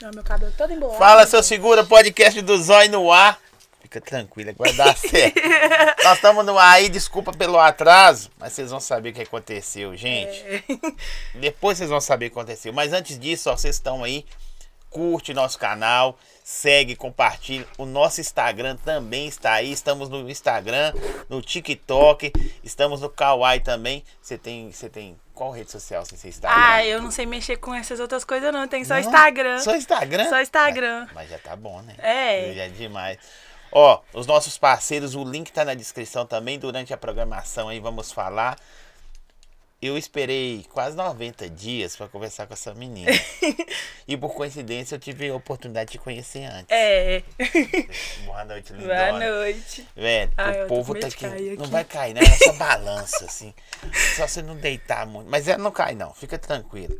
Não, meu cabelo todo embolado. Fala, seu segura, podcast do Zói no ar. Fica tranquila, que vai dar certo. Nós estamos no ar aí, desculpa pelo atraso, mas vocês vão saber o que aconteceu, gente. É. Depois vocês vão saber o que aconteceu. Mas antes disso, ó, vocês estão aí, curte nosso canal, segue, compartilha. O nosso Instagram também está aí. Estamos no Instagram, no TikTok, estamos no Kawaii também. Você tem, você tem qual rede social você está? Ah, eu não sei mexer com essas outras coisas, não. Tem só Não? é? Instagram. Só Instagram? Só Instagram. Mas, mas já tá bom, né? É. Já é demais. Ó, os nossos parceiros, o link tá na descrição também. Durante a programação aí vamos falar. Eu esperei quase 90 dias pra conversar com essa menina. e por coincidência eu tive a oportunidade de conhecer antes. É. Boa noite, lindona. Boa noite. Velho, Ai, eu o tô com povo medo tá de aqui, cair Não aqui. vai cair, né? Ela só balança, assim. Só você não deitar muito. Mas ela não cai, não. Fica tranquilo.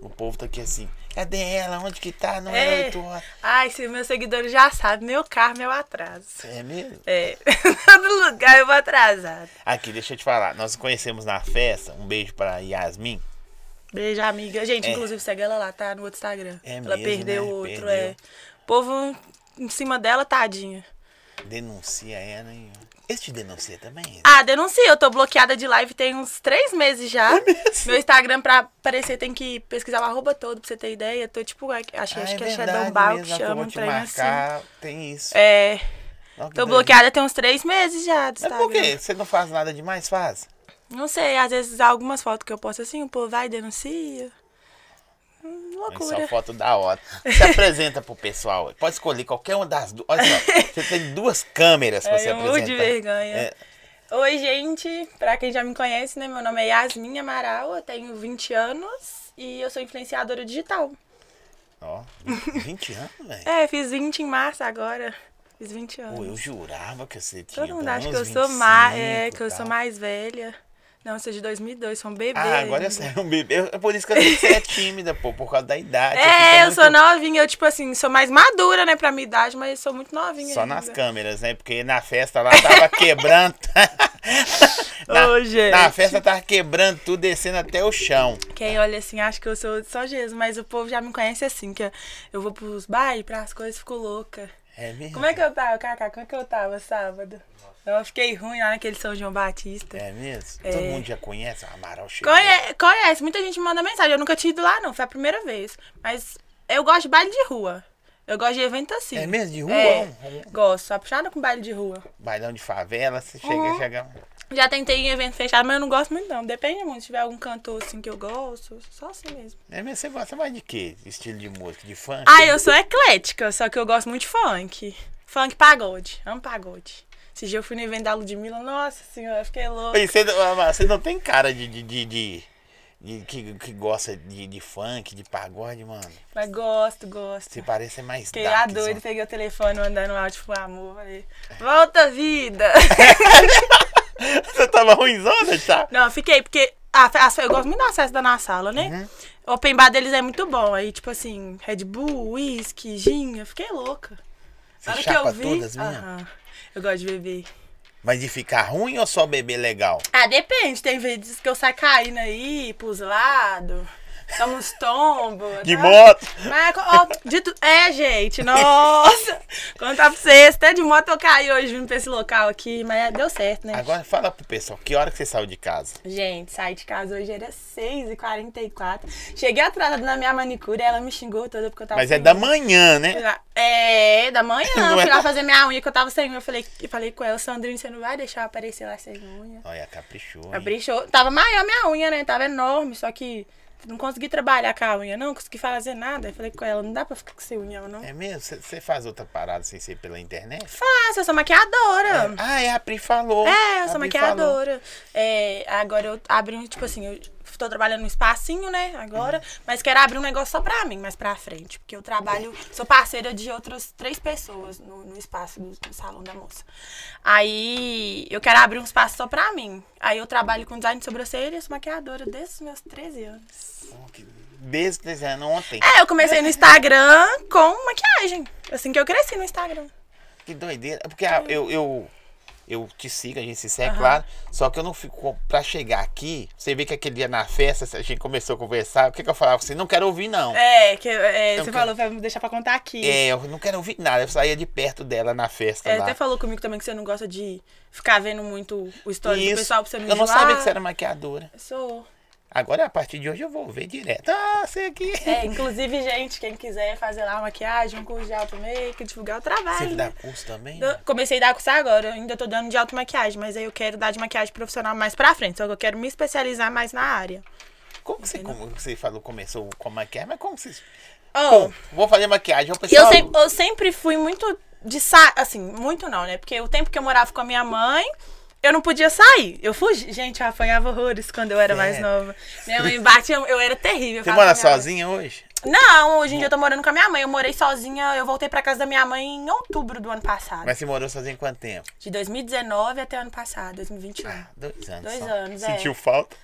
O povo tá aqui assim. Cadê ela? Onde que tá? Não é É. oito horas. Ai, se meus seguidores já sabem, meu carro, meu atraso. É mesmo? É. Todo lugar eu vou atrasado. Aqui, deixa eu te falar. Nós nos conhecemos na festa. Um beijo pra Yasmin. Beijo, amiga. Gente, É. inclusive segue ela lá, tá? No outro Instagram. É ela mesmo, perdeu né? o outro, Perdeu. é. O povo em cima dela, tadinha. Denuncia ela, hein? Esse te denuncia também? Ah, denuncia. Eu tô bloqueada de live tem uns três meses já. É Meu Instagram, pra aparecer, tem que pesquisar o arroba todo, pra você ter ideia. Eu tô tipo, acho, acho Ah, que é verdade Shadow Ball que mesmo, ela chama, falou um te trem assim. marcar, Tem isso. É, Olha que tô doido. bloqueada tem uns três meses já do Mas Instagram. É por quê? Você não faz nada demais? Faz. Não sei, às vezes algumas fotos que eu posto assim, o povo vai e denuncia. Hum, Mas só Loucura. foto da hora. Se apresenta pro pessoal. Pode escolher qualquer uma das duas. Olha só, você tem duas câmeras pra É, se eu morro apresentar. de vergonha. É, Oi, gente. Pra quem já me conhece, né? Meu nome é Yasmin Amaral, eu tenho 20 anos e eu sou influenciadora digital. ó, 20 anos, velho. É, fiz 20 em março agora. Fiz 20 anos. Pô, eu jurava que você tinha. Todo mundo pelo acha que eu menos sou mais, 25 é, e que eu sou tal. mais velha. Não, sou de 2002, sou um bebê. Ah, agora ainda. eu sei, um bebê. Eu- É por isso que eu sei que você é tímida, pô, por causa da idade. Você fica É, eu muito- sou novinha, eu tipo assim, sou mais madura, né, pra minha idade, mas sou muito novinha. Só ainda. nas câmeras, né? Porque na festa lá tava quebrando. na, Ô, gente. na festa tava quebrando tudo, descendo até o chão. Quem olha assim acha que eu sou de São Jesus, mas o povo já me conhece assim, que eu- eu vou pros bailes, pras coisas, fico louca. É mesmo? Como é que eu tava, Cacá? Como é que eu tava sábado? Eu fiquei ruim lá naquele São João Batista. É mesmo? Todo mundo já conhece o Amaral chegou. Conhe- conhece, muita gente me manda mensagem. Eu nunca tinha ido lá, não, foi a primeira vez. Mas eu gosto de baile de rua. Eu gosto de evento assim. É mesmo? De rua? É, Um- um gosto, só puxada com baile de rua. bailão de favela, você chega, chega. um. Já tentei em evento fechado, mas eu não gosto muito, não. Depende muito. Se tiver algum cantor assim que eu gosto, só assim mesmo. É mesmo? Você gosta mais de quê? Estilo de música? De funk? Ah, eu sou eclética, só que eu gosto muito de funk. Funk pagode. Amo pagode. Esse dia eu fui no evento da Ludmilla, nossa senhora, eu fiquei louca. Ei, Você, não- ah, mas você não tem cara de. de, de, de- de- que, que gosta de, de funk, de pagode, mano. Mas gosto, gosto. Você parece ser mais Fiquei lá dark, doido, só. peguei o telefone, mandando um áudio pro amor. Falei, volta vida! Você tava ruimzona, tá? Não, eu fiquei, porque a, fe- as fe- eu gosto muito das festas da nossa sala, né? O open bar deles é muito bom. Aí, tipo assim, Red Bull, uísque, gin, eu fiquei louca. Você chapa todas mesmo? Aham. eu gosto de beber. Mas de ficar ruim ou só beber legal? Ah, depende. Tem vezes que eu saio caindo aí, pros lados. Tomo uns tombos. né? De moto? Mas, ó, de tu- É, gente, nossa. Contar pra vocês, até de moto eu caí hoje vindo pra esse local aqui, mas deu certo, né? Agora fala pro pessoal, que hora que você saiu de casa? Gente, saí de casa hoje, era 6h44. Cheguei atrasada na minha manicure, ela me xingou toda porque eu tava Mas é sem da unha. manhã, né? É, da manhã. Não Eu é? fui lá fazer minha unha que eu tava sem unha. Eu falei, eu falei com ela, Sandrine, você não vai deixar eu aparecer lá sem unha. Olha, caprichou. hein? Abri show. Tava maior minha unha, né? Tava enorme, só que não consegui trabalhar com a unha, não. Consegui fazer nada. Eu falei com ela, não dá pra ficar com sem unha, não. É mesmo? Você- Você faz outra parada sem ser pela internet? Faço, eu sou maquiadora. Ah, é, a Pri falou. É, A eu sou Pri falou. maquiadora. É, agora eu abri um, tipo assim, eu tô trabalhando num espacinho, né, agora, mas quero abrir um negócio só pra mim, mais pra frente, porque eu trabalho, sou parceira de outras três pessoas no, no espaço do, do salão da moça. Aí eu quero abrir um espaço só pra mim. Aí eu trabalho com design de sobrancelha e sou maquiadora desde os meus 13 anos. Oh, que- Desde desde ontem. É, eu comecei no Instagram com maquiagem, assim que eu cresci no Instagram. Que doideira. Porque a- É eu, eu, Eu te sigo, a gente se segue, claro. Só que eu não fico. Pra chegar aqui, você vê que aquele dia na festa, a gente começou a conversar. O que, que eu falava? Você não quero ouvir, não. É, que é, Então, você cara- falou, vai me deixar pra contar aqui. É, eu não quero ouvir nada. Eu saía de perto dela na festa. É, lá. até falou comigo também que você não gosta de ficar vendo muito o histórico do Isso. pessoal pra você não Eu não enjoar. sabia que você era maquiadora. Sou. Agora, a partir de hoje, eu vou ver direto. Ah, você aqui. É, inclusive, gente, quem quiser fazer lá uma maquiagem, um curso de auto make, divulgar o Você trabalho. né? dá curso também? Eu comecei a dar curso agora, eu ainda tô dando de auto maquiagem, mas aí eu quero dar de maquiagem profissional mais pra frente, só que eu quero me especializar mais na área. Como que você, como que você falou, começou com maquiagem, mas como que você... Oh, Bom, vou fazer maquiagem, o E eu, pessoal... sem- eu sempre fui muito de sa assim, muito não, né? Porque o tempo que eu morava com a minha mãe, eu não podia sair. Eu fugi. Gente, eu apanhava horrores quando eu era mais Sério? nova. Minha mãe batia, eu era terrível. eu É. Você falava mora pra minha mãe. sozinha hoje? Não, hoje em dia eu tô morando com a minha mãe. Eu morei sozinha, eu voltei pra casa da minha mãe em outubro do ano passado. Mas você morou sozinha quanto tempo? De 2019 até ano passado, 2021. Ah, dois anos Dois só. anos, é. Sentiu falta?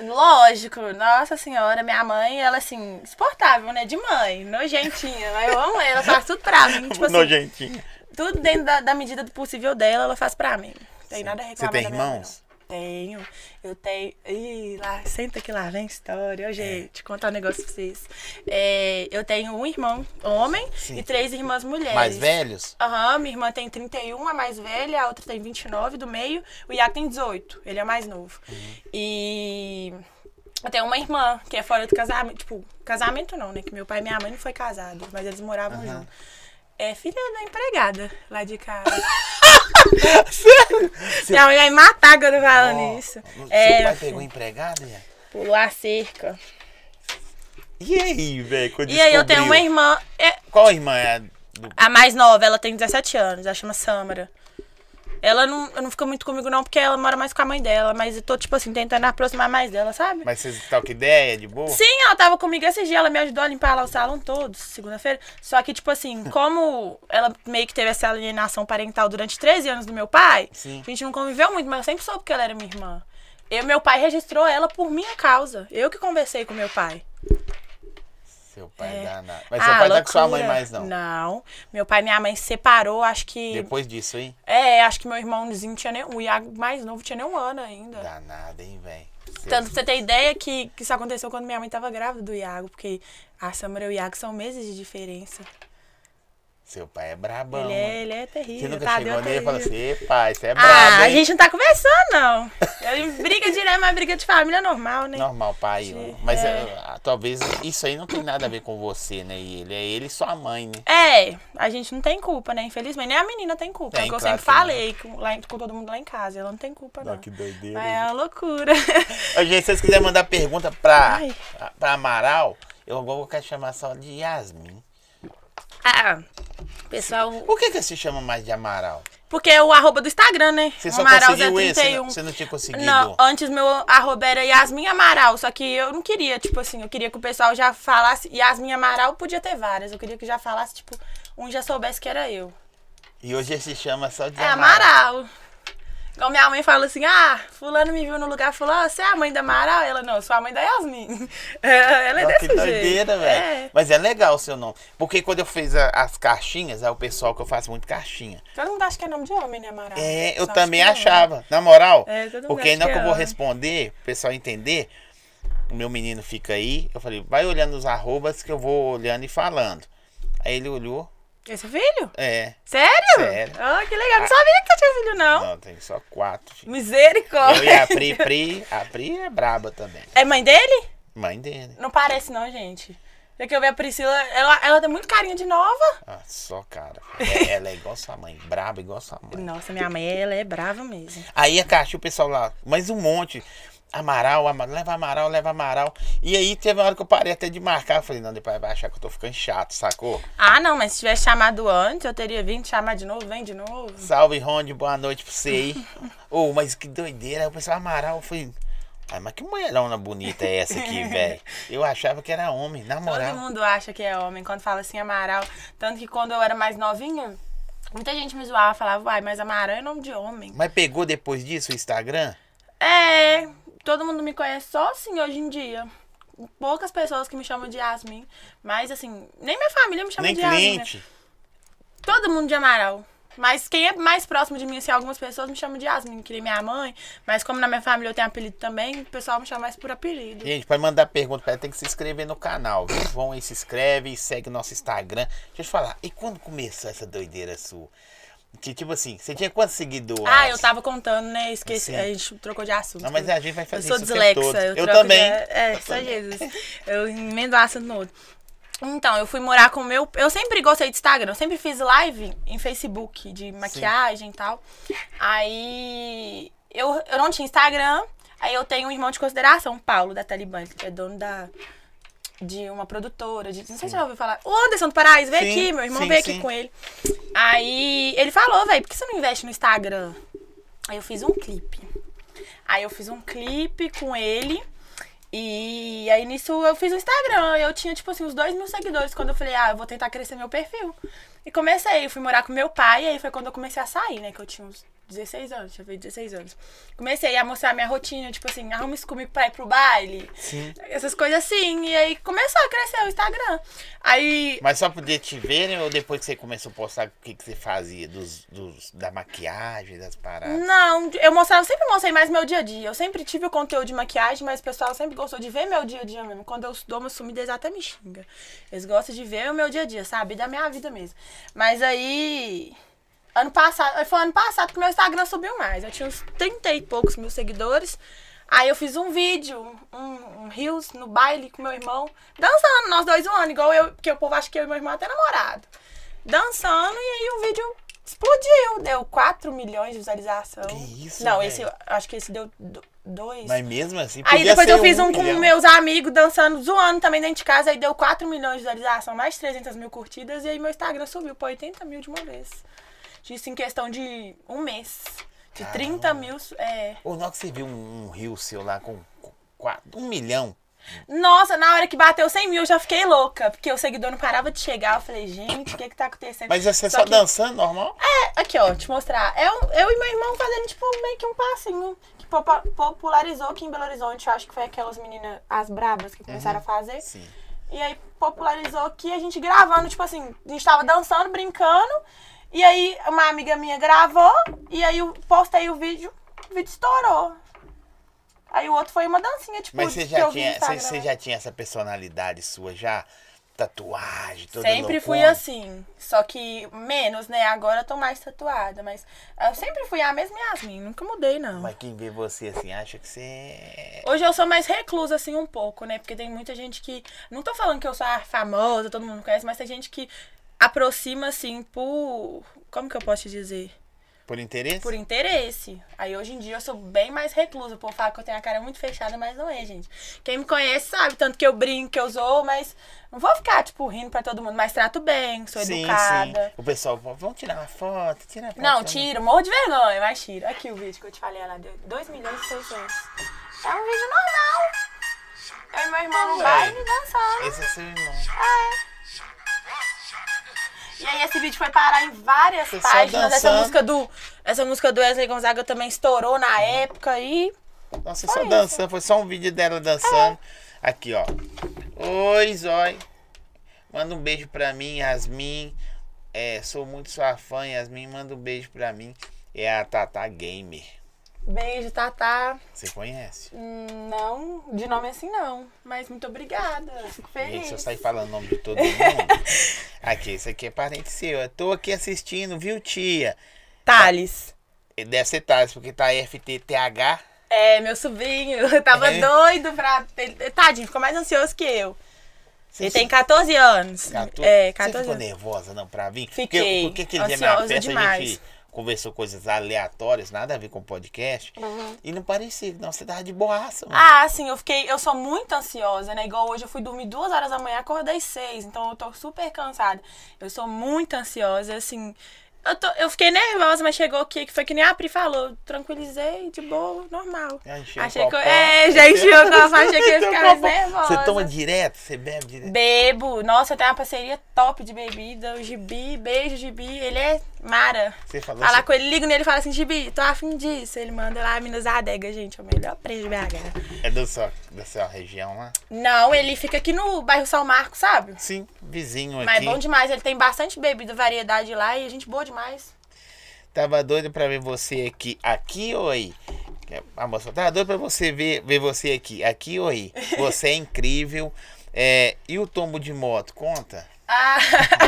Lógico, nossa senhora, minha mãe, ela assim, insuportável, né? De mãe, nojentinha. mas Eu amo ela, ela faz tudo pra mim. Tipo assim, Nojentinha. tudo dentro da, da medida do possível dela, ela faz pra mim. Não tem Sim. nada a Você reclamar tem da minha mãe, irmãos? não. Tenho. Eu tenho. Ih, lá, senta que lá vem É. história. Ô, gente, contar um negócio pra vocês. É, eu tenho um irmão homem Sim. e três irmãs mulheres. Mais velhos? Aham, minha irmã tem 31, a mais velha, a outra tem 29 do meio, o Iago tem 18, ele é mais novo. Uhum. E eu tenho uma irmã que é fora do casamento, tipo, casamento não, né? Que meu pai e minha mãe não foi casado, mas eles moravam juntos. É filha da empregada lá de casa. minha mãe vai matar quando eu falando Ó, isso. Seu Ah, É, pai pegou empregada? né? pulou a cerca. E aí, velho, quando E aí eu tenho uma descobriu? irmã, é, Qual irmã é a do... A mais nova, ela tem 17 anos, ela chama Samara. Ela não, não fica muito comigo, não, porque ela mora mais com a mãe dela, mas eu tô, tipo assim, tentando aproximar mais dela, sabe? Mas vocês trocam ideia, de boa? Sim, ela tava comigo esse dia, ela me ajudou a limpar lá o salão todo, segunda-feira. Só que, tipo assim, como ela meio que teve essa alienação parental durante 13 anos do meu pai, Sim. a gente não conviveu muito, mas eu sempre soube que ela era minha irmã. E meu pai registrou ela por minha causa. Eu que conversei com meu pai. Ah, Seu pai dá nada. Mas seu pai tá com sua mãe mais, não. É. Não. Meu pai e minha mãe se separou, acho que Depois disso, hein? É, acho que meu irmãozinho tinha nem. O Iago mais novo tinha nem um ano ainda. Dá nada, hein, velho? Tanto pra você ter ideia que, que isso aconteceu quando minha mãe tava grávida do Iago, porque a Samara e o Iago são meses de diferença. Seu pai é brabão. ele, hein? é, ele é Você terrível. nunca Tadeu chegou é nele e terrível. falou assim, "Ê, pai, você é brabo, Ah, a hein? gente não tá conversando, não. Ele briga direto, mas briga de família é normal, né? Normal, pai. Mas é. eh, ah, talvez isso aí não tem nada a ver com você, né? E ele é ele e sua mãe, né? É, a gente não tem culpa, né? Infelizmente, nem a menina tem culpa. É o Tem, que eu claro sempre que não. falei com, lá, em- com todo mundo lá em casa. Ela não tem culpa, não. doideira. Mas é uma loucura. Ô, gente, se vocês quiserem mandar pergunta pra, Ai. pra Amaral, eu agora vou chamar só de Yasmin. ah, pessoal, Por que, que você chama mais de Amaral? Porque é o arroba do Instagram, né? Você só Amaral conseguiu esse? Você 31. não- Você não tinha conseguido? Não, antes meu arroba era Yasmin Amaral, só que eu não queria, tipo assim, eu queria que o pessoal já falasse. Yasmin Amaral podia ter várias, eu queria que já falasse, tipo, um já soubesse que era eu. E hoje ele se chama só de É Amaral. Amaral. Igual minha mãe fala assim: ah, Fulano me viu no lugar, falou, "Ah, você é a mãe da Amaral? Ela, não, eu sou a mãe da Yasmin. É, Ela é Ó, desse jeito. que doideira, velho. É. Mas é legal o seu nome. Porque quando eu fiz a- as caixinhas, é o pessoal que eu faço muito caixinha. Todo mundo acha que é nome de homem, né, Amaral? É, eu Só acho também que não. né? achava. Na moral, É, todo mundo porque acha ainda que que eu vou é. responder, o pessoal entender, o meu menino fica aí. Eu falei, vai olhando os arrobas que eu vou olhando e falando. Aí ele olhou, Esse filho? é. Sério? Sério. Ah, que legal, não sabia que você tinha filho, não. Não, tem só quatro. filho. Eu e Misericórdia. a Pri, Pri, a Pri é braba também. É mãe dele? Mãe dele. Não parece não, gente. Já que eu vi a Priscila, ela, ela tem muito carinha de nova. Ah, só cara. É, Ela é igual sua mãe, braba igual sua mãe. Nossa, minha mãe, ela é brava mesmo. Aí a caixa, o pessoal lá, mas um monte. Amaral, Amaral, leva Amaral, leva Amaral. E aí teve uma hora que eu parei até de marcar. Eu falei, não, depois vai achar que eu tô ficando chato, sacou? Ah, não, mas se tivesse chamado antes, eu teria vindo chamar de novo, vem de novo. Salve, Ronde, boa noite pra você aí. Ô, mas que doideira. Aí o pessoal, Amaral, eu falei, ai, mas que mulherona bonita é essa aqui, velho? Eu achava que era homem, na Todo moral. mundo acha que é homem quando fala assim Amaral. Tanto que quando eu era mais novinha, muita gente me zoava, falava, uai, mas Amaral é nome de homem. Mas pegou depois disso o Instagram? É, todo mundo me conhece só assim hoje em dia. Poucas pessoas que me chamam de Yasmin. Mas assim, nem minha família me chama Nem de Yasmin. né? cliente. Todo mundo de Amaral. Mas quem é mais próximo de mim, assim, algumas pessoas me chamam de Yasmin, que nem minha mãe. Mas como na minha família eu tenho apelido também, o pessoal me chama mais por apelido. Gente, pra mandar pergunta pra ela, tem que se inscrever no canal, viu? Vão aí, se inscreve, segue nosso Instagram. Deixa eu te falar, e quando começou essa doideira sua? Que, tipo assim, você tinha quantos seguidores? Ah, eu tava contando, né? Esqueci, Sim. a gente trocou de assunto. Assim. Não, mas é, a gente vai fazer Eu sou isso o tempo todo. dislexa. Eu, troco também. de- É, só Jesus. Eu emendo um assunto no outro. Então, eu fui morar com o meu. Eu sempre gostei de Instagram, eu sempre fiz live em Facebook de maquiagem e tal. Aí eu, eu não tinha Instagram, aí eu tenho um irmão de consideração, o Paulo, da Taliban, que é dono da. De uma produtora, de, não sei se você já ouviu falar. O Anderson do Paraíso, veio Sim, aqui, meu irmão sim, veio aqui sim. com ele. Aí ele falou, velho, por que você não investe no Instagram? Aí eu fiz um clipe. Aí eu fiz um clipe com ele. E aí nisso eu fiz o Instagram. Eu tinha, tipo assim, uns dois mil seguidores quando eu falei, ah, eu vou tentar crescer meu perfil. E comecei, eu fui morar com meu pai, e aí foi quando eu comecei a sair, né? Que eu tinha uns 16 anos, tinha feito 16 anos. Comecei a mostrar minha rotina, tipo assim, arruma isso comigo pra ir pro baile. Sim. Essas coisas assim. E aí começou a crescer o Instagram. Aí. Mas só poder te verem ou depois que você começou a postar o que, que você fazia? Dos, dos- da maquiagem, das paradas? Não, eu mostrava, sempre mostrei mais meu dia a dia. Eu sempre tive o conteúdo de maquiagem, mas o pessoal sempre gostou de ver meu dia a dia mesmo. Quando eu dou uma sumida, eles até me xingam. Eles gostam de ver o meu dia a dia, sabe? Da minha vida mesmo. Mas aí. Ano passado, foi ano passado que meu Instagram subiu mais. Eu tinha uns 30 e poucos mil seguidores. Aí eu fiz um vídeo, um, um Reels no baile com meu irmão, dançando, nós dois um ano, igual eu, porque o povo acha que eu e meu irmão até namorado. Dançando, e aí o vídeo explodiu, deu 4 milhões de visualização. Que isso, Não, velho. esse, eu acho que esse deu 2. Mas mesmo assim, Aí podia depois ser eu fiz um, com milhão. meus amigos dançando, zoando também dentro de casa, aí deu 4 milhões de visualização, mais 300 mil curtidas, e aí meu Instagram subiu pra 80 mil de uma vez. Isso em questão de um mês. De 30 mil. É... Ou não que você viu um, um rio seu lá com, com quatro, um milhão. Nossa, na hora que bateu 100 mil eu já fiquei louca, porque o seguidor não parava de chegar. Eu falei, gente, o que que tá acontecendo? Mas é você só que- dançando normal? É, aqui ó, te mostrar. É um- eu e meu irmão fazendo tipo meio que um passinho que popa- popularizou aqui em Belo Horizonte. Eu acho que foi aquelas meninas, as brabas, que Uhum. começaram a fazer. Sim. E aí popularizou aqui a gente gravando, tipo assim, a gente tava dançando, brincando. E aí uma amiga minha gravou, e aí eu postei o vídeo, o vídeo estourou. Aí o outro foi uma dancinha, tipo, Mas você que já, eu vi no tinha, você, Instagram. você já tinha essa personalidade sua já? Tatuagem, toda Sempre loucura. fui assim, só que menos, né? Agora eu tô mais tatuada, mas eu sempre fui a mesma Yasmin, nunca mudei, não. Mas quem vê você assim, acha que você é... Hoje eu sou mais reclusa, assim, um pouco, né? Porque tem muita gente que. Não tô falando que eu sou a famosa, todo mundo conhece, mas tem gente que aproxima, assim, por. Como que eu posso te dizer? por interesse? Por interesse. Aí hoje em dia eu sou bem mais reclusa. O povo fala que eu tenho a cara muito fechada, mas não é, gente. Quem me conhece sabe, tanto que eu brinco, que eu zoo, mas não vou ficar, tipo, rindo pra todo mundo, mas trato bem, sou sim, educada. sim. O pessoal, fala, vamos tirar uma foto, tira uma foto. Não, tira. tiro, morro de vergonha, mas tiro. Aqui o vídeo que eu te falei, ela deu 2 milhões e 600. É um vídeo normal. Eu e meu irmão no Ué. baile dançando. Esse é seu irmão. E aí esse vídeo foi parar em várias Pessoal páginas. Essa dançando. música, do, essa música do Wesley Gonzaga também estourou na época e. Foi Nossa, Então, só isso. dançando, foi só um vídeo dela dançando. Aqui, ó. Oi, Zói. Manda um beijo pra mim, Yasmin. É, sou muito sua fã, Yasmin. Manda um beijo pra mim. É a Tata Gamer. Beijo, Tatá. Você conhece? Hum, Não, de nome assim não. Mas muito obrigada. Fico Gente, se eu feliz. sair falando o nome de todo mundo. aqui, isso aqui é parente seu. Eu tô aqui assistindo, viu, tia? Thales. E Deve ser Thales, porque tá FTTH. É, meu sobrinho, eu tava É? doido pra. ele- Tadinho, ficou mais ansioso que eu. Você Ele tem 14 anos. 14. É, Você 14 ficou anos. nervosa, não, pra vir? Fiquei. Porque, porque aquele dia na Ansiosa festa a demais. gente conversou coisas aleatórias, nada a ver com podcast. E não parecia, não, você tava de boaça, mano. Uhum. Ah, sim, eu fiquei. Eu sou muito ansiosa, né? Igual hoje eu fui dormir duas horas da manhã, acordei seis, então eu tô super cansada. Eu sou muito ansiosa, assim. Eu, tô- eu fiquei nervosa, mas chegou aqui, que foi que nem a Pri falou. Tranquilizei, de boa, normal. Já encheu o achei que eu, copo. É, já encheu o copo, achei que eu ia Então, ficar mais tá bom. nervosa. Você toma direto, você bebe direto. Bebo, nossa, tem uma parceria top de bebida. O Gibi, beijo, Gibi. Ele é Mara. Você falou Falar assim- com ele, ligo nele e fala assim: Gibi, tô afim disso. Ele manda lá, Minas Adega, gente, é o melhor preço de BH. É da sua, da sua região lá? Não, ele fica aqui no bairro São Marco, sabe? Sim, vizinho aqui. Mas é bom demais, ele tem bastante bebida, variedade lá e gente boa demais. Tava doido pra ver você aqui. Aqui ou aí? A moça falou, tava doido pra você ver, ver você aqui. Aqui ou aí? Você é incrível. É, e o tombo de moto? Conta. Ah,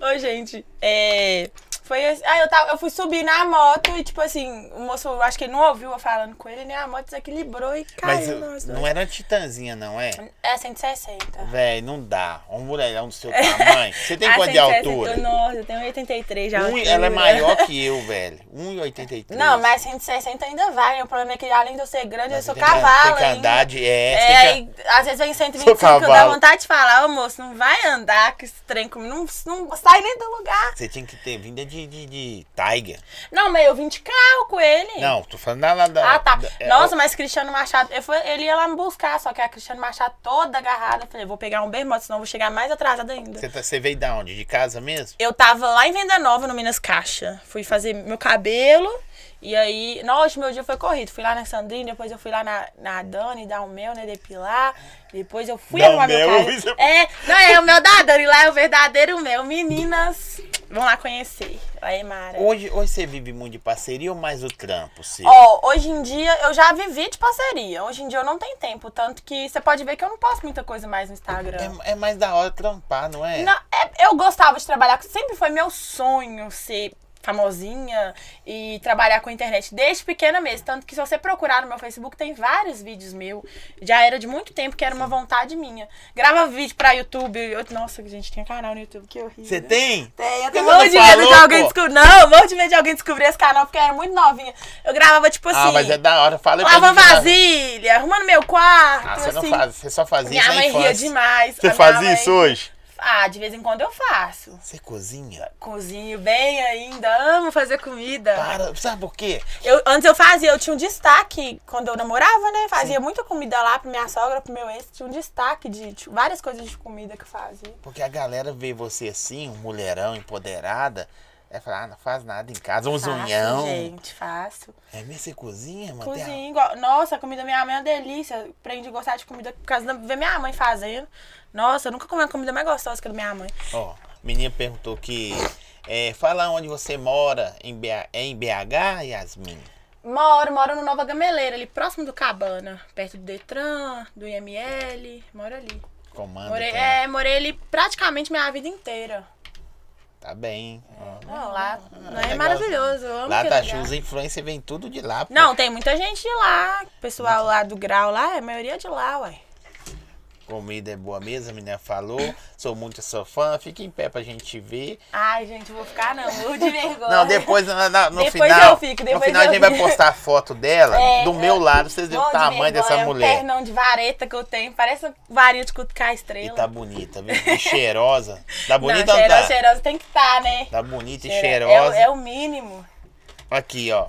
ô, gente, é, Foi assim, ah, eu, tava, eu fui subir na moto e, tipo assim, o moço, eu acho que ele não ouviu eu falando com ele, né? A moto desequilibrou e Mas caiu. nós eu- dois. não era titanzinha, não é? É 160. Véi, não dá. Um mulherão do seu tamanho. Você tem Ah, quanto de 160, altura? Nossa, eu tenho 83 de Um- altura. ela é maior que eu, velho. 1,83. Não, mas 160 ainda vai. né? O problema é que além de eu ser grande, eu Você sou tem que- cavalo Tem que andar ainda. de. É, É, você tem que- aí, às vezes vem Sou 125, cavalo. dá vontade de falar, ô moço, não vai andar que esse trem comigo, não, não sai nem do lugar. Você tinha que ter vinda de, de, de Tiger. Não, mas eu vim de carro com ele. Não, tô falando da. da- da Ah, tá. da- é, Nossa, mas Cristiano Machado, eu fui- ele ia lá me buscar, só que a Cristiano Machado toda agarrada. Eu falei, vou pegar um bermote, senão eu vou chegar mais atrasada ainda. Você, tá- você veio da onde? De casa mesmo? Eu tava lá em Venda Nova, no Minas Caixa. Fui fazer meu cabelo. E aí, nossa, meu dia foi corrido. Fui lá na Sandrine, depois eu fui lá na, na Dani dar o mel, né? Depilar. Depois eu fui Dar o arrumar meu mel, cabelo. isso É, não, é o mel da Dani, lá é o verdadeiro mel. Meninas, vão lá conhecer. Lá é Mara. Hoje, hoje você vive muito de parceria ou mais o trampo? Seu? Ó, hoje em dia eu já vivi de parceria. Hoje em dia eu não tenho tempo. Tanto que você pode ver que eu não posto muita coisa mais no Instagram. É, é mais da hora trampar, não é? Não, é- eu gostava de trabalhar, com- sempre foi meu sonho ser famosinha e trabalhar com internet desde pequena mesmo. Tanto que se você procurar no meu Facebook, tem vários vídeos meus. Já era de muito tempo que era uma vontade minha. Grava vídeo pra YouTube. Eu, nossa, gente, tinha canal no YouTube, que é horrível. Você tem? Tem, eu Por que tenho você morro de não medo de falou, alguém pô? descobrir. Não, morro de medo de alguém descobrir esse canal, porque eu era muito novinha. Eu gravava, tipo assim. Ah, mas é da hora. Fala aí pra Lavando gente, né? vasilha, arrumando meu quarto. Ah, você não assim. faz, você só fazia Minha isso na mãe ria infância. demais. A Você minha fazia mãe- isso hoje? Ah, de vez em quando eu faço. Você cozinha? Cozinho bem ainda, amo fazer comida. Para, sabe por quê? Eu, antes eu fazia, eu tinha um destaque quando eu namorava, né? Fazia muita comida lá pra minha sogra, pro meu ex. Tinha um destaque de de várias coisas de comida que eu fazia. Porque a galera vê você assim, um mulherão empoderada, é falar, ah, não faz nada em casa, um zunhão. Faço, gente, faço. É mesmo você cozinha, mano? Tem a- Cozinho igual. Nossa, a comida da minha mãe é uma delícia. Aprendi a gostar de comida por causa de ver minha mãe fazendo. Nossa, eu nunca comi uma comida mais gostosa que a da minha mãe. Ó, menina perguntou que. É, fala onde você mora, em BH, é em BH, Yasmin? Moro, moro no Nova Gameleira, ali próximo do Cabana, perto do Detran, do IML, moro ali. Comando. Morei, tá, é, morei ali praticamente minha vida inteira. tá bem. ó. Não, Ah, lá, lá é legalzinho. maravilhoso, eu amo Lá aquele tá lugar. cheio, os influencers vem tudo de lá. pô. é Não, tem muita gente de lá, pessoal lá do grau lá, a maioria é de lá, ué. Comida é boa mesmo, a menina falou. Sou muito sua fã, fica em pé pra gente ver. Ai, gente, vou ficar não, eu de vergonha. Não, depois na- na- no Depois final. eu fico, no depois final eu a gente vai fico. postar a foto dela É, do meu eu- lado, vocês verem Morro o de tamanho dessa vergonha, É um mulher. pernão de vareta que eu tenho, parece uma varinha de cutucar a E estrela. tá bonita, viu? E cheirosa. Tá não, bonita ou não cheirosa, tá? cheirosa tem que estar, né? Tá bonita e Cheira- é o- cheirosa. é o mínimo. Aqui, ó.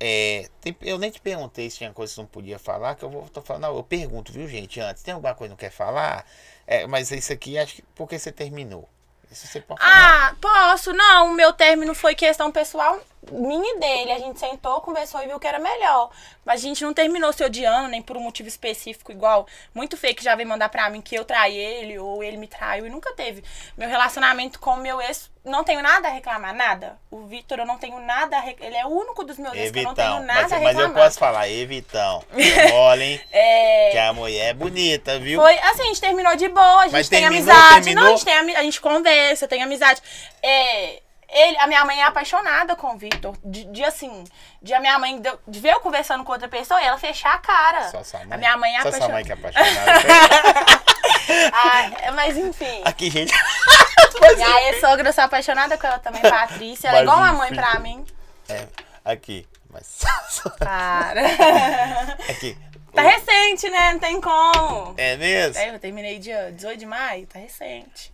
É, tem- eu nem te perguntei se tinha coisa que você não podia falar, que eu vou tô falando, não, eu pergunto, viu, gente, antes. Tem alguma coisa que não quer falar? É, mas isso aqui acho que porque você terminou. Isso você pode falar. Ah, posso? Não, o meu término foi questão pessoal minha e dele. A gente sentou, conversou e viu que era melhor. Mas a gente não terminou se odiando, nem por um motivo específico, igual muito feio que já veio mandar pra mim que eu traí ele ou ele me traiu e nunca teve. Meu relacionamento com o meu ex, não tenho nada a reclamar, nada. O Vitor, eu não tenho nada a reclamar. Ele é o único dos meus ex que eu não tenho Evitão. nada Mas, a mas reclamar. eu posso falar, Evitão. É mole, hein? É, Que a mulher é bonita, viu? Foi assim, a gente terminou de boa, a gente Mas tem terminou, amizade. terminou? Não, a gente, tem, ami- a gente conversa, tem amizade. É, ele, a minha mãe é apaixonada com o Victor. De, de assim, de a minha mãe deu- de ver eu conversando com outra pessoa e ela fechar a cara. Só sua mãe. A minha mãe é Só sua apaixonada. mãe que é apaixonada. Ai, é, mas enfim. aqui, gente. Minha ex-sogra, eu sou apaixonada com ela também, Patrícia. Ela é Mas igual uma enfim. mãe pra mim. É, aqui. Mas. Para. aqui. tá recente, né? Não tem como. É mesmo? É, eu terminei dia 18 de maio, tá recente.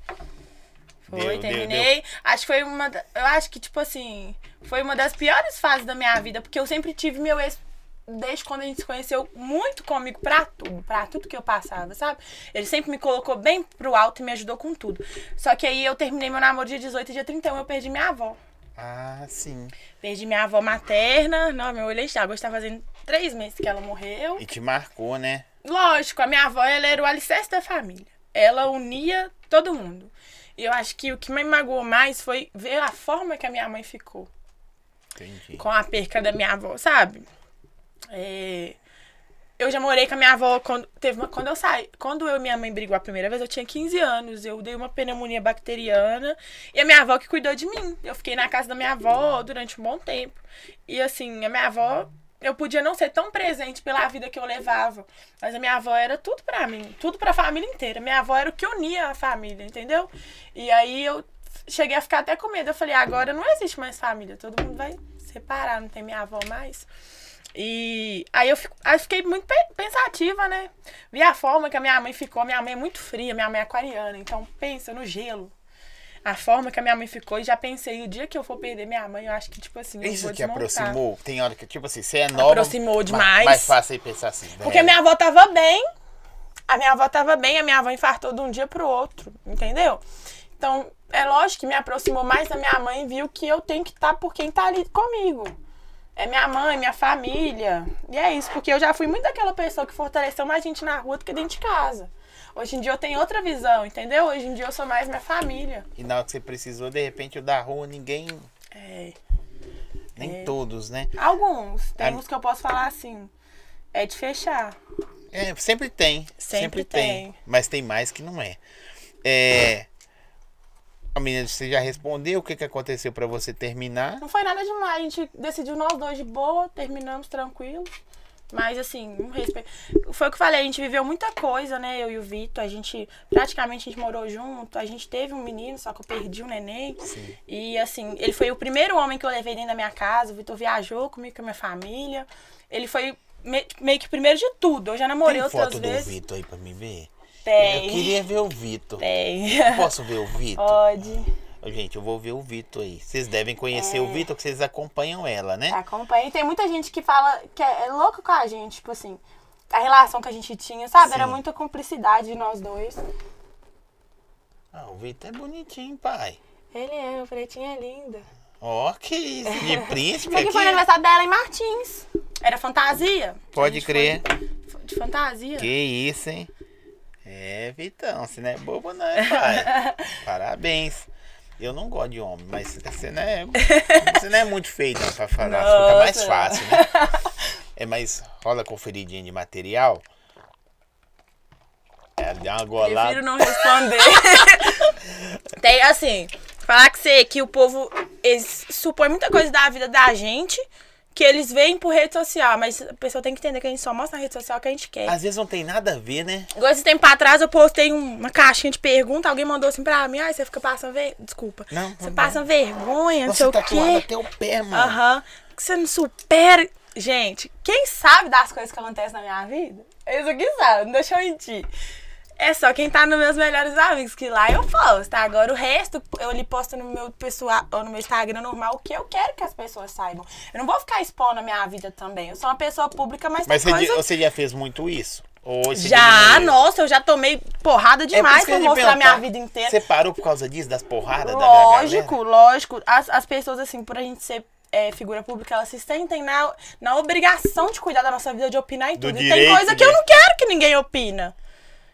Foi, Deu, deu, terminei. Acho que foi uma. da- Eu acho que, tipo assim, foi uma das piores fases da minha vida, porque eu sempre tive meu ex. Desde quando a gente se conheceu, muito comigo pra tudo, pra tudo que eu passava, sabe? Ele sempre me colocou bem pro alto e me ajudou com tudo. Só que aí eu terminei meu namoro dia 18 e dia 31 eu perdi minha avó. Ah, sim. Perdi minha avó materna. Não, meu olho é está. Está tá fazendo três meses que ela morreu. E te marcou, né? Lógico, a minha avó ela era o alicerce da família. Ela unia todo mundo. E eu acho que o que me magoou mais foi ver a forma que a minha mãe ficou. Entendi. com a perca da minha avó, sabe? É, eu já morei com a minha avó quando teve uma, quando eu saí, quando eu e minha mãe brigou a primeira vez, eu tinha 15 anos, eu dei uma pneumonia bacteriana e a minha avó que cuidou de mim. Eu fiquei na casa da minha avó durante um bom tempo. E assim, a minha avó eu podia não ser tão presente pela vida que eu levava, mas a minha avó era tudo pra mim, tudo pra família inteira. Minha avó era o que unia a família, entendeu? E aí eu cheguei a ficar até com medo. Eu falei, agora não existe mais família, todo mundo vai separar, não tem minha avó mais. E aí eu, fico- aí eu fiquei muito pe- pensativa, né? Vi a forma que a minha mãe ficou. Minha mãe é muito fria, minha mãe é aquariana, então pensa no gelo. A forma que a minha mãe ficou e já pensei, o dia que eu for perder minha mãe, eu acho que, tipo assim, eu Isso vou que desmontar. aproximou. Tem hora que, tipo assim, você é nova. Aproximou ma- demais. Mais fácil aí pensar assim. Porque a minha avó tava bem. A minha avó tava bem, a minha avó infartou de um dia pro outro, entendeu? Então, é lógico que me aproximou mais da minha mãe e viu que eu tenho que estar por quem tá ali comigo. É minha mãe, minha família. E é isso, porque eu já fui muito daquela pessoa que fortaleceu mais gente na rua do que dentro de casa. Hoje em dia eu tenho outra visão, entendeu? Hoje em dia eu sou mais minha família. E na hora que você precisou, de repente, o da rua, ninguém. É. Nem todos, né? Alguns. Tem Ah, uns que eu posso falar assim. É de fechar. É, sempre tem. Sempre tem. Mas tem mais que não é. É. A menina, você já respondeu o que, que aconteceu pra você terminar? Não foi nada demais, a gente decidiu nós dois de boa, terminamos tranquilo. Mas assim, um respeito. Foi o que eu falei, a gente viveu muita coisa, né? Eu e o Vitor, a gente praticamente a gente morou junto, a gente teve um menino, só que eu perdi o neném. Sim. E assim, ele foi o primeiro homem que eu levei dentro da minha casa, o Vitor viajou comigo com a minha família. Ele foi me- meio que o primeiro de tudo. Eu já namorei Tem outras foto do vezes. Vitor aí pra me ver? Tem. Eu queria ver o Vitor. Tem. Posso ver o Vitor? Pode. Gente, eu vou ver o Vitor aí. Vocês devem conhecer É. o Vitor, que vocês acompanham ela, né? Tá, Acompanha. E tem muita gente que fala que é é louca com a gente, tipo assim, a relação que a gente tinha, sabe? Era Sim. muita cumplicidade de nós dois. Ah, o Vitor é bonitinho, pai. Ele é, o pretinho é linda. Ó, que isso. De príncipe Isso aqui aqui. foi no aniversário dela em Martins. É Era fantasia. Pode A gente crer. foi de fantasia. Que isso, hein? É, Vitão, você não é bobo não, hein, pai. Parabéns. Eu não gosto de homem, mas você não é, você não é muito feio não, pra falar. Fica mais Nossa. fácil, né? É, mas rola conferidinha de material. É, dá Prefiro uma golada. não responder. Tem, assim, falar que você, que o povo eles supõe muita coisa da vida da gente que eles veem por rede social, mas a pessoa tem que entender que a gente só mostra na rede social o que a gente quer. Às vezes não tem nada a ver, né? Igual esse tempo atrás eu postei um- uma caixinha de pergunta, alguém mandou assim pra mim, ai, você fica passando vergonha. Desculpa. Não, Você não. passa vergonha, não sei Você tá o tatuado quê. até o pé, mano. Aham. Que você não supera. Gente, quem sabe das coisas que acontecem na minha vida? Eles aqui sabem, não deixa eu mentir. É só quem tá nos meus melhores amigos, que lá eu posto. tá? Agora o resto, eu lhe posto no meu pessoal, ou no meu Instagram normal, o que eu quero que as pessoas saibam. Eu não vou ficar expondo a minha vida também. Eu sou uma pessoa pública, mas, Mas tem você, coisa... já- você já fez muito isso? Ou você Já, diminuiu? nossa, eu já tomei porrada É por demais isso que pra eu ia te mostrar perguntar. minha vida inteira. Você parou por causa disso, das porradas da galera? Lógico, lógico. As, as pessoas, assim, por a gente ser é, figura pública, elas se sentem na, na obrigação de cuidar da nossa vida, de opinar e Do tudo. e direito tem coisa que eu de- não quero que ninguém opina.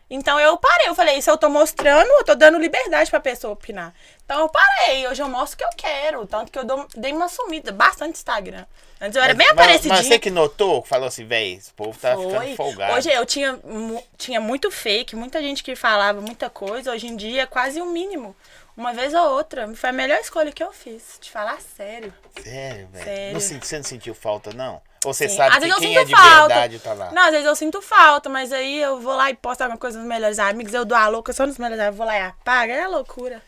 Então eu parei, eu falei, se eu tô mostrando, eu tô dando liberdade pra pessoa opinar. Então eu parei, hoje eu mostro o que eu quero. Tanto que eu dou- dei uma sumida, bastante Instagram. Antes eu era bem mas, aparecidinha. mas você que notou, que falou assim, véi, esse povo tá ficando folgado. Hoje eu tinha, mu- tinha muito fake, muita gente que falava muita coisa. Hoje em dia é quase o mínimo. Uma vez ou outra. Foi a melhor escolha que eu fiz, de falar sério. Sério, velho. é- Sério. Não senti- você não sentiu falta, não? Ou você Sim. sabe às que vezes eu quem sinto é de falta. verdade tá lá? Não, às vezes eu sinto falta, mas aí eu vou lá e posto alguma coisa nos melhores amigos. Eu dou a louca só nos melhores amigos. Vou lá e apago. É loucura.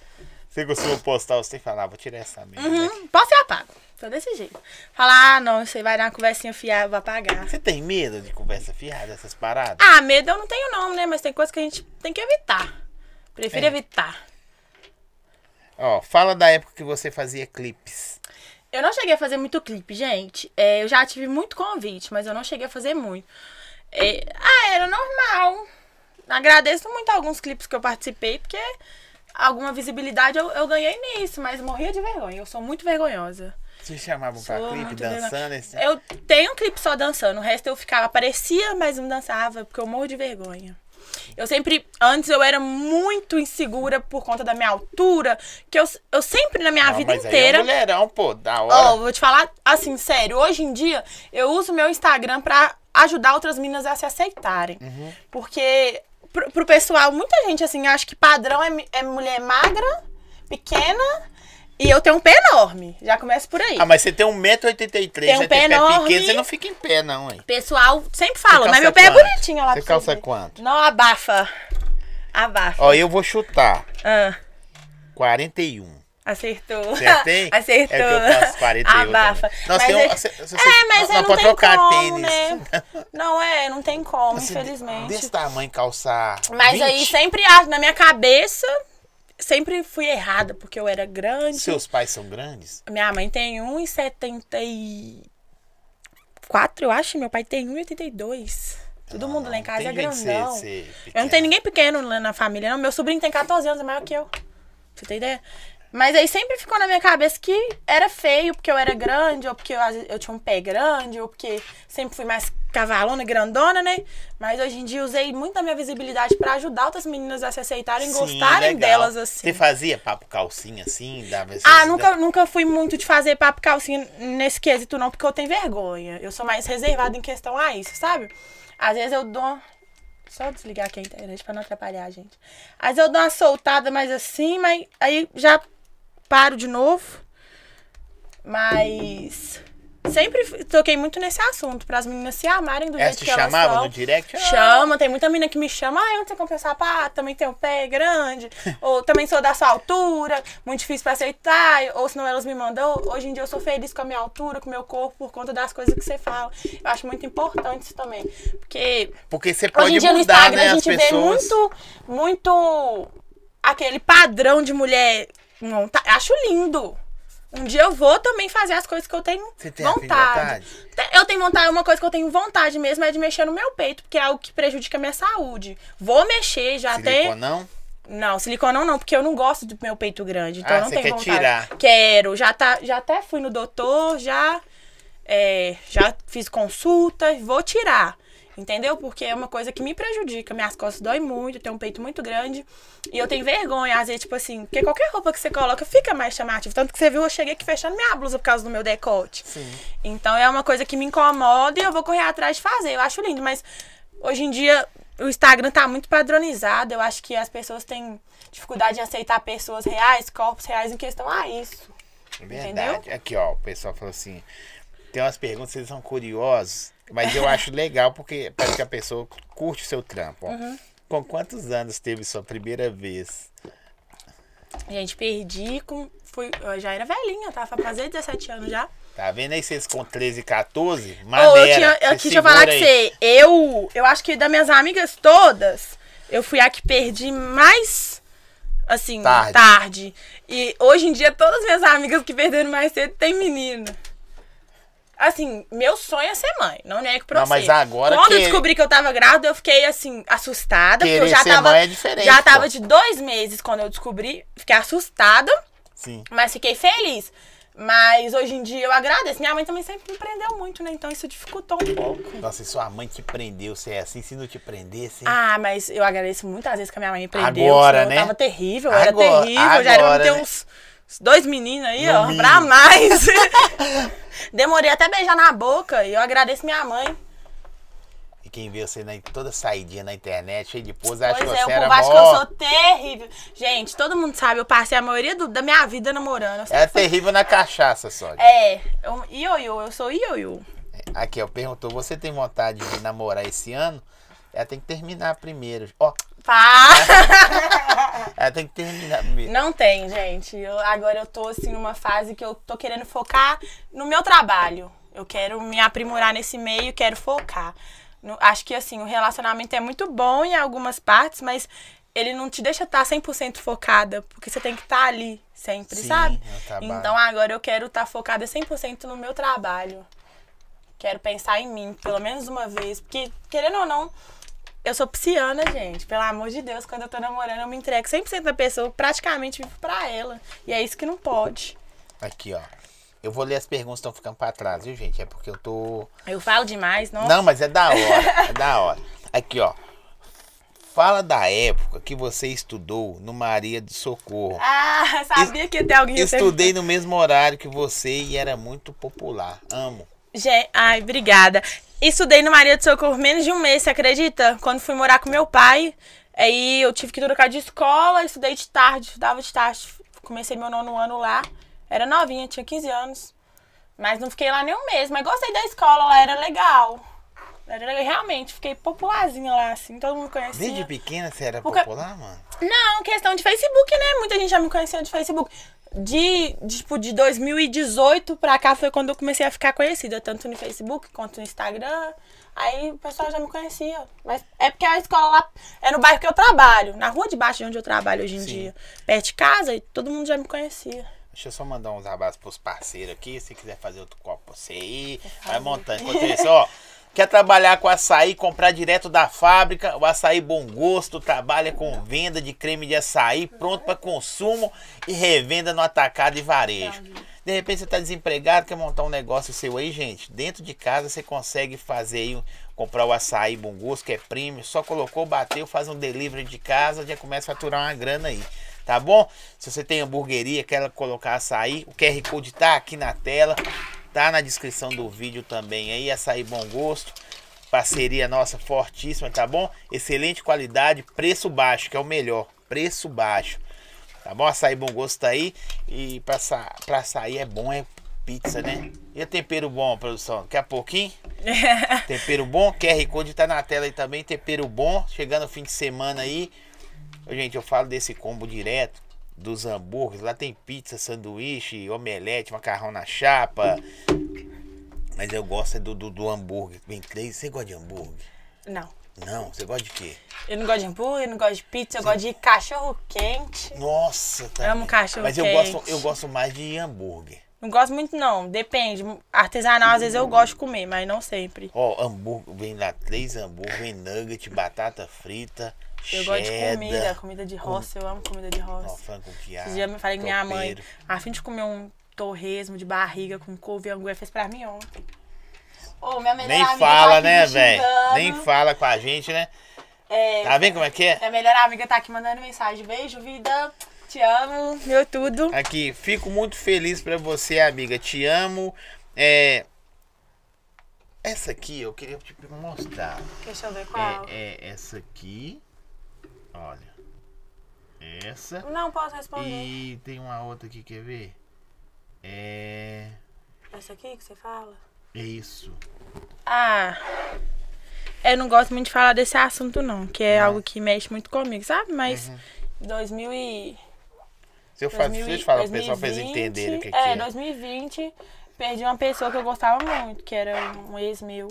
Você costuma postar, você fala, ah, vou tirar essa merda. né? Hum, posso e apago. Tô desse jeito. Falar, ah, não, você vai dar uma conversinha fiada, vou apagar. Você tem medo de conversa fiada, essas paradas? Ah, medo eu não tenho não, né? Mas tem coisa que a gente tem que evitar. Prefiro É. evitar. Ó, fala da época que você fazia clipes. Eu não cheguei a fazer muito clipe, gente. É, eu já tive muito convite, mas eu não cheguei a fazer muito. É, ah, era normal. Agradeço muito alguns clipes que eu participei, porque alguma visibilidade eu, eu ganhei nisso, mas morria de vergonha. Eu sou muito vergonhosa. Te chamavam pra Sou clipe, muito vergonhosa. dançando, esse... Eu tenho um clipe só dançando, o resto eu ficava, parecia, mas não dançava, porque eu morro de vergonha. Eu sempre. Antes eu era muito insegura por conta da minha altura, que eu, eu sempre na minha Não, vida mas aí é inteira. mulherão, pô, da Ó, hora. vou te falar assim, sério. Hoje em dia, eu uso meu Instagram pra ajudar outras meninas a se aceitarem. Uhum. Porque pro, pro pessoal, muita gente, assim, acha que padrão é, mi- é mulher magra, pequena, e eu tenho um pé enorme. Já começa por aí. Ah, mas você tem 1,83m, Tem um você pé tem pé enorme. pequeno, você não fica em pé, não, hein? Pessoal sempre fala, Você mas meu calça pé é quanto? bonitinho olha lá Você pra calça verem. quanto? Não, abafa. Abafa. Ó, eu vou chutar. Ah, 41. acertou. Acertei? Acertou. É porque eu faço 48 Abafa. também. Nós mas tem um- é- cê- cê- cê- é, mas é, não- não, não pode tem trocar como, tênis. né? Não é, não tem como, infelizmente. Assim, Desse tamanho calçar. Mas aí 20? sempre acho, na minha cabeça, sempre fui errada, porque eu era grande. Seus pais são grandes? Minha mãe tem 1,74, eu acho. e Meu pai tem 1,82. Todo Ah, mundo lá em não casa tem é jeito de grandão. ser- ser eu pequeno. não tenho ninguém pequeno lá na família, não. Meu sobrinho tem 14 anos, é maior que eu. Pra Você tem ideia? Mas aí sempre ficou na minha cabeça que era feio porque eu era grande, ou porque eu, às vezes, eu tinha um pé grande, ou porque sempre fui mais cavalona, grandona, né? Mas hoje em dia usei muito da minha visibilidade pra ajudar outras meninas a se aceitarem, Sim, gostarem legal. delas assim. Você fazia papo calcinha assim? Dava Ah, esses- nunca, nunca fui muito de fazer papo calcinha nesse quesito, não, porque eu tenho vergonha. Eu sou mais reservada em questão a isso, sabe? Às vezes eu dou. Só desligar aqui a internet pra não atrapalhar a gente. Às vezes eu dou uma soltada mais assim, mas aí já paro de novo. Mas. Sempre f- toquei muito nesse assunto, para as meninas se amarem do Elas jeito te que elas são. É, chamavam no direct? Ah, Chama, tem muita menina que me chama, ah, onde você comprou sapato? Também tem um pé grande, ou também sou da sua altura, muito difícil pra aceitar, ou senão elas me mandam, hoje em dia eu sou feliz com a minha altura, com o meu corpo, por conta das coisas que você fala. Eu acho muito importante isso também, porque Porque você pode hoje em dia no mudar, Instagram né? a As gente vê pessoas. muito, muito aquele padrão de mulher, monta... acho lindo. Um dia eu vou também fazer as coisas que eu tenho Você tem vontade. Te- Eu tenho vontade, uma coisa que eu tenho vontade mesmo é de mexer no meu peito, porque é algo que prejudica a minha saúde. Vou mexer, já Silicone, até. não? Não, silicone não, não, porque eu não gosto do meu peito grande. Então Ah, eu não você tenho quer vontade. tirar. Quero. Já, tá, já até fui no doutor, já, é, já fiz consulta, vou tirar. Entendeu? Porque é uma coisa que me prejudica. Minhas costas doem muito, eu tenho um peito muito grande. E eu tenho vergonha, às vezes, tipo assim, porque qualquer roupa que você coloca fica mais chamativo. Tanto que você viu, eu cheguei aqui fechando minha blusa por causa do meu decote. Então é uma coisa que me incomoda e eu vou correr atrás de fazer. Eu acho lindo, mas hoje em dia o Instagram tá muito padronizado. Eu acho que as pessoas têm dificuldade em aceitar pessoas reais, corpos reais em questão a isso. É Verdade. Aqui, ó, o pessoal falou assim: tem umas perguntas, vocês são curiosos, mas eu acho legal porque parece que a pessoa curte o seu trampo. ó. Uhum. Com quantos anos teve sua primeira vez? Gente, perdi com. Fui, eu já era velhinha, tá? tava pra fazer 17 anos já. Tá vendo aí vocês com 13, 14? Ou Maneira. eu tinha. Eu, Se deixa eu falar segura que aí. você. Eu. Eu acho que das minhas amigas todas, eu fui a que perdi mais. Assim, Tarde. tarde. E hoje em dia, todas as minhas amigas que perderam mais cedo têm menino. Assim, meu sonho é ser mãe, não nego pra Não, você. mas agora Quando eu que- descobri que eu tava grávida, eu fiquei, assim, assustada. Porque eu Querer já ser tava. mãe é diferente, já pô. tava de dois meses quando eu descobri. Fiquei assustada. Sim. Mas fiquei feliz. Mas hoje em dia eu agradeço. Minha mãe também sempre me prendeu muito, né? Então isso dificultou um pouco. Nossa, e sua mãe te prendeu, você é assim, se não te prendesse. hein? Ah, mas eu agradeço muitas vezes que a minha mãe me prendeu. Agora, senão né? Eu tava terrível, eu Agora, era terrível. eu já era agora, pra ter né? uns uns dois meninos aí, No ó, mínimo. pra mais. Demorei até beijar na boca e eu agradeço minha mãe. E quem vê você na, toda saidinha na internet, cheio de pose, acha que Pois é, o você era povo acha que eu mó... sou terrível. Gente, todo mundo sabe, eu passei a maioria do- da minha vida namorando. Eu sempre Era fui- É terrível na cachaça só. gente. É, eu, ioiô, eu sou ioiô. Aqui, ó, perguntou, você tem vontade de namorar esse ano? Ela tem que terminar primeiro. Ó, Pá! ela tem que terminar primeiro. Não tem, gente. Eu- agora eu tô assim numa fase que eu tô querendo focar no meu trabalho. Eu quero me aprimorar nesse meio, quero focar. No- acho que assim, o relacionamento é muito bom em algumas partes, mas ele não te deixa tá estar 100% focada, porque você tem que estar ali sempre, Sim, sabe? é o trabalho. Então agora eu quero estar focada 100% no meu trabalho. Quero pensar em mim, pelo menos uma vez, porque querendo ou não, eu sou pisciana, gente. Pelo amor de Deus, quando eu tô namorando, eu me entrego 100% da pessoa, eu praticamente vivo pra ela. E é isso que não pode. Aqui, ó. Eu vou ler as perguntas que estão ficando pra trás, viu, gente? É porque eu tô. Eu falo demais, não? Não, mas é da hora. É da hora. Aqui, ó. Fala da época que você estudou no Maria do Socorro. Ah, sabia que tem alguém. Estudei no mesmo horário que você e era muito popular. Amo. Gente, ai, obrigada. Estudei no Maria do Socorro menos de um mês, você acredita? Quando fui morar com meu pai, aí eu tive que trocar de escola, estudei de tarde, estudava de tarde. Comecei meu nono ano lá. Era novinha, tinha 15 anos. Mas não fiquei lá nem um mês, mas gostei da escola lá, era legal. Era legal, realmente, fiquei popularzinha lá, assim, todo mundo conhecia. Desde pequena você era Porque- popular, mano? Não, questão de Facebook, né? Muita gente já me conhecia de Facebook. De, de, tipo, de 2018 pra cá foi quando eu comecei a ficar conhecida, tanto no Facebook quanto no Instagram. Aí o pessoal já me conhecia. Mas é porque a escola lá é no bairro que eu trabalho, na rua de baixo de onde eu trabalho hoje em Sim. dia. Perto de casa, e todo mundo já me conhecia. Deixa eu só mandar uns abraços pros parceiros aqui. Se quiser fazer outro copo, você aí. Vai montando. Enquanto isso, ó. Quer trabalhar com açaí, comprar direto da fábrica? O açaí Bom Gosto trabalha com venda de creme de açaí pronto para consumo e revenda no atacado e varejo. De repente você está desempregado, quer montar um negócio seu aí, gente. Dentro de casa você consegue fazer aí, um- comprar o açaí Bom Gosto, que é premium. Só colocou, bateu, faz um delivery de casa, já começa a faturar uma grana aí tá bom? Se você tem hamburgueria, quer colocar açaí, o QR Code tá aqui na tela, tá na descrição do vídeo também aí, açaí bom gosto, parceria nossa fortíssima, tá bom? Excelente qualidade, preço baixo, que é o melhor, preço baixo. Tá bom? Açaí bom gosto tá aí e pra, sa pra açaí é bom, é pizza, né? E o tempero bom, produção? Daqui a pouquinho? Tempero bom, QR Code tá na tela aí também, tempero bom, chegando o fim de semana aí. Ô, Gente, eu falo desse combo direto dos hambúrgueres. Lá tem pizza, sanduíche, omelete, macarrão na chapa. Mas eu gosto é do, do, do hambúrguer. Bem, Cleide, você gosta de hambúrguer? Não. Não, você gosta de quê? Eu não gosto de hambúrguer, eu não gosto de pizza, eu gosto de cachorro quente. Nossa, também. Amo cachorro Mas eu quente. gosto, eu gosto mais de hambúrguer. Não gosto muito, não. Depende. Artesanal, às vezes eu gosto de comer, mas não sempre. Ó, hambúrguer, vem lá três hambúrguer, vem nugget, batata frita, Eu cheddar. gosto de comida, comida de roça, eu amo comida de roça. Ó, frango Esses piado, dias eu falei com minha mãe, tropeiro. a fim de comer um torresmo de barriga com couve e angu, ela fez pra mim ontem. Ô, minha melhor Nem amiga tá fala, aqui né, me velho? xingando. Nem fala com a gente, né? É, Tá vendo como é que é? minha melhor amiga tá aqui mandando mensagem. Beijo, vida. Te amo, meu tudo. Aqui, fico muito feliz pra você, amiga. Te amo. É. Essa aqui eu queria te mostrar. Deixa eu ver qual. É, é essa aqui. Olha. Essa. Não posso responder. E tem uma outra aqui, quer ver? É. Essa aqui que você fala? É isso. Ah. Eu não gosto muito de falar desse assunto, não, que é algo que mexe muito comigo, sabe? Mas Uhum. 2000 e. Se eu, faço, deixa eu te falar pro pessoal pra eles entenderem o que, que é, é. 2020, perdi uma pessoa que eu gostava muito, que era um ex meu,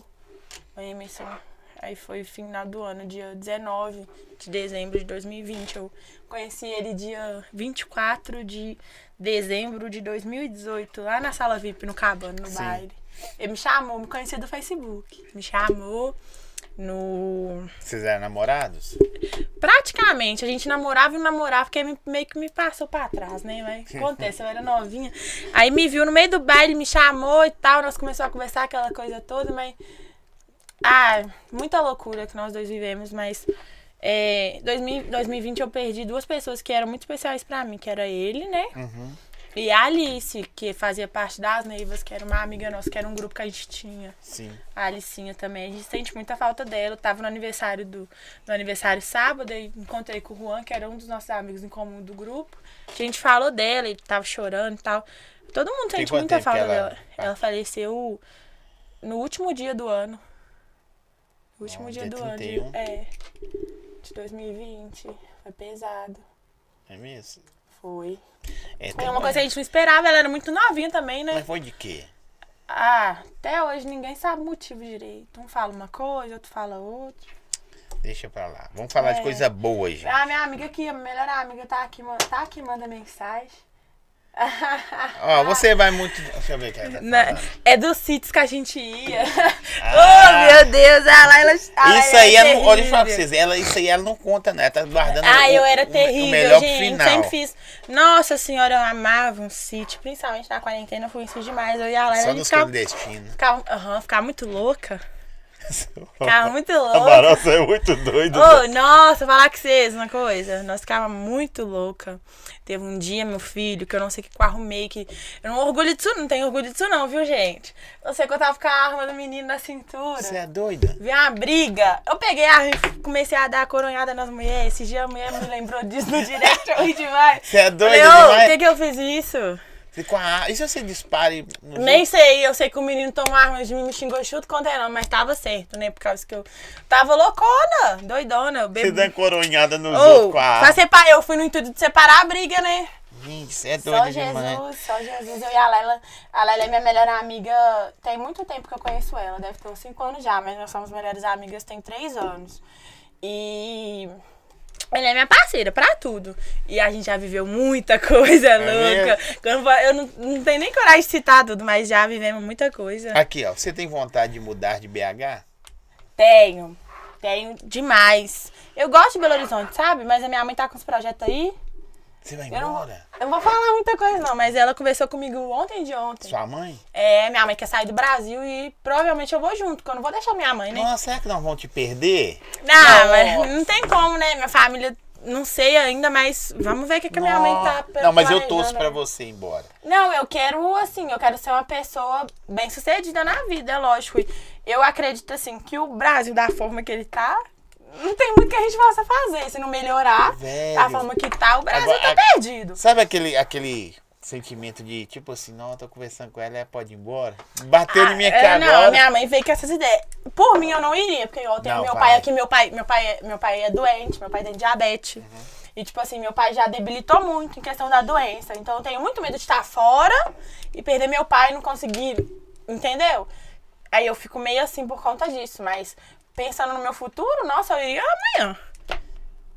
o Emerson. Aí foi final do ano, dia 19 de dezembro de 2020. Eu conheci ele dia 24 de dezembro de 2018, lá na sala VIP, no Cabana, no Sim. baile. Ele me chamou, me conhecia do Facebook. Me chamou no Vocês eram namorados? Praticamente, a gente namorava e não namorava, porque me- meio que me passou pra trás, né? Mas acontece, eu era novinha. Aí me viu no meio do baile, me chamou e tal, nós começamos a conversar aquela coisa toda, mas. Ah, muita loucura que nós dois vivemos, mas. É, 2000 2020 eu perdi duas pessoas que eram muito especiais pra mim, que era ele, né? E a Alice, que fazia parte das Neivas, que era uma amiga nossa, que era um grupo que a gente tinha. Sim. A Alicinha também. A gente sente muita falta dela. Eu tava no aniversário do no aniversário sábado e encontrei com o Juan, que era um dos nossos amigos em comum do grupo. A gente falou dela, ele tava chorando e tal. Todo mundo sente quanto muita tempo que falta ela- tá? dela. Ela faleceu no último dia do ano. No último Ó, dia dia do ano. de- 31. É. De 2020. Foi pesado. É mesmo? Foi. É, É tem uma uma- coisa que a gente não esperava, ela era muito novinha também, né? Mas foi de quê? Ah, até hoje ninguém sabe o motivo direito. Um fala uma coisa, outro fala outra. Deixa pra lá. Vamos falar de É. coisa boa, gente. Ah, minha amiga aqui, a melhor amiga, tá aqui, ma- tá aqui manda mensagem. Ó, você vai muito. Deixa eu ver o que ela tá falando. é dos sítios que a gente ia. Ah. oh, meu Deus, ah, lá ela ah, Isso ela aí, era ela não, olha, deixa eu falar pra terrível. vocês, ela, isso aí ela não conta, né? Ela tá guardando Ah, o, eu era o- terrível, o melhor pro gente. final. Sempre fiz. Nossa senhora, eu amava um sítio, principalmente na quarentena, eu fui em sítio um demais. Eu ia lá e a Só gente nos ficava, clandestinos. ficava, aham, ficava muito louca. Ficava muito A louca. Barossa é muito doido. né? Ô, nossa, falar com vocês uma coisa. Nós ficava muito louca. Teve um dia, meu filho, que eu não sei o que eu arrumei, que. Eu não orgulho disso, não tenho orgulho disso, não, viu, gente? Eu sei que eu tava com a arma do menino na cintura. Você é doida? Vi uma briga. Eu peguei a arma e comecei a dar coronhada nas mulheres. Esse dia a mulher me lembrou disso no direct, eu ri demais. Você é doida Falei, ô, demais? por que, que eu fiz isso? Você com a ar- E se você dispare no Nem sei, eu sei que o menino tomou arma de mim, me xingou chuto contra não, mas tava certo, né? Por causa que eu tava loucona, doidona, eu Você bebi. dá coronhada nos Ou, outros com a pra ar. separar, eu fui no intuito de separar a briga, né? Gente, você é Só doida demais. Jesus, só Jesus. Eu e a Leila, a Leila é minha melhor amiga, tem muito tempo que eu conheço ela, deve ter uns 5 anos já, mas nós somos melhores amigas tem 3 anos. E ela é minha parceira pra tudo. E a gente já viveu muita coisa louca. Eu, não, eu não, não tenho nem coragem de citar tudo, mas já vivemos muita coisa. Aqui, ó. Você tem vontade de mudar de BH? Tenho. Tenho demais. Eu gosto de Belo Horizonte, sabe? Mas a minha mãe tá com os projetos aí. Você vai Eu não, vou- embora? eu não vou falar muita coisa, não, mas ela conversou comigo ontem de ontem. Sua mãe? É, minha mãe quer sair do Brasil e provavelmente eu vou junto, porque eu não vou deixar minha mãe, né? Nossa, será que nós vamos te perder? Não, Nossa. mas não tem como, né? Minha família, não sei ainda, mas vamos ver o que, que minha mãe tá Nossa. Não, mas eu planejando, torço pra né? você ir embora. Não, eu quero, assim, eu quero ser uma pessoa bem sucedida na vida, é lógico. Eu acredito, assim, que o Brasil, da forma que ele tá, não tem muito que a gente possa fazer. Se não melhorar Velho. da forma que tá, o Brasil Agora, tá a- perdido. Sabe aquele, aquele sentimento de tipo assim, não, eu tô conversando com ela, ela pode ir embora? Bateu Ah, em minha é, cara não, agora. minha mãe veio com essas ideias. Por mim, eu não iria, porque eu tenho Não, meu vai. pai aqui, meu pai, meu pai, é- meu pai é doente, meu pai tem diabetes. Uhum. E, tipo assim, meu pai já debilitou muito em questão da doença. Então, eu tenho muito medo de estar fora e perder meu pai e não conseguir, entendeu? Aí eu fico meio assim por conta disso, mas pensando no meu futuro, nossa, eu iria amanhã.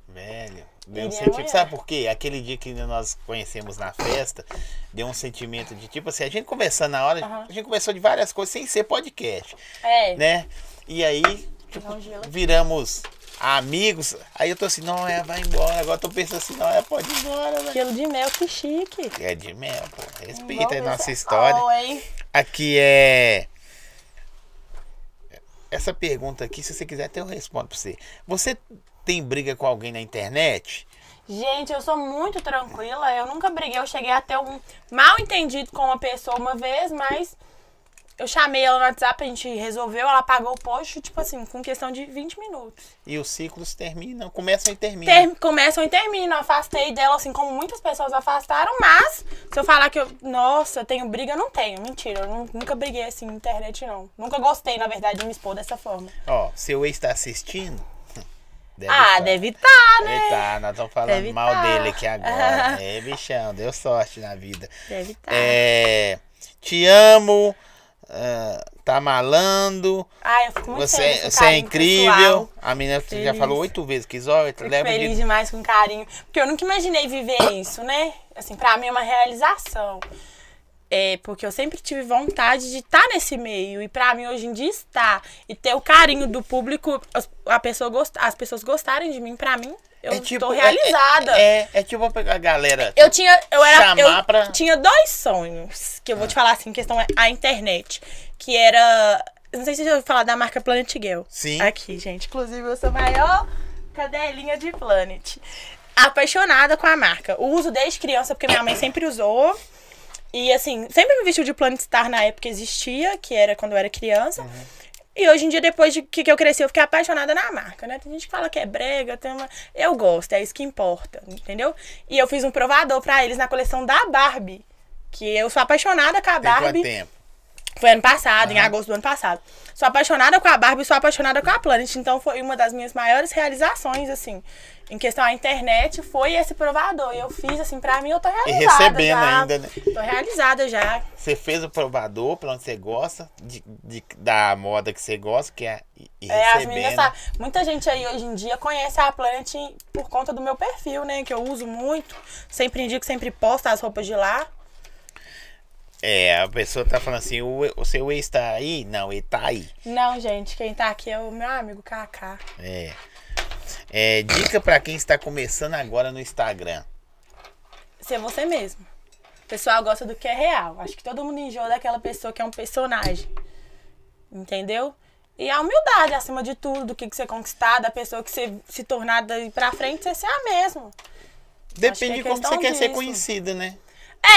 Velho, deu Ele um é sentimento. mulher. Sabe por quê? Aquele dia que nós conhecemos na festa, deu um sentimento de tipo assim, a gente conversando na hora, Aham. a gente conversou de várias coisas sem ser podcast, É. né? E aí, tipo, Não, um é gelo. viramos amigos. Aí eu tô assim, não, é, vai embora. Agora eu tô pensando assim, não, é, pode ir embora, velho. Gelo de mel, que chique. É de mel, pô. Respeita a Vamos nossa ver se é história. bom, hein? Aqui é. Essa pergunta aqui, se você quiser, até eu respondo pra você. Você tem briga com alguém na internet? Gente, eu sou muito tranquila. Eu nunca briguei. Eu cheguei a ter um mal entendido com uma pessoa uma vez, mas eu chamei ela no WhatsApp, a gente resolveu, ela pagou o post, tipo assim, com questão de 20 minutos. E os ciclos terminam, começam e terminam. Ter- começam e terminam. Afastei dela, assim, como muitas pessoas afastaram, mas se eu falar que eu, nossa, tenho briga, eu não tenho. Mentira, eu nu- nunca briguei assim na internet, não. Nunca gostei, na verdade, de me expor dessa forma. Ó, seu ex tá assistindo? Deve ah, tá. deve estar, né? Deve tá, nós estamos falando Deve mal tá. dele aqui agora. é, bichão, deu sorte na vida. Deve estar. É, te amo, ah, tá malando, Ai, eu fico muito feliz você, com o você é carinho do incrível. pessoal. A menina já Feliz. falou oito vezes que zóio, Fico leva feliz de demais com carinho. Porque eu nunca imaginei viver isso, né? Assim, pra mim é uma realização. É, porque eu sempre tive vontade de estar nesse meio. E pra mim hoje em dia está. E ter o carinho do público, as, a pessoa gost, as pessoas gostarem de mim, pra mim, eu tô é- é- realizada. É, é, tipo a galera. Eu tinha, eu era, Chamar eu pra- Ah. tinha dois sonhos que eu vou te falar assim, em questão a internet, que era, não sei se você já ouviu falar da marca Planet Girl. Sim. Aqui, gente, inclusive eu sou a maior cadelinha de Planet. Apaixonada com a marca. Eu uso desde criança porque minha mãe sempre usou. E assim, sempre me vestiu de Planet Star na época que existia, que era quando eu era criança. Uhum. E hoje em dia, depois de que que eu cresci, eu fiquei apaixonada na marca, né? Tem gente que fala que é brega, tem uma... Eu gosto, é isso que importa, entendeu? E eu fiz um provador pra eles na coleção da Barbie. Que eu sou apaixonada com a Tem quanto Barbie. tempo? Foi ano passado, em Aham. agosto do ano passado. Sou apaixonada com a Barbie, sou apaixonada com a Planet. Então foi uma das minhas maiores realizações, assim, em questão à internet, foi esse provador. E eu fiz, assim, pra mim eu tô E realizada. recebendo já. ainda, né? Tô realizada já. Você fez o provador pra onde você gosta, de, de- da moda que você gosta, que é e e É, as recebendo. meninas sabem. Muita gente aí hoje em dia conhece a Planet por conta do meu perfil, né? Que eu uso muito. Sempre indico, sempre posto as roupas de lá. É, a pessoa tá falando assim, o, o seu ex tá aí? Não, ele tá aí. Não, gente, quem tá aqui é o meu amigo Kaká. É. É, dica pra quem está começando agora no Instagram. ser você mesmo. O pessoal gosta do que é real. Acho que todo mundo enjoa daquela pessoa que é um personagem. Entendeu? E a humildade, acima de tudo, do que, que você conquistar, da pessoa que você se tornar daí pra frente, você ser a mesma. Depende de que é como você questão quer ser disso. conhecido, né?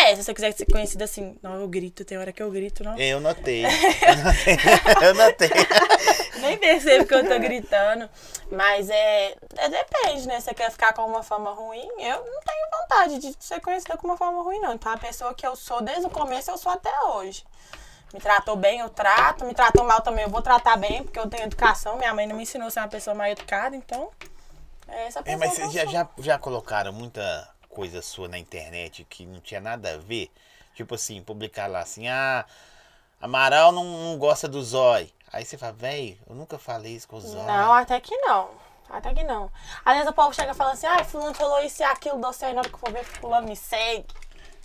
É, se você quiser ser conhecida assim, não, eu grito, tem hora que eu grito, não. Eu notei. Eu notei. Nem percebo que eu tô gritando. Mas é, é. Depende, né? Você quer ficar com uma fama ruim? Eu não tenho vontade de ser conhecida com uma fama ruim, não. Então, a pessoa que eu sou desde o começo, eu sou até hoje. Me tratou bem, eu trato. Me tratou mal também, eu vou tratar bem, porque eu tenho educação. Minha mãe não me ensinou a ser uma pessoa mal educada, então. É essa É, pessoa. mas que eu vocês já, sou. já, já colocaram muita coisa sua na internet que não tinha nada a ver? Tipo assim, publicar lá assim, ah, Amaral não, não gosta do Zói. Aí você fala, véi, eu nunca falei isso com o Zói. Não, até que não. Até que não. Às vezes o povo chega falando assim, ah, fulano falou isso e aquilo, dou certo, na hora que eu for ver, fulano me segue.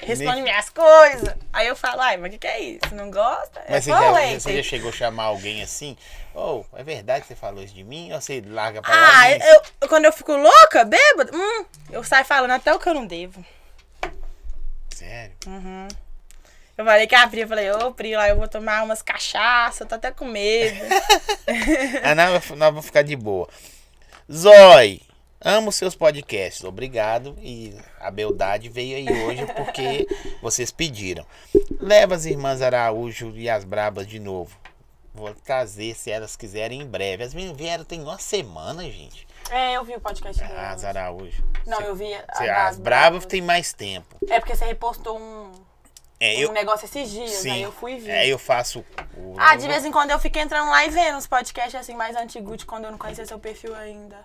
Responde Nem- minhas coisas. Aí eu falo, ai, mas o que, que é isso? Não gosta? Mas você é só já, leite. você já chegou a chamar alguém assim? Ou, é verdade que você falou isso de mim? Ou você larga pra lá? Ah, nem- eu, eu- quando eu fico louca, bêbada, hum, eu saio falando até o que eu não devo. Sério? Eu falei que a Pri, eu falei, ô Pri, lá eu vou tomar umas cachaça, eu tô até com medo. Ah, não, eu- nós vamos ficar de boa. Zói, amo seus podcasts, obrigado. E a beldade veio aí hoje porque vocês pediram. Leva as irmãs Araújo e as Brabas de novo. Vou trazer, se elas quiserem, em breve. As meninas vieram tem uma semana, gente. é, eu vi o podcast dele. As Araújo. Não, Cê- eu vi. a cê- das as Brabas tem mais tempo. É porque você repostou um, É, eu, um negócio esses dias, aí sim. eu fui e vi. É, eu faço o. Ah, de vez em quando eu fico entrando lá e vendo os podcasts assim mais antigos de quando eu não conhecia seu perfil ainda.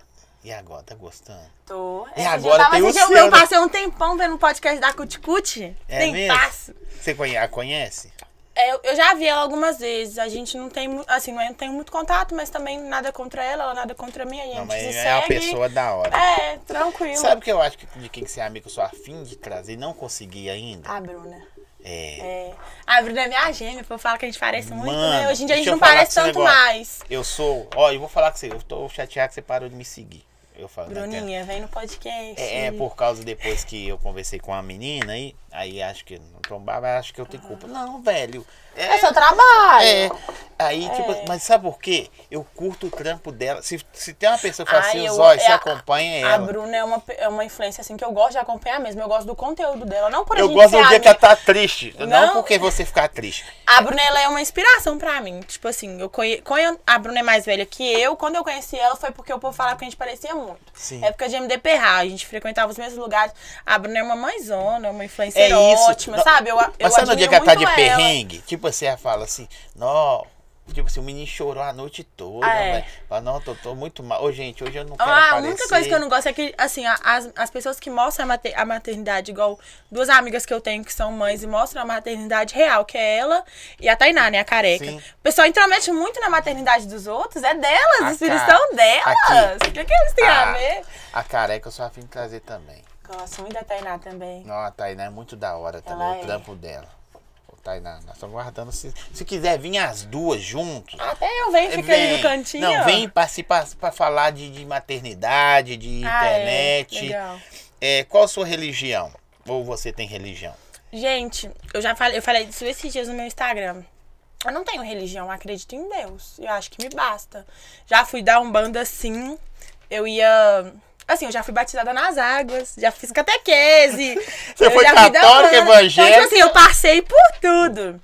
E agora, tá gostando? Tô. Esse E dia agora eu tava tem o assistindo- seu, Eu né? passei um tempão vendo um podcast da Cuticute. É tem mesmo? passo. Você conhe- a conhece? É, eu, eu já vi ela algumas vezes. A gente não tem, mu- assim, não tem muito contato, mas também nada contra ela, ela nada contra mim. A gente Não, mas se é uma segue. pessoa da hora. É, tranquilo. Sabe o que eu acho que de quem que você é amigo, eu sou afim de trazer e não consegui ainda? A Ah, Bruna. É. É. A Bruna é minha gêmea, eu falo que a gente parece muito, né? Mano, Hoje em dia a deixa gente eu não falar parece com esse tanto negócio. mais. Eu sou. Ó, eu vou falar com você, eu tô chateado que você parou de me seguir. Eu falo. na internet. Bruninha, vem no podcast. É, é, por causa depois que eu conversei com uma menina aí, aí acho que não trombava, acho que eu tenho Ah. culpa. Não, velho. É seu trabalho. É. Aí, tipo, mas sabe por quê? Eu curto o trampo dela. Se, se tem uma pessoa que fala Ai, assim, eu- os olhos, é você a- acompanha A ela. Bruna é uma, pe- é uma influência assim que eu gosto de acompanhar mesmo. Eu gosto do conteúdo dela. Não por a Eu gente gosto ser do dia amiga. que ela tá triste. Não, Não. porque você ficar triste. A Bruna ela é uma inspiração pra mim. Tipo assim, eu conhe... conhe- a Bruna é mais velha que eu. Quando eu conheci ela foi porque o povo falava que a gente parecia muito. É Sim. Época de MDP A gente frequentava os mesmos lugares. A Bruna é uma mãezona, é uma influencer É isso. ótima, Não- sabe? Eu, a- eu Mas sabe no dia admiro que ela tá de muito ela. perrengue? Tipo assim, ela fala assim, não. Tipo assim, o menino chorou a noite toda, Ah, é. velho. Fala, não, tô, tô muito mal. Ô, gente, hoje eu não quero Ah, a aparecer. única coisa que eu não gosto é que, assim, a- as, as pessoas que mostram a, mater- a maternidade, igual duas amigas que eu tenho que são mães e mostram a maternidade real, que é ela e a Tainá, né, a careca. Sim. O pessoal intromete muito na maternidade dos outros, é delas, Ah, os filhos cara, são delas. O que, que eles têm a Ah, ver? A careca eu sou afim de trazer também. Gosto muito da Tainá também. Não, a Tainá é muito da hora também, Ela o é. trampo dela. Ô, Tainá, nós estamos guardando. Se, se quiser vir as duas juntos. Até eu venho É, ficando vem. no cantinho. Não, ó. vem participar pra falar de, de maternidade, de Ah, é. internet. Legal. É, qual a sua religião? Ou você tem religião? Gente, eu já falei, eu falei disso esses dias no meu Instagram. Eu não tenho religião, eu acredito em Deus. Eu acho que me basta. Já fui dar um banda sim. Eu ia. Assim, eu já fui batizada nas águas, já fiz catequese. Você eu foi já fui dar católica, Umbanda. evangélica? Então, tipo assim, eu passei por tudo.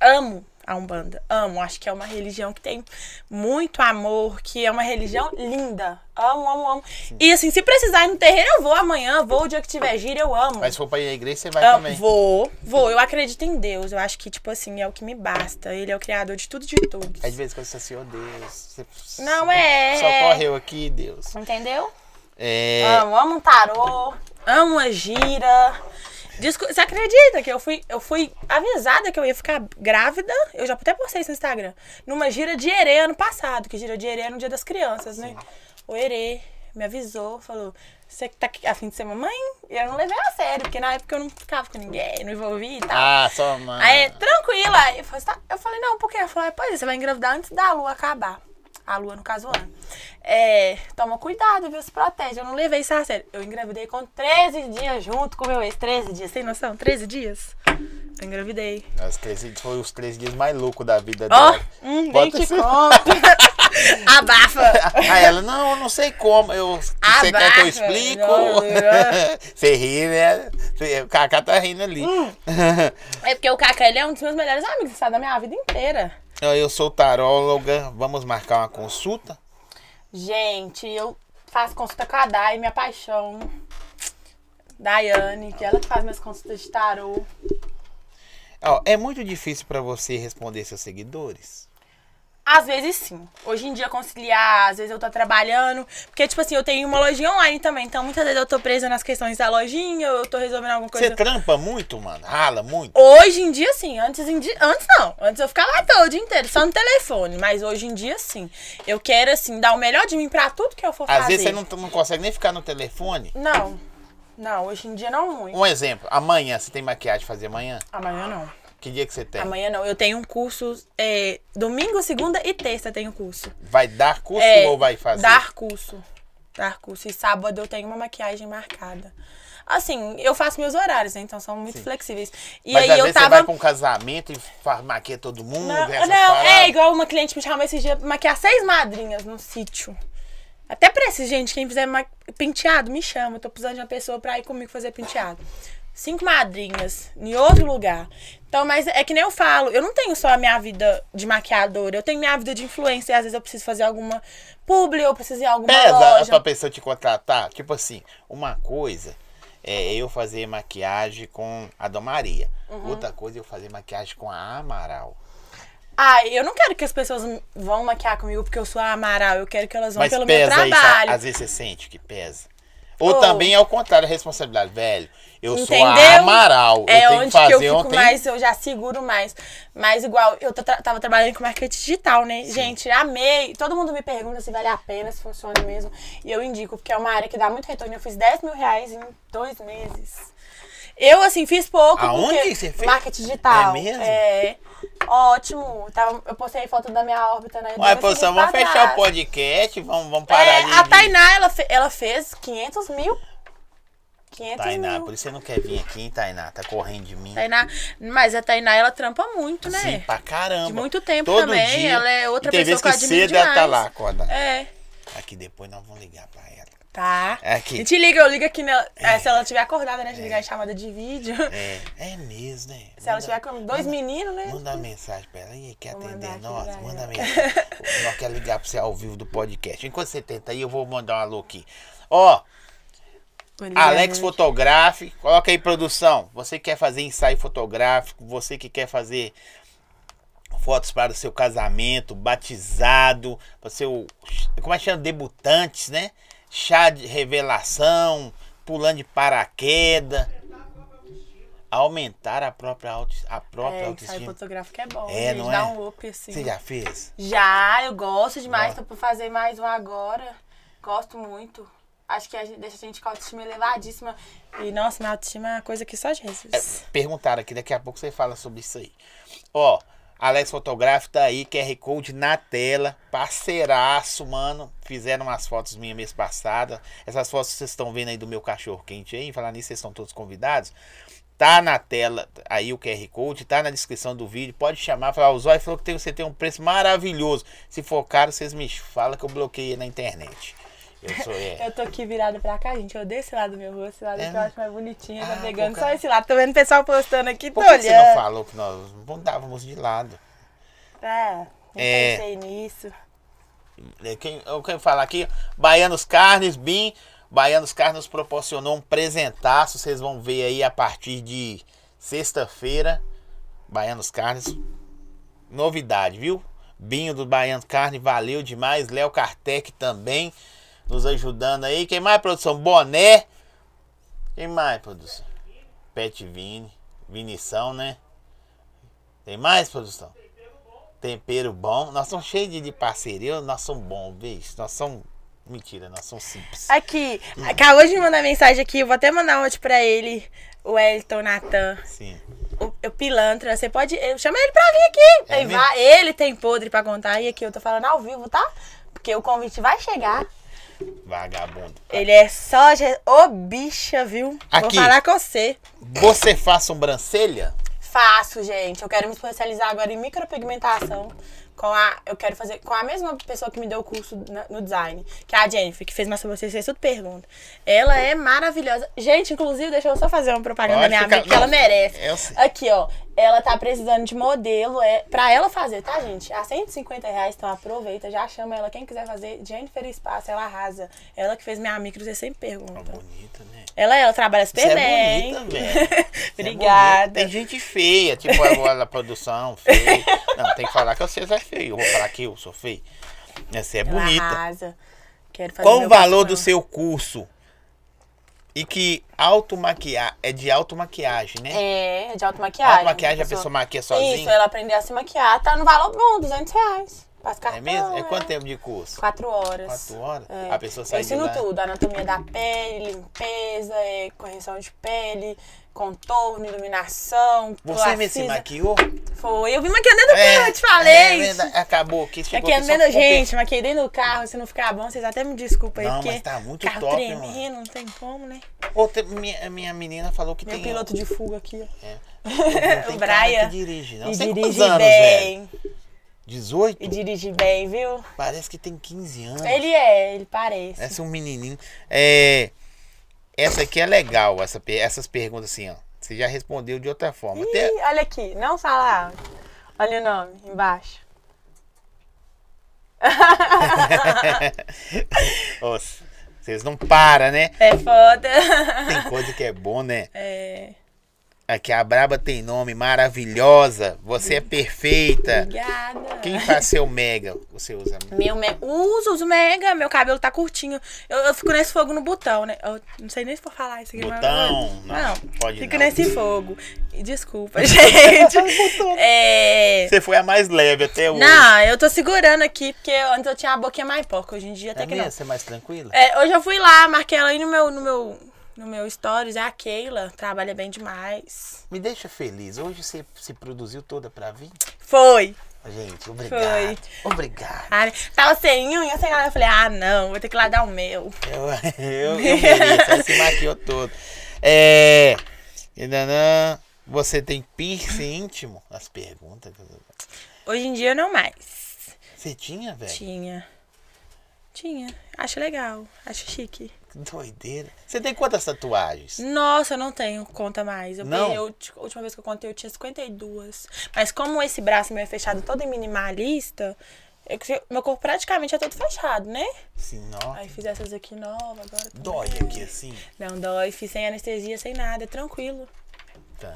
Amo a Umbanda, amo. Acho que é uma religião que tem muito amor, que é uma religião linda. Amo, amo, amo. E assim, se precisar ir no terreiro, eu vou amanhã, vou o dia que tiver gira, eu amo. Mas se for pra ir à igreja, você vai Ah, também. vou, vou. Eu acredito em Deus. Eu acho que, tipo assim, é o que me basta. Ele é o criador de tudo e de todos. Às vezes quando você assim, ô Deus, você Não é. socorre eu aqui, Deus. Entendeu? É, Amo, amo um tarô, amo a gira. Disco- Você acredita que eu fui, eu fui avisada que eu ia ficar grávida? Eu já até postei isso no Instagram. Numa gira de herê ano passado, que gira de herê é no dia das crianças, né? O herê me avisou, falou: Você que tá afim de ser mamãe? E eu não levei a sério, porque na época eu não ficava com ninguém, não envolvia e tal. Ah, só mano. é, Aí, tranquila. Aí eu falei, tá- eu falei, não, por quê? Ela falou, "Ah, pois é, você vai engravidar antes da lua acabar. A lua, no caso, o ano. É, toma cuidado, viu? Se protege. Eu não levei isso a sério. Eu engravidei com 13 dias junto com meu ex. 13 dias, tem noção? 13 dias? Eu engravidei. Os 13, foi os 13 dias mais loucos da vida Ó, dela. um nem Bota te esse- conta. Abafa. Aí ela, não, eu não sei como. Eu, você quer que eu Abafa, explico? melhor. Você ri, né? Você- O Cacá tá rindo ali. Hum. É porque o Cacá, ele é um dos meus melhores amigos, sabe? Da minha vida inteira. Ó, Eu sou taróloga, vamos marcar uma consulta? Gente, eu faço consulta com a Dai, minha paixão. Daiane, que é ela que faz minhas consultas de tarô. Ó, é muito difícil pra você responder seus seguidores? Às vezes sim. Hoje em dia conciliar, às vezes eu tô trabalhando. Porque, tipo assim, eu tenho uma lojinha online também. Então, muitas vezes eu tô presa nas questões da lojinha, eu tô resolvendo alguma coisa. Você tá- trampa muito, mano? Rala muito? Hoje em dia, sim. Antes, em di- antes não. Antes eu ficava à toa o dia inteiro, só no telefone. Mas hoje em dia, sim. Eu quero, assim, dar o melhor de mim pra tudo que eu for fazer. Às vezes você não, não consegue nem ficar no telefone. Não. Não, hoje em dia não muito. Um exemplo, amanhã, você tem maquiagem pra fazer amanhã? Amanhã não. Que dia que você tem? Amanhã não. Eu tenho um curso. é, domingo, segunda e terça eu tenho curso. Vai dar curso É, ou vai fazer? Dar curso. Dar curso. E sábado eu tenho uma maquiagem marcada. Assim, eu faço meus horários, né? Então são muito flexíveis. E Mas aí às eu vezes você tava. vai pra um casamento e fa- maquia todo mundo, Não, essas não, paradas. é igual uma cliente me chamou esse dia pra maquiar seis madrinhas no sítio. Até pra esse, gente, quem fizer ma- penteado, me chama. Eu tô precisando de uma pessoa pra ir comigo fazer penteado. Cinco madrinhas, em outro lugar. Então, mas é que nem eu falo, eu não tenho só a minha vida de maquiadora, eu tenho minha vida de influencer. Às vezes eu preciso fazer alguma publi, eu preciso ir a alguma Pesa é loja. pra pessoa te contratar? Tipo assim, uma coisa é eu fazer maquiagem com a Dom Maria. Uhum. Outra coisa é eu fazer maquiagem com a Amaral. Ah, eu não quero que as pessoas vão maquiar comigo porque eu sou a Amaral, eu quero que elas vão Mas pelo meu pesa isso, trabalho. às vezes você sente que pesa. Ou Ou- também é o contrário, a responsabilidade, velho. Eu sou a Entendeu? Amaral. É eu tenho onde que fazer que eu fico ontem. mais, eu já seguro mais. Mas igual, eu tô tra- tava trabalhando com marketing digital, né? Gente, amei. Todo mundo me pergunta se vale a pena, se funciona mesmo. E eu indico, porque é uma área que dá muito retorno. Eu fiz 10 mil reais em dois meses. Eu, assim, fiz pouco. Aonde porque você fez? Marketing digital. É mesmo? É. Ótimo. Tava- eu postei foto da minha órbita né? na Ué, Edora pô, só seguindo vamos assim, pra fechar o trás. podcast, vamos, vamos parar É, ali. a Tainá, ela, fe- ela fez 500 mil. 500 Tainá, mil. por isso você não quer vir aqui, hein, Tainá? Tá correndo de mim. Tainá, mas a Tainá, ela trampa muito, né? Sim, pra caramba. De muito tempo Todo também, dia. ela é outra e tem pessoa vezes que eu que admiro cedo ela tá demais. lá, acorda. É. Aqui depois nós vamos ligar pra ela. Tá. É aqui. A gente liga, eu ligo aqui nela. É, se ela tiver acordada, né? A gente ligar em chamada de vídeo. É, é mesmo, né? Se ela Manda- tiver com dois meninos, né? Manda uma mensagem pra ela. E aí, quer Vou atender mandar nós? aqui pra Manda ela. mensagem. nós quer ligar pra você ao vivo do podcast. Enquanto você tenta aí, eu vou mandar um alô aqui. Ó, Vou ligar, Alex né? Fotografe, coloca aí produção. Você que quer fazer ensaio fotográfico, você que quer fazer fotos para o seu casamento, batizado, para o seu, como é que chama, debutantes, né? Chá de revelação, pulando de paraquedas. Aumentar a própria, auto, a própria É, ensaio autoestima. fotográfico é bom. É, gente, não dá é? um up, assim. Você já fez? Já, eu gosto demais. Gosta? Tô pra fazer mais um agora. Gosto muito. Acho que a gente, deixa a gente com a autoestima elevadíssima. E, nossa, minha autoestima é uma coisa que só Jesus. Perguntaram aqui, daqui a pouco você fala sobre isso aí. Ó, Alex Fotográfico tá aí, QR Code na tela, parceiraço, mano. Fizeram umas fotos minhas mês passado. Essas fotos que vocês estão vendo aí do meu cachorro quente aí, falar nisso, vocês estão todos convidados. Tá na tela aí o QR Code, tá na descrição do vídeo. Pode chamar, falar, o Zóio falou que tem, você tem um preço maravilhoso. Se for caro, vocês me falam que eu bloqueei na internet. Eu sou é. Eu tô aqui virada pra cá, gente. Eu odeio esse lado do meu rosto. Esse lado É, que né? eu acho mais bonitinho. Ah, tá pegando por só causa- esse lado. Tô vendo o pessoal postando aqui. Por tô que que você não olhando. falou que nós mudávamos de lado? É, eu É. pensei nisso. É, quem- eu quero falar aqui, Baianos Carnes, BIM. Baianos Carnes nos proporcionou um presentaço. Vocês vão ver aí a partir de sexta-feira. Baianos Carnes, novidade, viu? Binho do Baianos Carne, valeu demais. Léo Kartek também nos ajudando aí. Quem mais, produção? Boné. Quem mais, produção? Pet Vini. Vinição, né? Tem mais, produção? Tempero bom. Nós somos cheios de- de parceria. Nós somos bons, bicho. Nós somos. Mentira, nós somos simples. Aqui, acabou de me mandar mensagem aqui. Eu vou até mandar um outro pra ele. O Elton Natan, Sim. o, o Pilantra, você pode. Eu chamo ele pra vir aqui. É Ele mesmo? vai- ele tem podre pra contar. E aqui eu tô falando ao vivo, tá? Porque o convite vai chegar. Vagabundo. Ele é só. ge- Ô, bicha, viu? Aqui. Vou falar com você. Você faz sobrancelha? Faço, gente. Eu quero me especializar agora em micropigmentação. Com a, eu quero fazer com a mesma pessoa que me deu o curso na- no design, que é a Jennifer, que fez minha sobrancelha, tudo pergunta. Ela é maravilhosa. Gente, inclusive, deixa eu só fazer uma propaganda Pode da minha ficar- amiga, que ela não, merece. eu sei. Aqui, ó. Ela tá precisando de modelo é, pra ela fazer, tá, gente? A 150 reais, então aproveita, já chama ela. Quem quiser fazer, Jennifer Espaço, ela arrasa. Ela que fez minha micro, você sempre Ó, pergunta. bonita, né? Ela, ela trabalha super Você é bem. bonita, velho. Você é bonita. Obrigada. Tem gente feia, tipo agora a produção, feio. Não, tem que falar que você é feio. Eu vou falar que eu sou feio. Você é Ela bonita. arrasa. Quero fazer Qual o meu valor papel. do seu curso? E que automaquiagem. É de automaquiagem, né? É, de automaquiagem. Automaquiagem a pessoa maquia Isso, sozinha? ela aprender a se maquiar, tá no valor bom, 200 reais. Faz cartão, É mesmo? É quanto tempo de curso? Quatro horas. Quatro horas? É. A pessoa sai Eu de ensino lá? tudo, anatomia da pele, limpeza, é, correção de pele, contorno, iluminação, Você mesmo se plastisa. maquiou? Foi, eu vim maquiando dentro do carro, eu te falei. é, verdade. acabou aqui. Chegou Maquiando aqui só dentro, com o pe- é gente, maquiei dentro do carro, se não ficar bom, vocês até me desculpem aí, Não, porque mas tá muito carro top, tremendo, mano. não tem como, né? Outra, minha, minha menina falou que Meu tem. um piloto de fuga aqui, ó. É. Não tem O cara Brian. Que dirige, não. E Você tem dirige quantos anos, bem. velho? 18? E dirige bem, viu? Parece que tem 15 anos. Ele é, ele parece. Parece um menininho. É, Essa aqui é legal, essa, pe- essas perguntas assim, ó. Você já respondeu de outra forma. Até- Ih, olha aqui, não fala. Olha o nome embaixo. Nossa, vocês não param, né? É foda. Tem coisa que é bom, né? É. Aqui a Braba tem nome, maravilhosa. Você é perfeita. Obrigada. Quem faz seu mega? Você usa Meu me... uso, uso mega, meu cabelo tá curtinho. Eu, eu fico nesse fogo no botão, né? Eu não sei nem se vou falar isso aqui. mas- botão? Não, pode fico não. nesse fogo. E Desculpa, gente. é... Você foi a mais leve até hoje. Não, eu tô segurando aqui, porque antes eu tinha a boquinha mais porca, hoje em dia até É que mesmo? não. Você é mais tranquila? É, hoje eu fui lá, marquei ela aí no meu, no meu, no meu stories, é a Keila, trabalha bem demais. Me deixa feliz. Hoje você se produziu toda pra vir. Foi. Gente, obrigado. Obrigado. Ah, tava sem unha, sem nada. Eu falei, ah, não, vou ter que ir lá dar o meu. Eu, eu, eu mereço. Ela se maquiou todo. É. e nanã, Você tem piercing íntimo? As perguntas. que eu- Hoje em dia, não mais. Você tinha, velho? Tinha. Tinha. Acho legal. Acho chique. Que doideira. Você tem quantas Hum. tatuagens? Nossa, eu não tenho conta mais. Eu, Não? pe- eu- tipo, a última vez que eu contei, eu tinha 52. Mas como esse braço meu é fechado todo em minimalista, eu- meu corpo praticamente é todo fechado, né? Sim, ó. Aí fiz essas aqui novas agora. também. Dói aqui assim. Não dói, fiz sem anestesia, sem nada, tranquilo. Tá.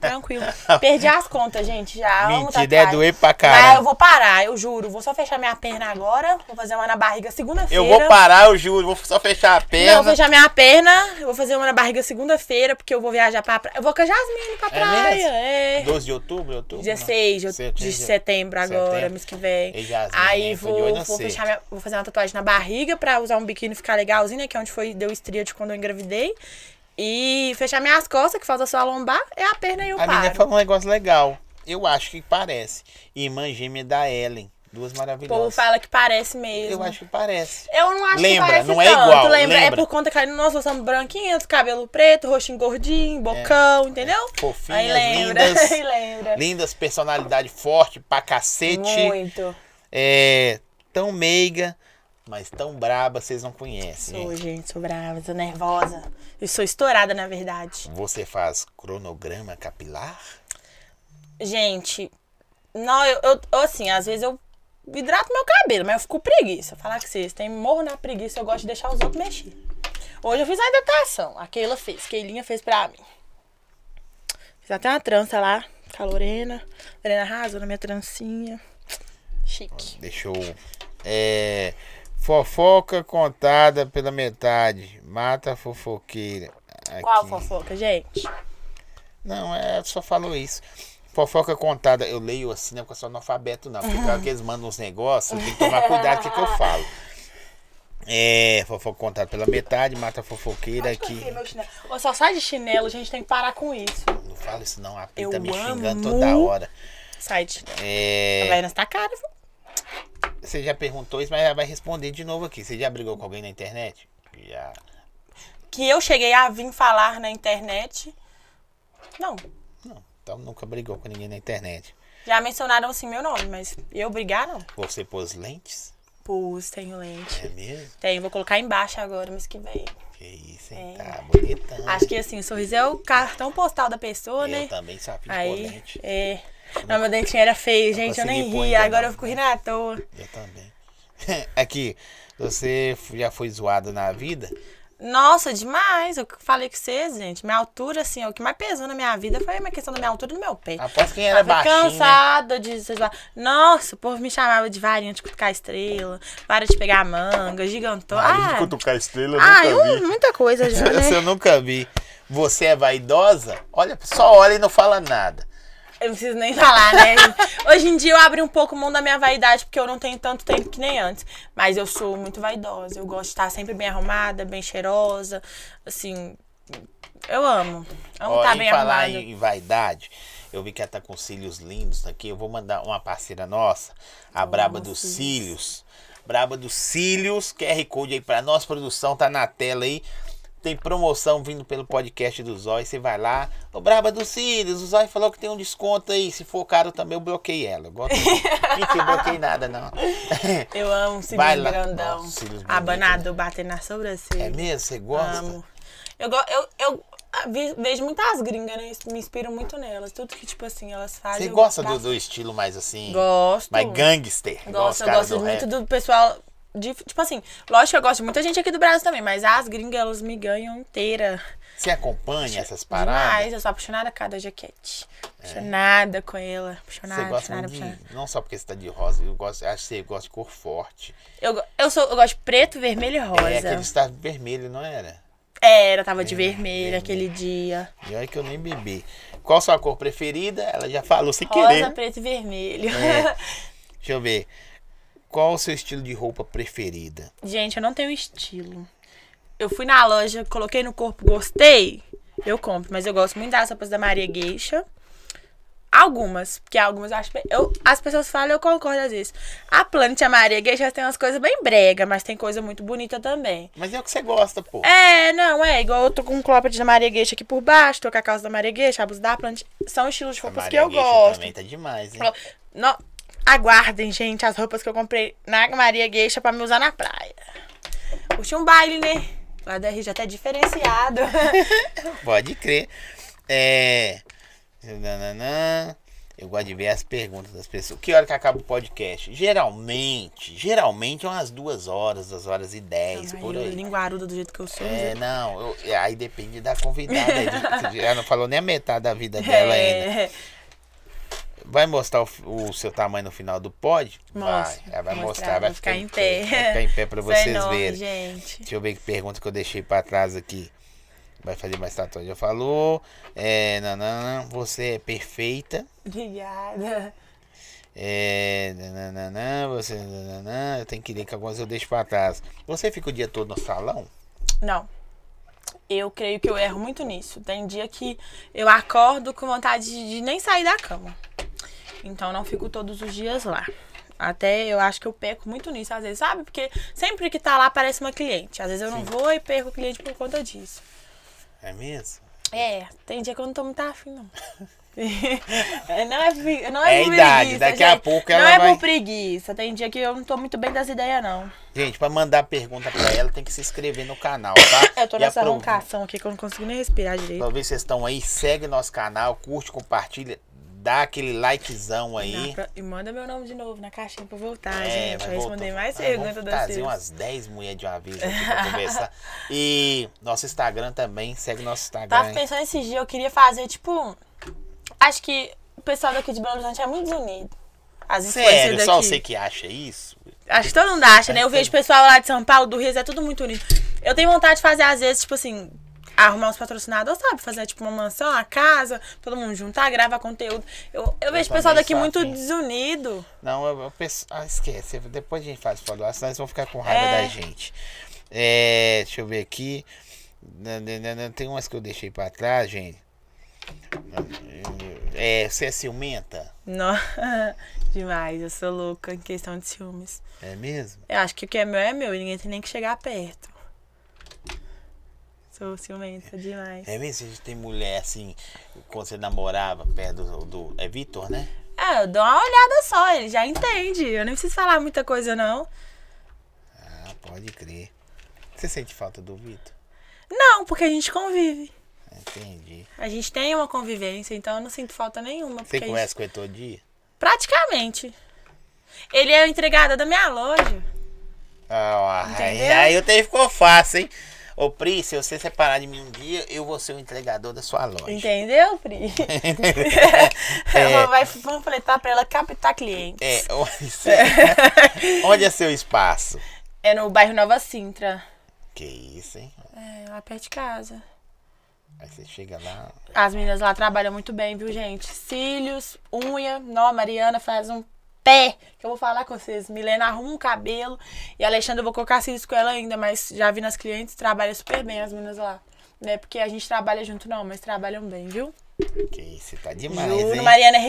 Tranquilo. Perdi as contas, gente, já. amo Mentira, é tatuagem. doer pra Mas eu caralho. vou parar, eu juro. Vou só fechar minha perna agora, vou fazer uma na barriga segunda-feira. Eu vou parar, eu juro. Vou só fechar a Não, eu vou perna. fechar minha perna, eu vou fazer uma na barriga segunda-feira, porque eu vou viajar pra praia. Eu vou com a Jasmine pra É praia, mesmo? é. 12 de outubro, outubro? né? não. 16 de, Setembro. de setembro agora, Setembro. mês que vem. E Jasmine, Aí hein? Tô né? de olho vou, na vou cerca. fechar minha- vou fazer uma tatuagem na barriga pra usar um biquíni e ficar legalzinho, né? Que é onde foi, deu estria de quando eu engravidei. E fechar minhas costas, que falta só a lombar, é a perna e o A menina paro. falou um negócio legal. Eu acho que parece. Irmã gêmea da Ellen. Duas O povo maravilhosas. fala que parece mesmo. Eu acho que parece. Eu não acho Lembra, que parece não é tanto, igual, lembra? É lembra. por conta que nós somos branquinhos, cabelo preto, roxinho gordinho, bocão, entendeu? Fofinhas, Aí lembra, É. lindas. aí lembra. Lindas, personalidade forte pra cacete. Muito. É, tão meiga, mas tão braba, vocês não conhecem. Sou, hein? gente, sou brava, sou nervosa. Eu sou estourada, na verdade. Você faz cronograma capilar? Gente, não, eu, eu- eu, assim, às vezes eu hidrato meu cabelo, mas eu fico preguiça. Falar que vocês têm morro na preguiça, eu gosto de deixar os outros mexer. Hoje eu fiz a hidratação, a Keila fez, Keilinha fez pra mim. Fiz até uma trança lá, com a Lorena. Lorena arrasou na minha trancinha. Chique. Deixa eu. É, fofoca contada pela metade. Mata a fofoqueira. Aqui. Qual fofoca, gente? Não, é, só falou isso. Fofoca contada, eu leio assim, né? Porque eu sou analfabeto, não. Porque claro que eles mandam uns negócios, eu tenho que tomar cuidado com o que, que eu falo. É, fofoca contada pela metade, mata a fofoqueira aqui. assim, Eu só sai de chinelo, gente, tem que parar com isso. Não falo isso não, a Pri Eu tá me xingando amo. toda hora. Sai de chinelo. É, Vai nessa cara, viu? Você já perguntou isso, mas ela vai responder de novo aqui. Você já brigou com alguém na internet? Já. Que eu cheguei a vir falar na internet. Não. Não, então nunca brigou com ninguém na internet. Já mencionaram assim meu nome, mas eu brigar não. Você pôs lentes? Pus, tenho lente. É mesmo? Tenho, vou colocar embaixo agora, mas que vem. Que isso, É. hein? Tá bonitão. Acho que assim, o sorriso é o cartão postal da pessoa, né? Eu também só fiz pôr Aí, lente. é. Não, meu dentinho era feio, gente, eu consegui nem pôr ria. ainda Agora não. eu fico rindo à toa. Eu também. Aqui, você f- já foi zoado na vida? Nossa, demais. Eu falei com vocês, gente. Minha altura, assim, o que mais pesou na minha vida foi a minha questão da minha altura e do meu pé. Aposto que quem era Tava baixinho, né? cansada de vocês lá. Nossa, o povo me chamava de varinha de cutucar estrela, vara de pegar manga, gigantão. Ah, cutucar estrela, eu ah nunca vi. eu- muita coisa já, Essa eu né? nunca vi. Você é vaidosa? Olha, só olha e não fala nada. Eu não preciso nem falar, né? gente? Hoje em dia eu abri um pouco o mão da minha vaidade, porque eu não tenho tanto tempo que nem antes. Mas eu sou muito vaidosa. Eu gosto de estar sempre bem arrumada, bem cheirosa. Assim, eu amo. Amo Ó, estar em tá bem falar arrumada. em vaidade, eu vi que ela tá com cílios lindos aqui. Eu vou mandar uma parceira nossa, a Braba dos Cílios. Braba dos Cílios, QR Code aí pra nós, produção, tá na tela aí. Tem promoção vindo pelo podcast do Zói. Você vai lá. Ô, Braba dos Cílios, o Zói falou que tem um desconto aí. Se for caro também, eu bloqueei ela. Eu gosto. Gente, eu bloqueei nada, não. Eu amo cílios Vai lá. grandão. Nossa, cílios bonito, Abanado, batendo na sobrancelha. É mesmo? Você gosta? Amo. Eu, go- eu, eu ah, vi- vejo muitas gringas, né? Me inspiro muito nelas. Tudo que, tipo assim, elas fazem. Você eu gosta do, gosto do estilo mais assim? Gosto. Mais gangster. igual os Gosto, eu caras gosto do muito rap. do pessoal. De, tipo assim, lógico que eu gosto de muita gente aqui do Brasil também, mas as gringas, elas me ganham inteira. Você acompanha essas paradas? Demais, eu sou apaixonada com cada jaquete. Apaixonada com ela. Apaixonada, Você gosta apaixonada, muito apaixonada. de, não só porque você tá de rosa, eu gosto, acho que você gosta de cor forte. Eu, go- eu, sou, eu gosto de preto, vermelho e rosa. É aquele estado vermelho, não era? Era, tava É, de vermelho aquele dia. E olha que eu nem bebi. Qual sua cor preferida? Ela já falou sem Rosa, querer. né? preto e vermelho. É. Deixa eu ver. Qual o seu estilo de roupa preferida? Gente, eu não tenho estilo. Eu fui na loja, coloquei no corpo, gostei, eu compro. Mas eu gosto muito das roupas da Maria Geisha. Algumas, porque algumas eu acho bem... Eu, as pessoas falam, eu concordo às vezes. A Planet e a Maria Geisha tem umas coisas bem brega, mas tem coisa muito bonita também. Mas é o que você gosta, pô. É, não, é. Igual eu tô com um cropped da Maria Geisha aqui por baixo, tô com a calça da Maria Geisha, a blusa da Planet. São estilos de A roupas Maria que eu Geisha gosto. também tá demais, hein? Falou, "Nó- aguardem, gente, as roupas que eu comprei na Maria Gueixa pra me usar na praia. Curti um baile, né? Lá da RJ até tá diferenciado. Pode crer. É. nananã. Eu gosto de ver as perguntas das pessoas. Que hora que acaba o podcast? Geralmente, geralmente é umas duas horas, duas horas e dez, É por eu, aí. linguaruda do jeito que eu sou. mas É, não, eu- aí depende da convidada. aí de- Ela não falou nem a metade da vida eu- dela ainda. é, Vai mostrar o, f- o seu tamanho no final do pod? Mostra, vai. Ela vai vou mostrar, vai vou ficar, ficar em pé. Vai ficar em pé pra Isso é vocês enorme, verem. gente. Deixa eu ver que pergunta que eu deixei pra trás aqui. Vai fazer mais tatuagem. Já falou. É, nananã, você é perfeita. Obrigada. É, nananã, você. Nananã, eu tenho que ler que algumas eu deixo pra trás. Você fica o dia todo no salão? Não. Eu creio que eu erro muito nisso. Tem dia que eu acordo com vontade de nem sair da cama. Então não fico todos os dias lá. Até eu acho que eu peco muito nisso, às vezes, sabe? Porque sempre que tá lá aparece uma cliente. Às vezes eu não vou e perco o cliente por conta disso. É mesmo? É, tem dia que eu não tô muito afim, não. não é, fi- não é, É por a idade, preguiça, daqui a gente. pouco Não ela é vai- por preguiça. Tem dia que eu não tô muito bem das ideias, não. Gente, pra mandar pergunta pra ela, tem que se inscrever no canal, tá? Eu tô E nessa aprove- roncação aqui que eu não consigo nem respirar direito. Talvez vocês estão aí, segue nosso canal, curte, compartilha, dá aquele likezão Dá aí. pra- E manda meu nome de novo na caixinha pra eu voltar, É, gente. vai Vai responder voltar. mais né, Ah, vamos perguntas da Trazer Silvia. umas 10 mulheres de uma vez aqui pra conversar. E nosso Instagram também, segue nosso Instagram. Tava hein? Tá pensando esses dias, eu queria fazer, tipo. Acho que o pessoal daqui de Belo Horizonte é muito desunido. As Sério, influências só daqui. você que É, acha isso? Acho que todo mundo acha, né? Eu vejo pessoal lá de São Paulo, do Rio, é tudo muito unido. Eu tenho vontade de fazer, às vezes, tipo assim, arrumar uns patrocinadores, sabe? Fazer, tipo, uma mansão, uma casa, todo mundo juntar, gravar conteúdo. Eu, eu vejo pessoal também daqui sou assim. muito afim. desunido. Não, eu, eu penso- ah, esquece. Depois a gente faz o follow-up, senão eles vão ficar com raiva É. da gente. É, deixa eu ver aqui. Nã, nã, nã, nã, Tem umas que eu deixei pra trás, gente. É, você é ciumenta? Não. Demais, eu sou louca em questão de ciúmes. É mesmo? Eu acho que o que é meu é meu e ninguém tem nem que chegar perto. Sou ciumenta demais. É mesmo? Você tem mulher assim, quando você namorava perto do. do- é Vitor, né? Ah, eu dou uma olhada só, ele já entende. Eu nem preciso falar muita coisa, não. Ah, pode crer. Você sente falta do Vitor? Não, porque a gente convive. Entendi. A gente tem uma convivência, então eu não sinto falta nenhuma. Você Porque a conversa com ele todo dia? gente- Praticamente. Ele é o entregado da minha loja. Ah, aí, Entendeu? aí o tempo ficou fácil, hein? Ô, Pri, se você separar de mim um dia, eu vou ser o entregador da sua loja. Entendeu, Pri? É. Vai, vamos fletar pra ela captar clientes. É, onde, você- onde é seu espaço? É no bairro Nova Sintra. Que isso, hein? É, lá perto de casa. Aí você chega lá. As meninas lá trabalham muito bem, viu, gente? Cílios, unha, nó, Mariana faz um pé. Que eu vou falar com vocês. Milena arruma um cabelo. E a Alexandra, eu vou colocar cílios com ela ainda, mas já vi nas clientes, trabalha super bem as meninas lá. Não é porque a gente trabalha junto, não, mas trabalham bem, viu? Que isso, você tá demais, Juro, hein? Mariana é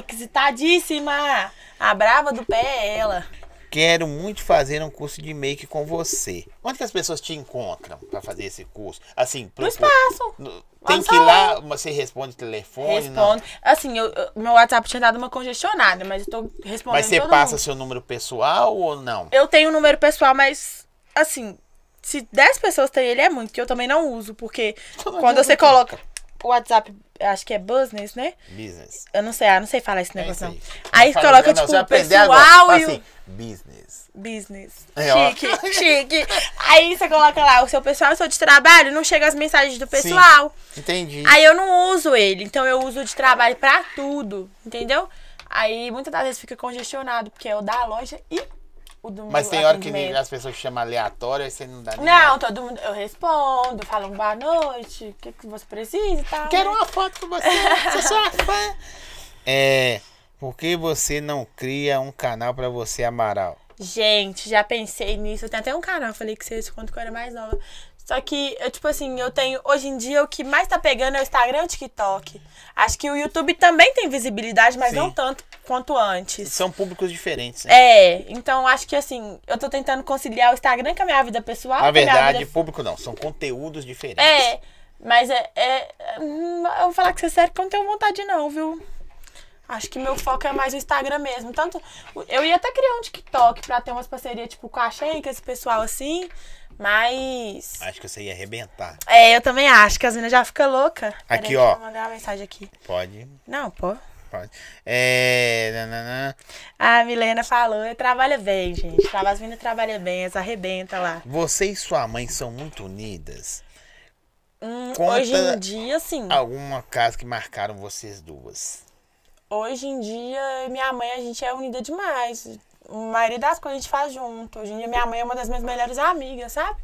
requisitadíssima. A brava do pé é ela. Quero muito fazer um curso de make com você. Onde que as pessoas te encontram pra fazer esse curso? Assim, No procura- espaço. no- no tem que ir lá, você responde telefone, não? Respondo. Assim, eu- eu- meu WhatsApp tinha dado uma congestionada, mas eu tô respondendo Mas você todo passa mundo. seu número pessoal ou não? Eu tenho um número pessoal, mas assim, se 10 pessoas têm ele é muito, que eu também não uso, porque Todo quando mundo você tem. coloca o WhatsApp, acho que é business, né? Business. Eu não sei, ah, não sei falar esse É negócio isso não. Não Aí fala coloca né, não, tipo você o aprendeu pessoal agora, fala e o assim, business. business. É, ó. chique, chique. Aí você coloca lá o seu pessoal, o seu de trabalho, não chega as mensagens do pessoal. Entendi. Aí eu não uso ele, então eu uso de trabalho pra tudo, entendeu? Aí muitas das vezes fica congestionado, porque é o da loja e o do Mas meu tem hora que atendimento. as pessoas te chamam aleatório e você não dá nem Não, todo mundo. Eu respondo, falo "Um, boa noite, o que, que você precisa e tal. Quero um né? uma foto com você, sou sua fã. É, por que você não cria um canal pra você, Amaral? Gente, já pensei nisso. Eu tenho até um canal, eu falei que vocês quando eu era mais nova. Só que, eu, tipo assim, eu tenho. Hoje em dia, o que mais tá pegando é o Instagram e o TikTok. Acho que o YouTube também tem visibilidade, mas Sim. não tanto quanto antes. São públicos diferentes, né? É, então acho que assim, eu tô tentando conciliar o Instagram com a minha vida pessoal. Na com a minha verdade, vida- público não, são conteúdos diferentes. É, mas é. é- hum, eu vou falar que você é sério que eu não tenho vontade, não, viu? Acho que meu foco é mais o Instagram mesmo. Tanto. Eu ia até criar um TikTok pra ter umas parcerias, tipo, com a Shein, com esse pessoal assim. Mas. Acho que você ia arrebentar. É, eu também acho que as meninas já ficam loucas. Peraí, Aqui, deixa ó. eu mandar uma mensagem aqui. Pode, Não, pô. pode. É, nananã. A Milena falou, trabalha bem, gente. Trava- As meninas trabalham bem, elas arrebentam lá. Você e sua mãe são muito unidas. Hum, Conta- Hoje em dia, sim. Alguma casa que marcaram vocês duas? Hoje em dia, eu e minha mãe, a gente é unida demais. A maioria das coisas a gente faz junto. Hoje em dia, minha mãe é uma das minhas melhores amigas, sabe?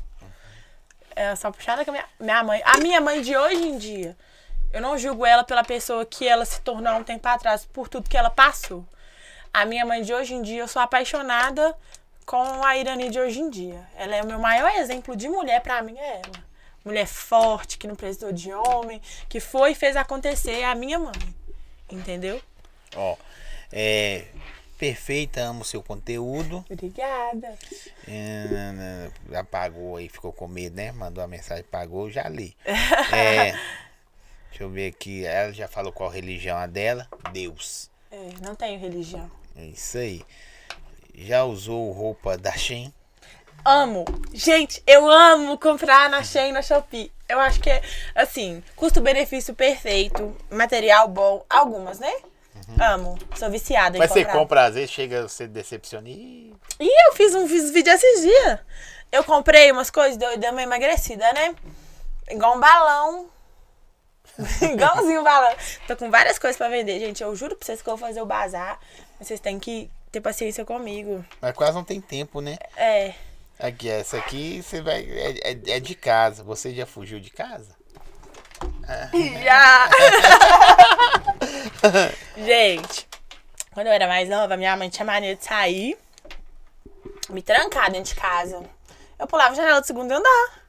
É só puxada com a minha, minha mãe. A minha mãe de hoje em dia, eu não julgo ela pela pessoa que ela se tornou há um tempo atrás, por tudo que ela passou. A minha mãe de hoje em dia, eu sou apaixonada com a Irani de hoje em dia. Ela é o meu maior exemplo de mulher pra mim, é ela. Mulher forte, que não precisou de homem, que foi e fez acontecer, é a minha mãe. Entendeu? Ó, é, perfeita, amo seu conteúdo. Obrigada. É, Apagou aí, ficou com medo, né? Mandou a mensagem, pagou, já li. É, deixa eu ver aqui. Ela já falou qual religião a dela? Deus. É, não tenho religião. É isso aí. Já usou roupa da Shein? Amo. Gente, eu amo comprar na Shein, na Shopee. Eu acho que é, assim, custo-benefício perfeito, material bom, algumas, né? Amo. Sou viciada Uhum. Mas em você comprar. compra às vezes, chega, você decepciona. Ih, E eu fiz um fiz um vídeo esses dias. Eu comprei umas coisas, deu, deu uma emagrecida, né? Igual um balão. Igualzinho um balão. Tô com várias coisas pra vender, gente. Eu juro pra vocês que eu vou fazer o bazar. Vocês têm que ter paciência comigo. Mas quase não tem tempo, né? É. Aqui, essa aqui você vai. É, é- é de casa. Você já fugiu de casa? Já! Gente, quando eu era mais nova, minha mãe tinha mania de sair, me trancar dentro de casa. Eu pulava a janela do segundo andar,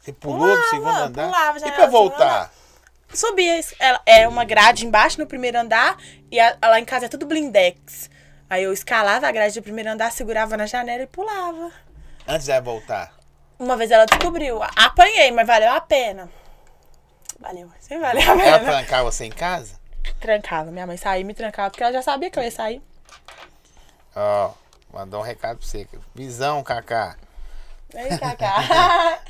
Você pulou do Pulava, segundo andar? pulava, já e era pra do segundo voltar? subia. a es- Ela, era uma grade embaixo no primeiro andar e a- lá em casa é tudo é blindex. Aí eu escalava a grade do primeiro andar, segurava na janela e pulava. Antes dela voltar. Uma vez ela descobriu. Apanhei, mas valeu a pena. Valeu, sim, valeu a Ela pena. trancava você em casa? Trancava. Minha mãe saía e me trancava, porque ela já sabia que eu ia sair. Ó, mandou um recado pra você. Visão, Cacá. Ei, Cacá.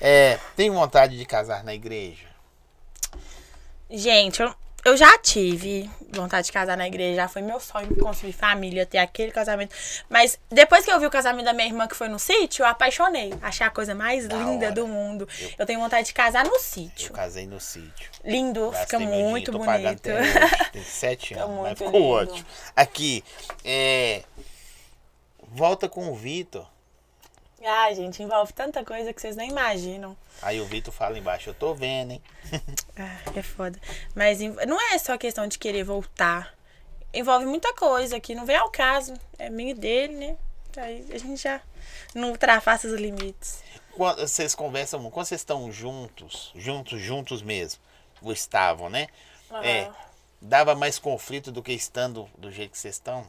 É, tem vontade de casar na igreja? Gente, eu, eu já tive vontade de casar na igreja, já foi meu sonho construir família, ter aquele casamento. Mas depois que eu vi o casamento da minha irmã que foi no sítio, eu apaixonei. Achei a coisa mais Da linda hora. do mundo. Eu, tenho vontade de casar no Eu sítio. casei no sítio. Lindo, Gastei fica meu dinheiro, muito tô pagando bonito. até hoje. Tem sete Fica anos, mas muito ficou lindo. ótimo. Aqui, é... Volta com o Vitor. Ai, Ah, gente, envolve tanta coisa que vocês nem imaginam. Aí o Vitor fala embaixo, eu tô vendo, hein? Ah, é foda. Mas em- não é só questão de querer voltar. Envolve muita coisa que não vem ao caso. É minha e dele, né? Aí a gente já não ultrapassa os limites. Quando vocês conversam, muito, quando vocês estão juntos, juntos, juntos mesmo, ou estavam, né? É, Aham. dava mais conflito do que estando do jeito que vocês estão?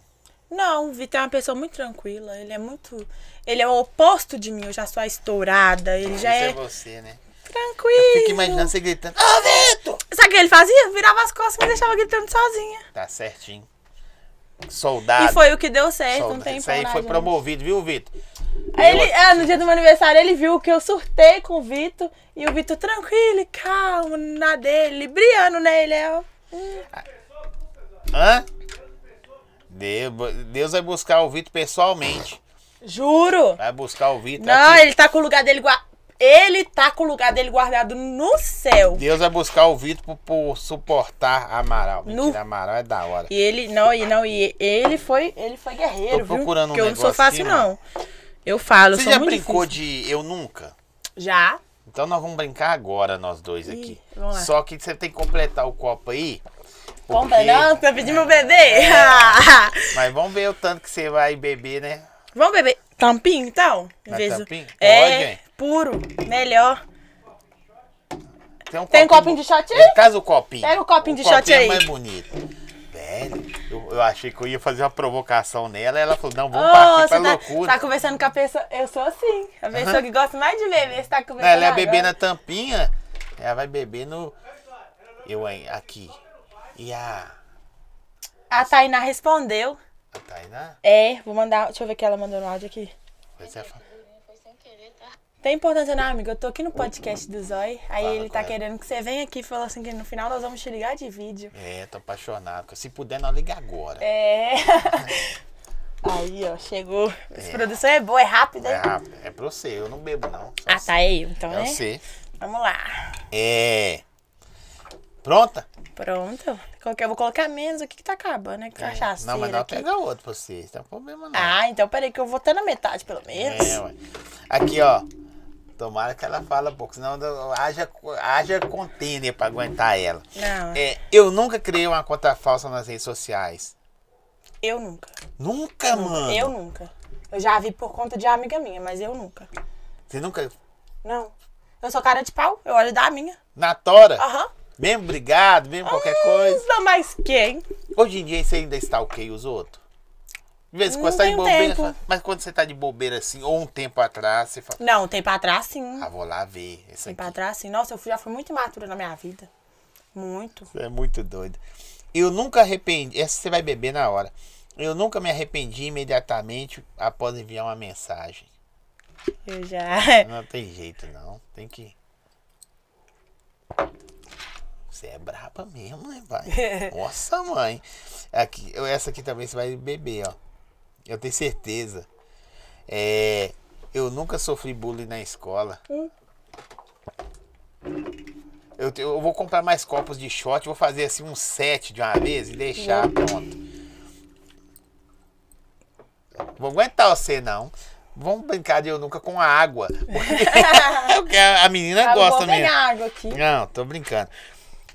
Não, o Vitor é uma pessoa muito tranquila. Ele é muito. Ele é o oposto de mim. Eu já sou a estourada. Ele já Isso é é você, né? tranquilo. Fica imaginando você gritando, ô Vitor! Sabe o que ele fazia? Virava as costas e me deixava gritando sozinha. Tá certinho. Soldado. e foi o que deu certo um soldado. tempo. Ah, Isso aí lá, foi gente. promovido, viu, Vitor? Aí Eu- ele, ah, no dia do meu aniversário, ele viu que eu surtei com o Vitor. E o Vitor tranquilo, e calmo, na dele, brilhando, né? Ele é. o- Hã? Deu- Deus vai buscar o Vitor pessoalmente. Juro! Vai buscar o Vitor. Não, Tá aqui. ele tá com o lugar dele guardado. Ele tá com o lugar dele guardado no céu. Deus vai buscar o Vitor por, por suportar Amaral. No- Mentira, Amaral é da hora. E ele, não, e não, e ele foi, ele foi guerreiro, Tô procurando um viu? Porque eu não sou negócio aqui, fácil, mano. não. Eu falo, eu Você sou já muito brincou difícil. de eu nunca? Já. Então nós vamos brincar agora, nós dois aqui. vamos lá. Só que você tem que completar o copo aí. Compra porque- não, você vai pedir meu bebê. Mas vamos ver o tanto que você vai beber, né? Vamos beber tampinho, então? Em Mas vez do- tampinho? Pode, É, hein? puro, melhor. Tem um Tem um copinho de shot aí? Em casa o copinho. Pega o copinho de shot aí. é mais bonito. Velho, eu, eu achei que eu ia fazer uma provocação nela. Ela falou, não, vamos Ô, partir pra tá, loucura. tá conversando com a pessoa. Eu sou assim. A pessoa que gosta mais de beber, você tá Não, conversando. ela ia agora. beber na tampinha, ela vai beber no. Eu hein, aqui. E a. A Tainá respondeu. A Tainá? É, vou mandar. Deixa eu ver o que ela mandou no áudio aqui. Você fa- Tem importância não, amigo. Eu tô aqui no podcast do Zói. Aí Fala ele com tá ela. querendo que você venha aqui e falou assim que no final nós vamos te ligar de vídeo. É, tô apaixonado. Se puder, não liga agora. É, É. Aí, ó, chegou. Essa produção é boa, é rápida. hein? rápido, é pra você, eu não bebo, não. Só Ah, tá aí, então, É né? você. Vamos lá. É. Pronta? Pronto. Qualquer, eu vou colocar menos aqui que tá acabando, né? Que cachaça. É. não, mas não aqui. pega outro pra você. Não tem problema, não. Ah, então peraí que eu vou até na metade, pelo menos. É, ué. Aqui, ó. Tomara que ela fala pouco, senão eu- haja, haja container pra aguentar ela. Não, É, eu nunca criei uma conta falsa nas redes sociais. eu nunca. Nunca, mano. Eu nunca. Eu já vi por conta de amiga minha, mas eu nunca. Você nunca. Não. Eu sou cara de pau, eu olho da minha. Na tora, Aham. mesmo brigado, mesmo Ah. qualquer coisa. Não mais quem? Hoje em dia você ainda stalkeia os outros? De vez em Não quando você tá de tenho bobeira. tempo. fala- Mas quando você tá de bobeira assim, ou um tempo atrás, você fala, Não, tem pra trás sim. ah, vou lá ver. Esse Tem aqui. pra trás sim. Nossa, eu fui- já fui muito imatura na minha vida. Muito. Você é muito doido. Eu nunca arrependi. Essa você vai beber na hora. Eu nunca me arrependi imediatamente após enviar uma mensagem. Eu já. Não tem jeito, não. Tem que. Você é braba mesmo, né, pai? Nossa, mãe. Aqui, eu- essa aqui também você vai beber, ó. Eu tenho certeza. É, eu nunca sofri bullying na escola. Eu, te- eu vou comprar mais copos de shot, vou fazer assim um set de uma vez e deixar pronto. Vou aguentar você não. Vamos brincar de eu nunca com a água. Porque é a menina Ah, eu gosta vou mesmo. pegar água aqui. Não, tô brincando.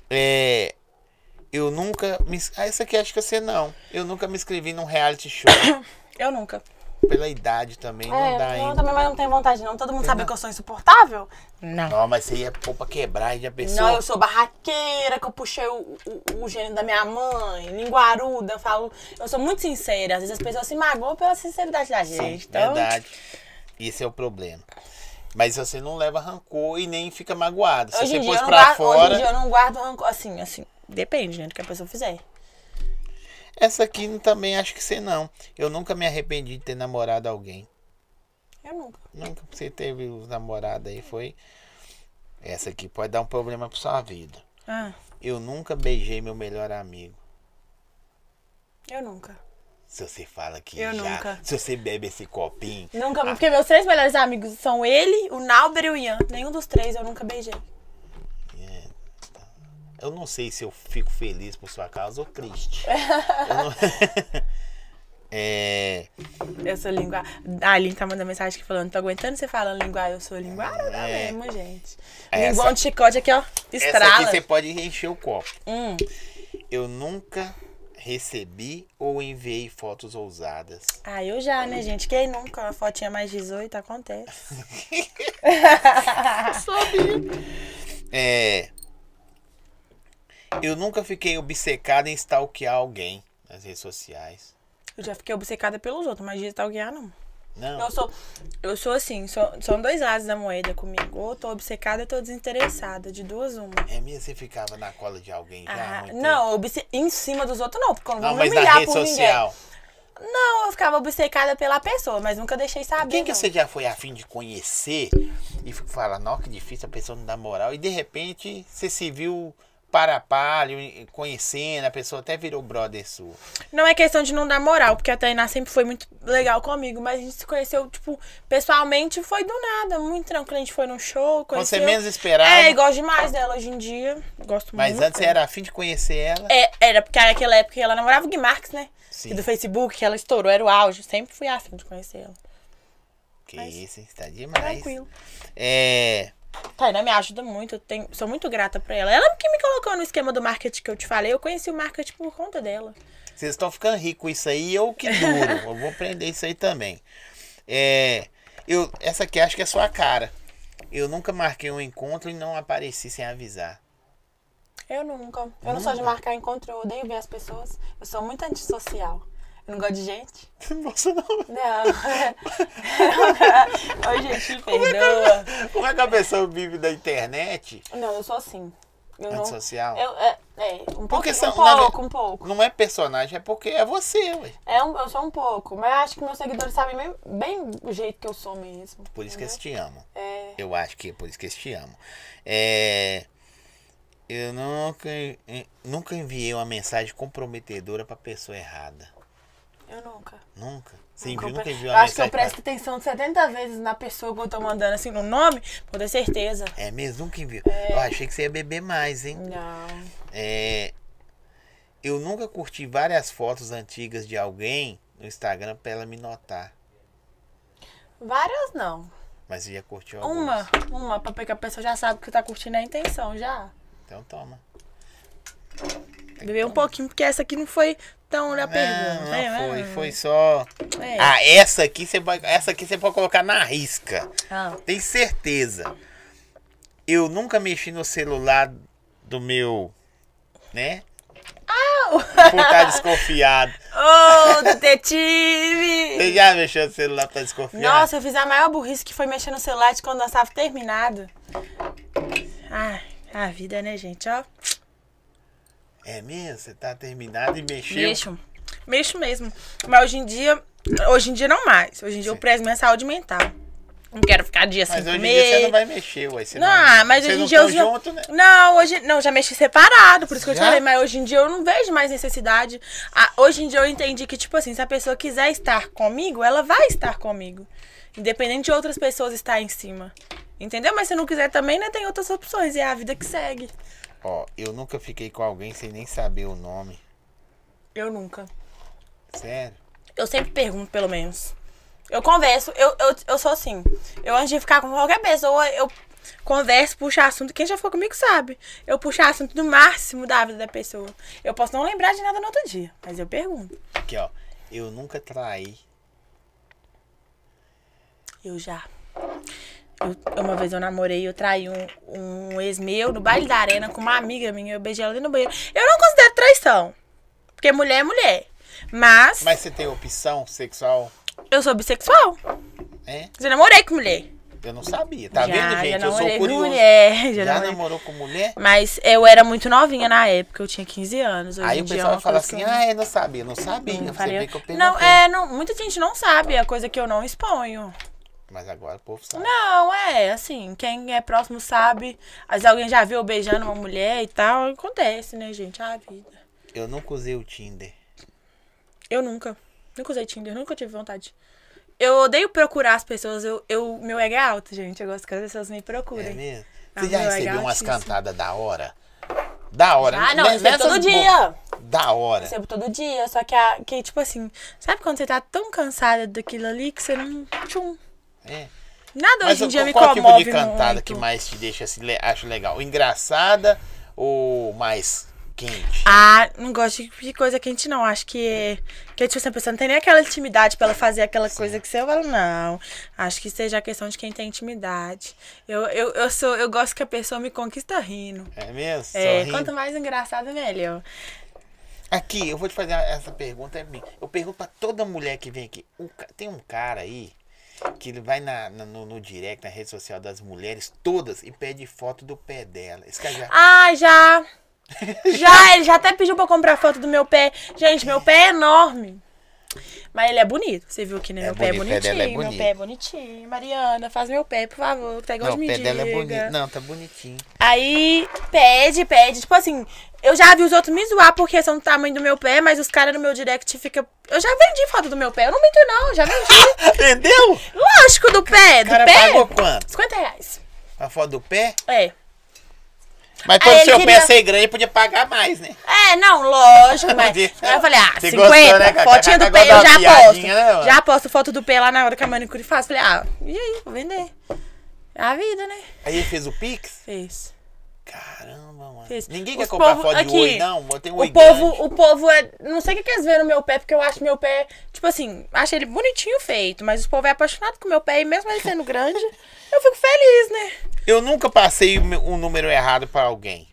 É, eu é nunca me. Ah, isso aqui acho que você não. Eu nunca me inscrevi num reality show. Eu nunca. pela idade também, não dá É, eu ainda. também mas não tenho vontade, não. Todo mundo sabe que eu sou insuportável? Não. Não, mas você ia pôr pra quebrar e a pessoa. Não, eu sou barraqueira, que eu puxei o, o, o gênio da minha mãe, linguaruda, eu falo. Eu sou muito sincera. Às vezes as pessoas se magoam pela sinceridade da gente. então, Verdade. Esse é o problema. Mas você não leva rancor e nem fica magoado. Se Hoje você em, dia, pôs eu não pra guardo, fora, hoje em dia eu não guardo rancor. Assim, assim. Depende, né? Do que a pessoa fizer. essa aqui não- também acho que você não. Eu nunca me arrependi de ter namorado alguém. Eu nunca. Nunca você teve os namorados aí, foi. Essa aqui pode dar um problema pra sua vida. Ah, Eu nunca beijei meu melhor amigo. eu nunca. Se você fala que Eu já. nunca. Se você bebe esse copinho. Nunca, Ah, porque meus três melhores amigos são ele, o Nauber e o Ian. Nenhum dos três eu nunca beijei. Eu não sei se eu fico feliz por sua causa ou triste. Eu não- é. Eu sou língua. A Aline tá mandando mensagem aqui falando, tô aguentando você falando língua, eu sou linguaruda É. mesmo, gente. Essa- Linguão de chicote aqui, ó. Essa aqui Estrala. você pode encher o copo. Hum. Eu nunca recebi ou enviei fotos ousadas. Ah, eu já, né, gente? Quem nunca? Uma fotinha mais 18 acontece. É. Eu nunca fiquei obcecado em stalkear alguém nas redes sociais. Eu já fiquei obcecada pelos outros, mas digital guiar não. Não. Eu sou, eu sou assim, sou- são dois lados da moeda comigo. Ou eu tô obcecada ou eu tô desinteressada, de duas uma. É mesmo, você ficava na cola de alguém já? há Ah, muito tempo? não, obce... em cima dos outros não, porque eu não vou Não, me mas na humilhar rede por ninguém. social. Não, eu ficava obcecada pela pessoa, mas nunca deixei saber. Quem que não. você já foi afim de conhecer e fico- fala, nossa, que difícil, a pessoa não dá moral. E de repente você se viu para a palho, e- conhecendo, a pessoa até virou brother sua. Não é questão de não dar moral, porque a Tainá sempre foi muito legal comigo, mas a gente se conheceu, tipo, pessoalmente foi do nada, muito tranquilo. A gente foi num show, Quando conheceu. você menos esperava. É, e gosto demais dela hoje em dia. Gosto Mas muito. antes você era afim de conhecer ela. É, era porque naquela época ela namorava o Gui Marques, né? Sim. E do Facebook, que ela estourou, era o auge. Sempre fui afim de conhecer ela. que mas- isso, hein? Tá demais. Tranquilo. É. Tainá me ajuda muito, eu tenho- sou muito grata pra ela. Ela que me colocou no esquema do marketing que eu te falei, eu conheci o marketing por conta dela. Vocês estão ficando ricos com isso aí, eu que duro. eu vou aprender isso aí também. É. Eu, essa aqui acho que é sua cara. Eu nunca marquei um encontro e não apareci sem avisar. Eu nunca. Eu não sou de marcar encontro, eu odeio ver as pessoas. Eu sou muito antissocial. Eu não gosto de gente. Nossa, não. Não. Ô, gente, me perdoa. Como é que a pessoa vive da internet? Não, eu sou assim. Eu não. Antissocial? Eu, é, é, um pouco, Porque são- um na pouco, ve- um pouco. Não é personagem, é porque é você, ué. É um, eu sou um pouco, mas eu acho que meus seguidores sabem bem, bem o jeito que eu sou mesmo. Por isso que eles te amam. Né? É. Eu acho que é por isso que eles te amam. É, Eu nunca, nunca enviei uma mensagem comprometedora pra pessoa errada. É, Eu nunca. Nunca. Você Nunca enviou, eu nunca pre- enviou eu uma acho que eu mensagem. presto atenção 70 vezes na pessoa que eu tô mandando assim no nome, pra eu ter certeza. pra- É mesmo? Nunca enviou. É. Eu achei que você ia beber mais, hein? Não. É, Eu nunca curti várias fotos antigas de alguém no Instagram pra ela me notar. Várias não. Mas você já curtiu algumas. Uma, uma, pra porque a pessoa já sabe que tá curtindo a intenção, já. Então toma. Beber um pouquinho, porque essa aqui não foi tão na pergunta. Então. Não, né? não É, foi, Mas- foi só. É. Ah, essa aqui você vai, essa aqui você pode colocar na risca. Ah. Tem certeza. Eu nunca mexi no celular do meu, né? Por estar desconfiado. Ô, Você detetive! já mexeu no celular pra desconfiar? Nossa, eu fiz a maior burrice que foi mexer no celular de quando nós tava terminado. Ai, a vida, né, gente? Ó, É mesmo? Você tá terminado e mexeu? mexo. Mexo mesmo. Mas hoje em dia, hoje em dia não mais. Hoje em dia eu prezo minha saúde mental. Não quero ficar dia sem Mas hoje em comer. dia você não vai mexer, ué. Você Não, não, mas vocês hoje em não dia eu tão já... junto, né? Não, hoje não, já mexi separado, por isso que eu Já? te falei, mas hoje em dia eu não vejo mais necessidade. Ah, hoje em dia eu entendi que tipo assim, se a pessoa quiser estar comigo, ela vai estar comigo, independente de outras pessoas estar em cima. Entendeu? Mas se não quiser também, né, tem outras opções, e é a vida que segue. Ó, eu nunca fiquei com alguém sem nem saber o nome. Eu nunca. Sério? Eu sempre pergunto, pelo menos. Eu converso, eu, eu, eu sou assim. Eu antes de ficar com qualquer pessoa, eu converso, puxo assunto. Quem já ficou comigo sabe. Eu puxo assunto do máximo da vida da pessoa. Eu posso não lembrar de nada no outro dia, mas eu pergunto. Aqui, ó. Eu nunca traí. Eu já. Eu- uma vez eu namorei, eu traí um, um ex meu no baile da arena com uma amiga minha, eu beijei ela ali no banheiro. Eu não considero traição. Porque mulher é mulher. Mas, Mas você tem opção sexual? eu sou bissexual. É? Já namorei com mulher. Eu não sabia. Tá já, vendo, já gente? Eu namorei sou com curioso. mulher. Já, Já namorei. namorou com mulher? Mas eu era muito novinha na época, eu tinha 15 anos. Hoje Aí em o dia pessoal é vai uma falar coisa que assim, eu não- ah, eu não sabia, não sabia. não você faria. vê que eu Não, perguntei. é, não, muita gente não sabe, é coisa que eu não exponho. Mas agora o povo sabe. Não, é, assim, quem é próximo sabe. Às vezes alguém já viu eu beijando uma mulher e tal. Acontece, né, gente? A vida. Eu nunca usei o Tinder. É Eu nunca. Nunca usei Tinder, nunca tive vontade. Eu odeio procurar as pessoas. Eu, eu, meu ego é alto, gente. Eu gosto que as pessoas me É procurem. mesmo? Ah, Você já meu, é recebeu umas gatíssimo. cantadas da hora? Da hora. Ah, não, né- eu recebo nessas todo bo- dia. Da hora. Recebo todo dia, só que, a, que, tipo assim, sabe quando você tá tão cansada daquilo ali que você não. Tchum. É. Nada Mas hoje em dia qual, me qual tipo comove de cantada muito. que mais te deixa assim, le- acho legal? Engraçada ou mais quente? Ah, não gosto de coisa quente, não. Acho que é. Que tipo assim, a pessoa não tem nem aquela intimidade pra ela fazer aquela coisa que você fala, não. Acho que seja a questão de quem tem intimidade. Eu, eu, eu, sou, eu gosto que a pessoa me conquista rindo. É mesmo? É, Sorrindo? quanto mais engraçado, melhor. Aqui, eu vou te fazer essa pergunta. é minha. Eu pergunto pra toda mulher que vem aqui. Um ca- tem um cara aí que ele vai na, na- no, no direct, na rede social das mulheres todas e pede foto do pé dela. Esse cara já. Ah, já. Já, ele já até pediu pra eu comprar foto do meu pé. Gente, meu pé é enorme. Mas ele é bonito. Você viu que né? É meu pé é bonito, o pé bonitinho. dela é meu bonito. pé é bonitinho. Mariana, faz meu pé, por favor. Tá igual não, de o pé dela é mendiga. bonito. Não, tá bonitinho. Aí pede, pede. Tipo assim, eu já vi os outros me zoar porque são do tamanho do meu pé, mas os caras no meu direct ficam. Eu já vendi foto do meu pé. Eu não minto, não. Já vendi. Entendeu? Lógico, do pé. O Do cara pé. pagou quanto? 50 reais. A foto do pé? É. Mas pelo ele seu pé queria- ser grande, podia pagar mais, né? É, não, lógico, mas. Aí eu falei, ah, Você 50, gostou, né, Cacá? fotinha do Cacá pé, gosta eu de já uma aposto. piadinha, né, mano? já aposto foto do pé lá na hora que a manicure faz. Falei, ah, e aí, vou vender. É a vida, né? Aí ele fez o Pix? fez. Caramba, mano. Fez. Ninguém Os quer comprar povo- foto de aqui, oi, não. Eu tenho um oi o povo, grande. o povo é. Não sei o que que eles vê no meu pé, porque eu acho meu pé, tipo assim, acho ele bonitinho feito, mas o povo é apaixonado com meu pé e mesmo ele sendo grande, eu fico feliz, né? Eu nunca passei o meu- um número errado pra alguém.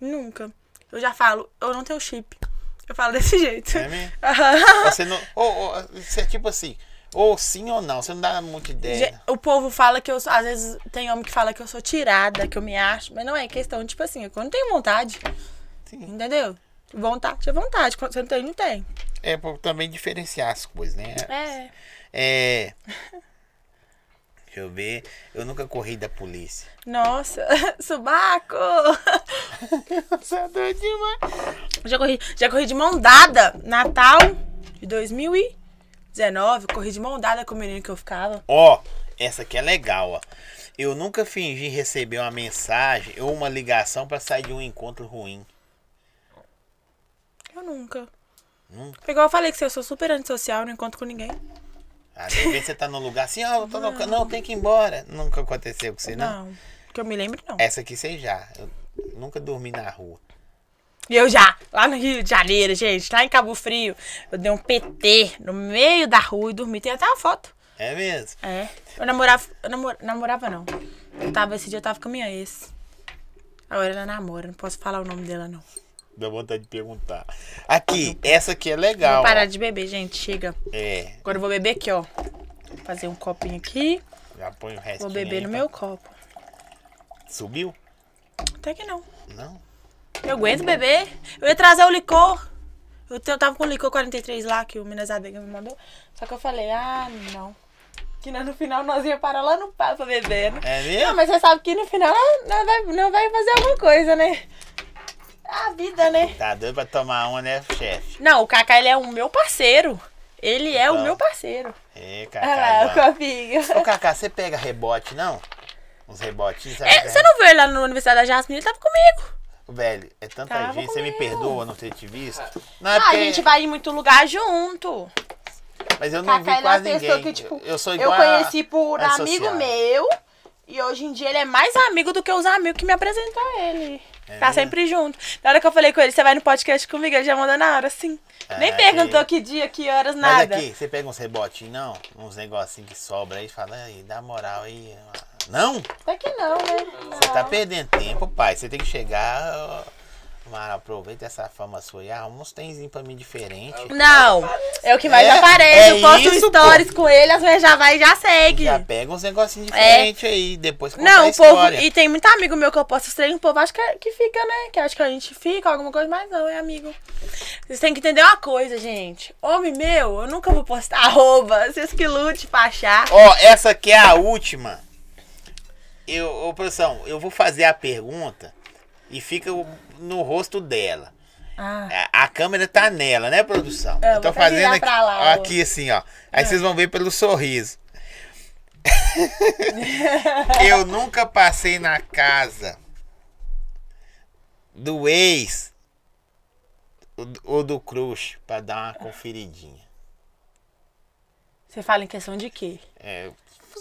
Nunca. Eu já falo, eu não tenho chip. Eu falo desse jeito. É mesmo? Aham. Você não. Ou, ou, você é tipo assim, ou sim ou não, você não dá muita ideia. Ge- O povo fala que eu sou. Às vezes tem homem que fala que eu sou tirada, que eu me acho, mas não é questão, tipo assim, eu não tenho vontade, Sim. entendeu? Vontade é vontade, quando você não tem, não tem. É pra também diferenciar as coisas, né? É. É. Deixa eu ver. Eu nunca corri da polícia. Nossa, subaco! Você é doido demais. Já corri, já corri de mão dada. Natal de 2019, corri de mão dada com o menino que eu ficava. Ó, essa aqui é legal, ó. Eu nunca fingi receber uma mensagem ou uma ligação pra sair de um encontro ruim. Eu nunca. Nunca? Igual eu falei que eu sou super antissocial, não encontro com ninguém. Às vezes você tá no lugar assim, ó, eu tô no... não, tem que ir embora. Nunca aconteceu com você, não? Não. Que eu me lembro, não. Essa aqui você já. Eu nunca dormi na rua. E eu já, lá no Rio de Janeiro, gente, lá em Cabo Frio, eu dei um PT no meio da rua e dormi. Tem até uma foto. É mesmo? É. Eu namorava. Eu namor- namorava, não. Eu tava, esse dia eu tava com a minha ex. Agora ela namora, não posso falar o nome dela, não. Dá vontade de perguntar. Aqui, essa aqui é Vou legal. parar ó. de beber, gente. Chega. É, Agora eu vou beber aqui, ó. Fazer um copinho aqui. já põe o resto. Vou beber no meu copo. Subiu? Até que não. Não. Eu aguento beber. Eu ia trazer o licor. Eu, te- eu tava com o licor 43 lá que o Minas Abelha me mandou. Só que eu falei, ah, não. Que né, no final nós ia parar lá no papo beber, né? É Não, mesmo? mas você sabe que no final nós- nós vai, nós vai fazer alguma coisa, né? A vida, né? Tá doido pra tomar uma, né, chefe? Não, o Kaká, ele é o meu parceiro. Ele é o Então. meu parceiro. É, Ah lá, o Cacá. copinho. Ô, Cacá, você pega rebote, não? Uns rebotinhos, sabe? É, você não viu ele lá na Universidade da Jasmine? Ele tava comigo. Velho, é tanta Tava gente. Você me comigo. perdoa não ter te visto? Não, Tá, é Ah, a gente vai em muito lugar junto. Mas eu não Kaká, vi ele é uma quase pessoa ninguém. que, tipo, eu sou eu igual a- conheci por a amigo social. meu. E hoje em dia ele é mais amigo do que os amigos que me apresentou ele. tá mesmo? sempre junto. Na hora que eu falei com ele, você vai no podcast comigo, ele já mandou na hora, sim. Nem Ah, perguntou que dia, que horas, Mas nada. aqui, você pega uns rebotinhos, não? Uns negocinhos que sobra aí e fala, aí, dá moral aí. Não? Até que não, né? Você tá perdendo tempo, pai. Você tem que chegar. ó, Mara, aproveita essa fama sua e arruma uns tenzinhos pra mim diferente. Não, é o que mais É, aparece. é eu posto isso, stories com ele, as mulheres já vai e já segue. Já pega uns negocinhos diferentes aí, depois conta É. Não, a o povo. história. E tem muito amigo meu que eu posto estranho, o povo acha que, que fica, né? Que acha que a gente fica, alguma coisa, mas não, é amigo. Vocês têm que entender uma coisa, gente. Homem meu, eu nunca vou postar arroba. Vocês que lute pra achar. Ó, essa aqui é a última. Eu, ô, produção, eu vou fazer a pergunta e fica o- no rosto dela. Ah, A, a câmera tá nela, né, produção? É, eu vou até tô virar fazendo aqui, pra lá, Ah. ó. aqui assim, ó. Aí vocês vão ver pelo sorriso. eu nunca passei na casa do ex ou- ou do crush pra dar uma conferidinha. você fala em questão de quê? É,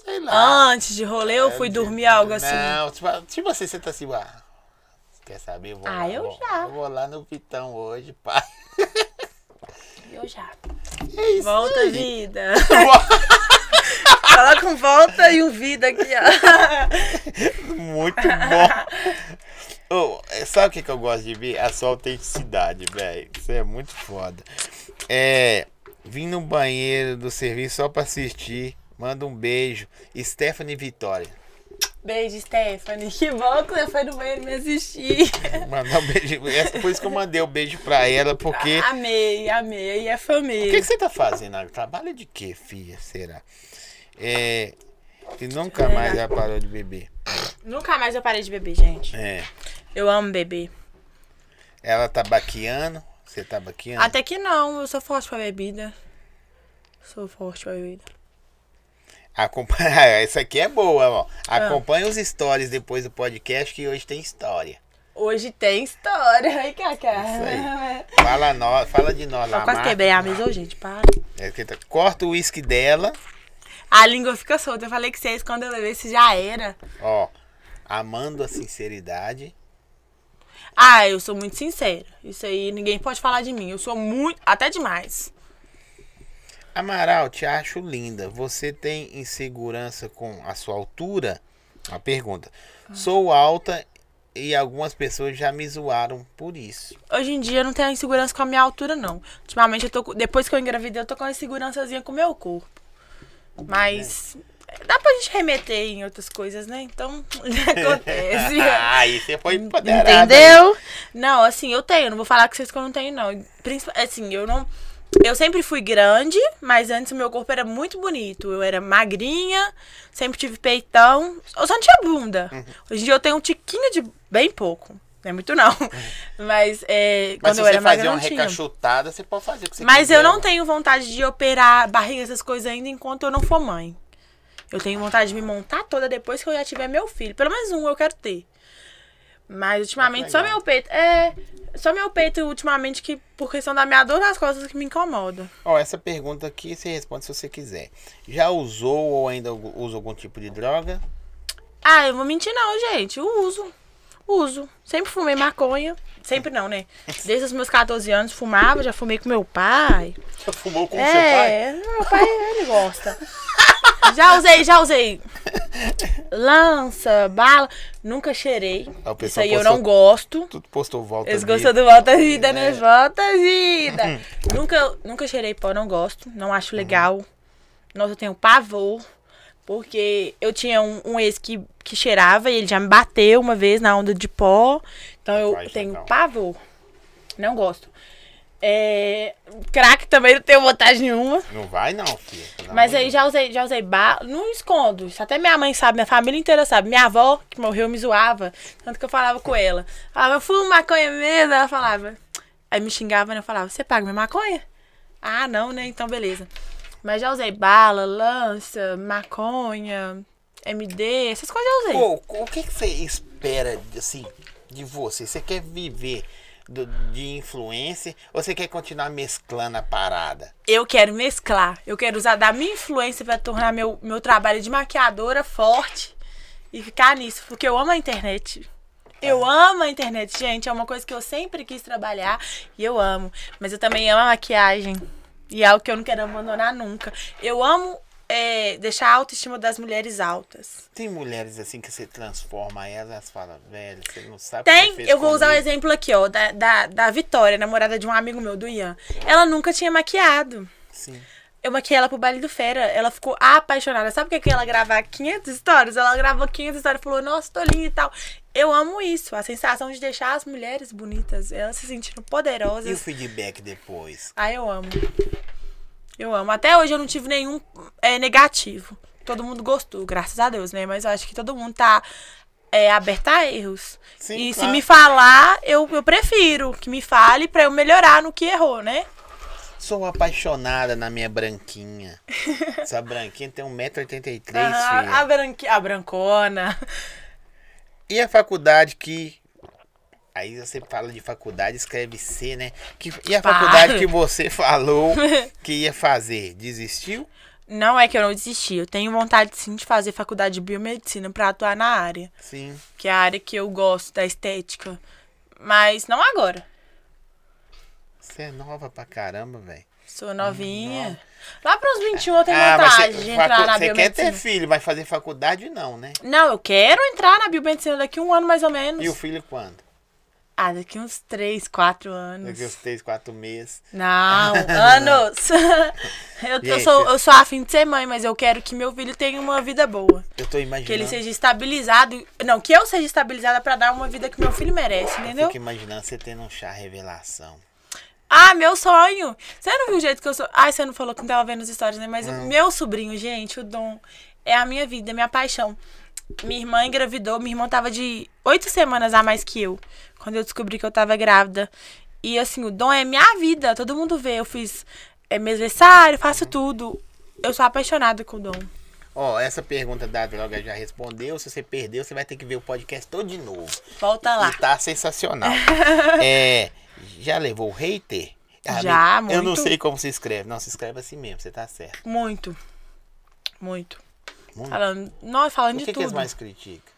sei lá. Antes de rolê, eu Ah, fui dormir algo assim. Não, tipo, tipo assim, você tá assim, ah, quer saber? Vou Ah, lá, eu vou- já. Eu vou lá no Pitão hoje, pai. Eu já. É isso Volta, aí. vida. Coloca um volta e um vida aqui, ó. Muito bom. Ô, é, sabe o que, que eu gosto de ver? A sua autenticidade, velho. Você é muito foda. É, vim no banheiro do serviço só pra assistir. Manda um beijo. Stephanie Vitória. Beijo, Stephanie. Que bom que você foi no banheiro me assistir. Mandar um beijo. É por isso que eu mandei o beijo pra ela, porque. Amei, amei. Aí é O que, família. que você tá fazendo? Agora? Trabalha de quê, filha? Será? É. E nunca mais ela parou de beber. Nunca mais eu parei de beber, gente. É. Eu amo beber. Ela tá baqueando. Você tá baqueando? Até que não, eu sou forte pra bebida. Sou forte pra bebida. Acompanha... Essa aqui é boa, ó. Ah. Acompanha os stories depois do podcast que hoje tem história. Hoje tem história, hein, aí. Cacá? Fala, nó... Fala de nós Eu lá. quase marca. quebrei a mesa, ô, gente, para. É que tá- Corta o uísque dela. A língua fica solta. Eu falei que vocês, quando eu beber, isso já era. Ó. Amando a sinceridade. Ah, eu sou muito sincera. Isso aí ninguém pode falar de mim. Eu sou muito. Até demais. Amaral, te acho linda. Você tem insegurança com a sua altura? Uma pergunta. Ah. Sou alta e algumas pessoas já me zoaram por isso. Hoje em dia eu não tenho insegurança com a minha altura, não. Ultimamente, eu tô, com- depois que eu engravidei, eu tô com uma insegurançazinha com o meu corpo. Mas eh, dá pra gente remeter em outras coisas, né? Então, acontece. Aí você foi empoderada. Entendeu? Não, assim, eu tenho. Não vou falar com vocês que eu não tenho, não. Principal- Assim, eu não. Eu sempre fui grande, mas antes o meu corpo era muito bonito. Eu era magrinha, sempre tive peitão. Eu só não tinha bunda. Uhum. Hoje em dia eu tenho um tiquinho de bem pouco. Não é muito, não. Mas é, Uhum. Mas quando se eu você um era fazer magra, eu uma não tinha. recachutada, você pode fazer o que você Mas quiser. eu não tenho vontade de operar barriga, essas coisas ainda, enquanto eu não for mãe. Eu tenho vontade de me montar toda depois que eu já tiver meu filho. Pelo menos um eu quero ter. Mas ultimamente só Ah, legal. meu peito. É. Só meu peito ultimamente que por questão da minha dor nas costas que me incomoda. Ó, essa pergunta aqui você responde se você quiser. Já usou ou ainda usa algum tipo de droga? Ah, eu vou mentir não, gente. Eu uso. Uso. Sempre fumei maconha. Sempre não, né? Desde os meus 14 anos fumava, já fumei com meu pai. Já fumou com é, meu pai, ele gosta. já usei, já usei. Lança, bala. Nunca cheirei. Ah, o pessoal Isso aí eu postou- não gosto. Tu postou volta Eles ali. gostam do Volta Vida, né? Volta Vida. nunca, nunca cheirei pó, não gosto. Não acho legal. Nossa, eu tenho pavor. Porque eu tinha um, um ex que, que cheirava e ele já me bateu uma vez na onda de pó. Então eu Rapaz, tenho legal. pavor. Não gosto. É, crack também não tenho vontade nenhuma. Não vai não, filha. Pelo Mas é amor aí já usei, já usei bala. Não escondo. Isso até minha mãe sabe, minha família inteira sabe. Minha avó, que morreu, me zoava. Tanto que eu falava com ela. Falava, eu fumo maconha mesmo. Ela falava. Aí me xingava, né? Eu falava, você paga minha maconha? Ah, não, né? Então beleza. Mas já usei bala, lança, maconha, MD, essas coisas eu usei. Pô, o que, que você espera, assim, de você? Você quer viver do- de influência ou você quer continuar mesclando a parada? Eu quero mesclar. Eu quero usar da minha influência pra tornar meu, meu trabalho de maquiadora forte. E ficar nisso, porque eu amo a internet. Eu amo a internet, gente. É uma coisa que eu sempre quis trabalhar e eu amo. Mas eu também amo a maquiagem. E é algo que eu não quero abandonar nunca. Eu amo é, deixar a autoestima das mulheres altas. Tem mulheres assim que você transforma elas, elas falam, velho, você não sabe o que Tem, você fez eu vou usar o comigo." exemplo aqui, ó, da, da, da Vitória, namorada de um amigo meu, do Ian. Ela nunca tinha maquiado. Sim. Eu maquiei ela pro baile do Fera. Ela ficou apaixonada. Sabe o que é que ela gravar 500 stories? Ela gravou 500 stories e falou, nossa, tô linda e tal. Eu amo isso, a sensação de deixar as mulheres bonitas, elas se sentindo E o poderosas. feedback depois? Ah, eu amo. Eu amo. Até hoje eu não tive nenhum é, negativo. Todo mundo gostou, graças a Deus, né? Mas eu acho que todo mundo tá é, aberto a erros. Sim, e claro. se me falar, eu, eu prefiro que me fale pra eu melhorar no que errou, né? Sou apaixonada na minha branquinha. Essa branquinha tem 1,83m, Aham, filha. a, branqui, a brancona. E a faculdade que. Aí você fala de faculdade, escreve C, né? Que... E a Para. faculdade que você falou que ia fazer? Desistiu? Não é que eu não desisti. Eu tenho vontade sim de fazer faculdade de biomedicina pra atuar na área. Sim. Que é a área que eu gosto da estética. Mas não agora. Você é nova pra caramba, velho. Sou novinha. Lá para uns 21 eu tenho Ah, vontade de entrar na você quer ter biomedicina. filho, mas fazer faculdade não, né? Não, eu quero entrar na biomedicina daqui um ano mais ou menos. E o filho quando? Ah, daqui uns 3, 4 anos. Daqui uns 3, 4 meses. Não, anos. eu, eu Gente. sou, eu sou afim de ser mãe, mas eu quero que meu filho tenha uma vida boa. Eu tô imaginando. Que ele seja estabilizado. Não, que eu seja estabilizada pra dar uma vida que meu filho merece, Eu entendeu? Fico imaginando você tendo um chá revelação. Ah, meu sonho! Você não viu o jeito que eu sou. Ai, você não falou que não tava vendo as histórias, né? Mas o meu sobrinho, gente, o Dom, é a minha vida, é a minha paixão. Minha irmã engravidou, minha irmã tava de oito semanas a mais que eu, quando eu descobri que eu tava grávida. E assim, o Dom é minha vida, todo mundo vê. Eu fiz é, mesversário, faço tudo. Eu sou apaixonada com o Dom. Ó, essa pergunta da droga já respondeu. Se você perdeu, você vai ter que ver o podcast todo de novo. Volta lá. E tá sensacional. é, já levou o hater? Ah, Já, me- Eu não muito. sei como se escreve. Não, se escreve assim mesmo, você tá certo. Muito. Muito. Muito. Falando, nossa, falando o de que, que tudo. eles mais criticam?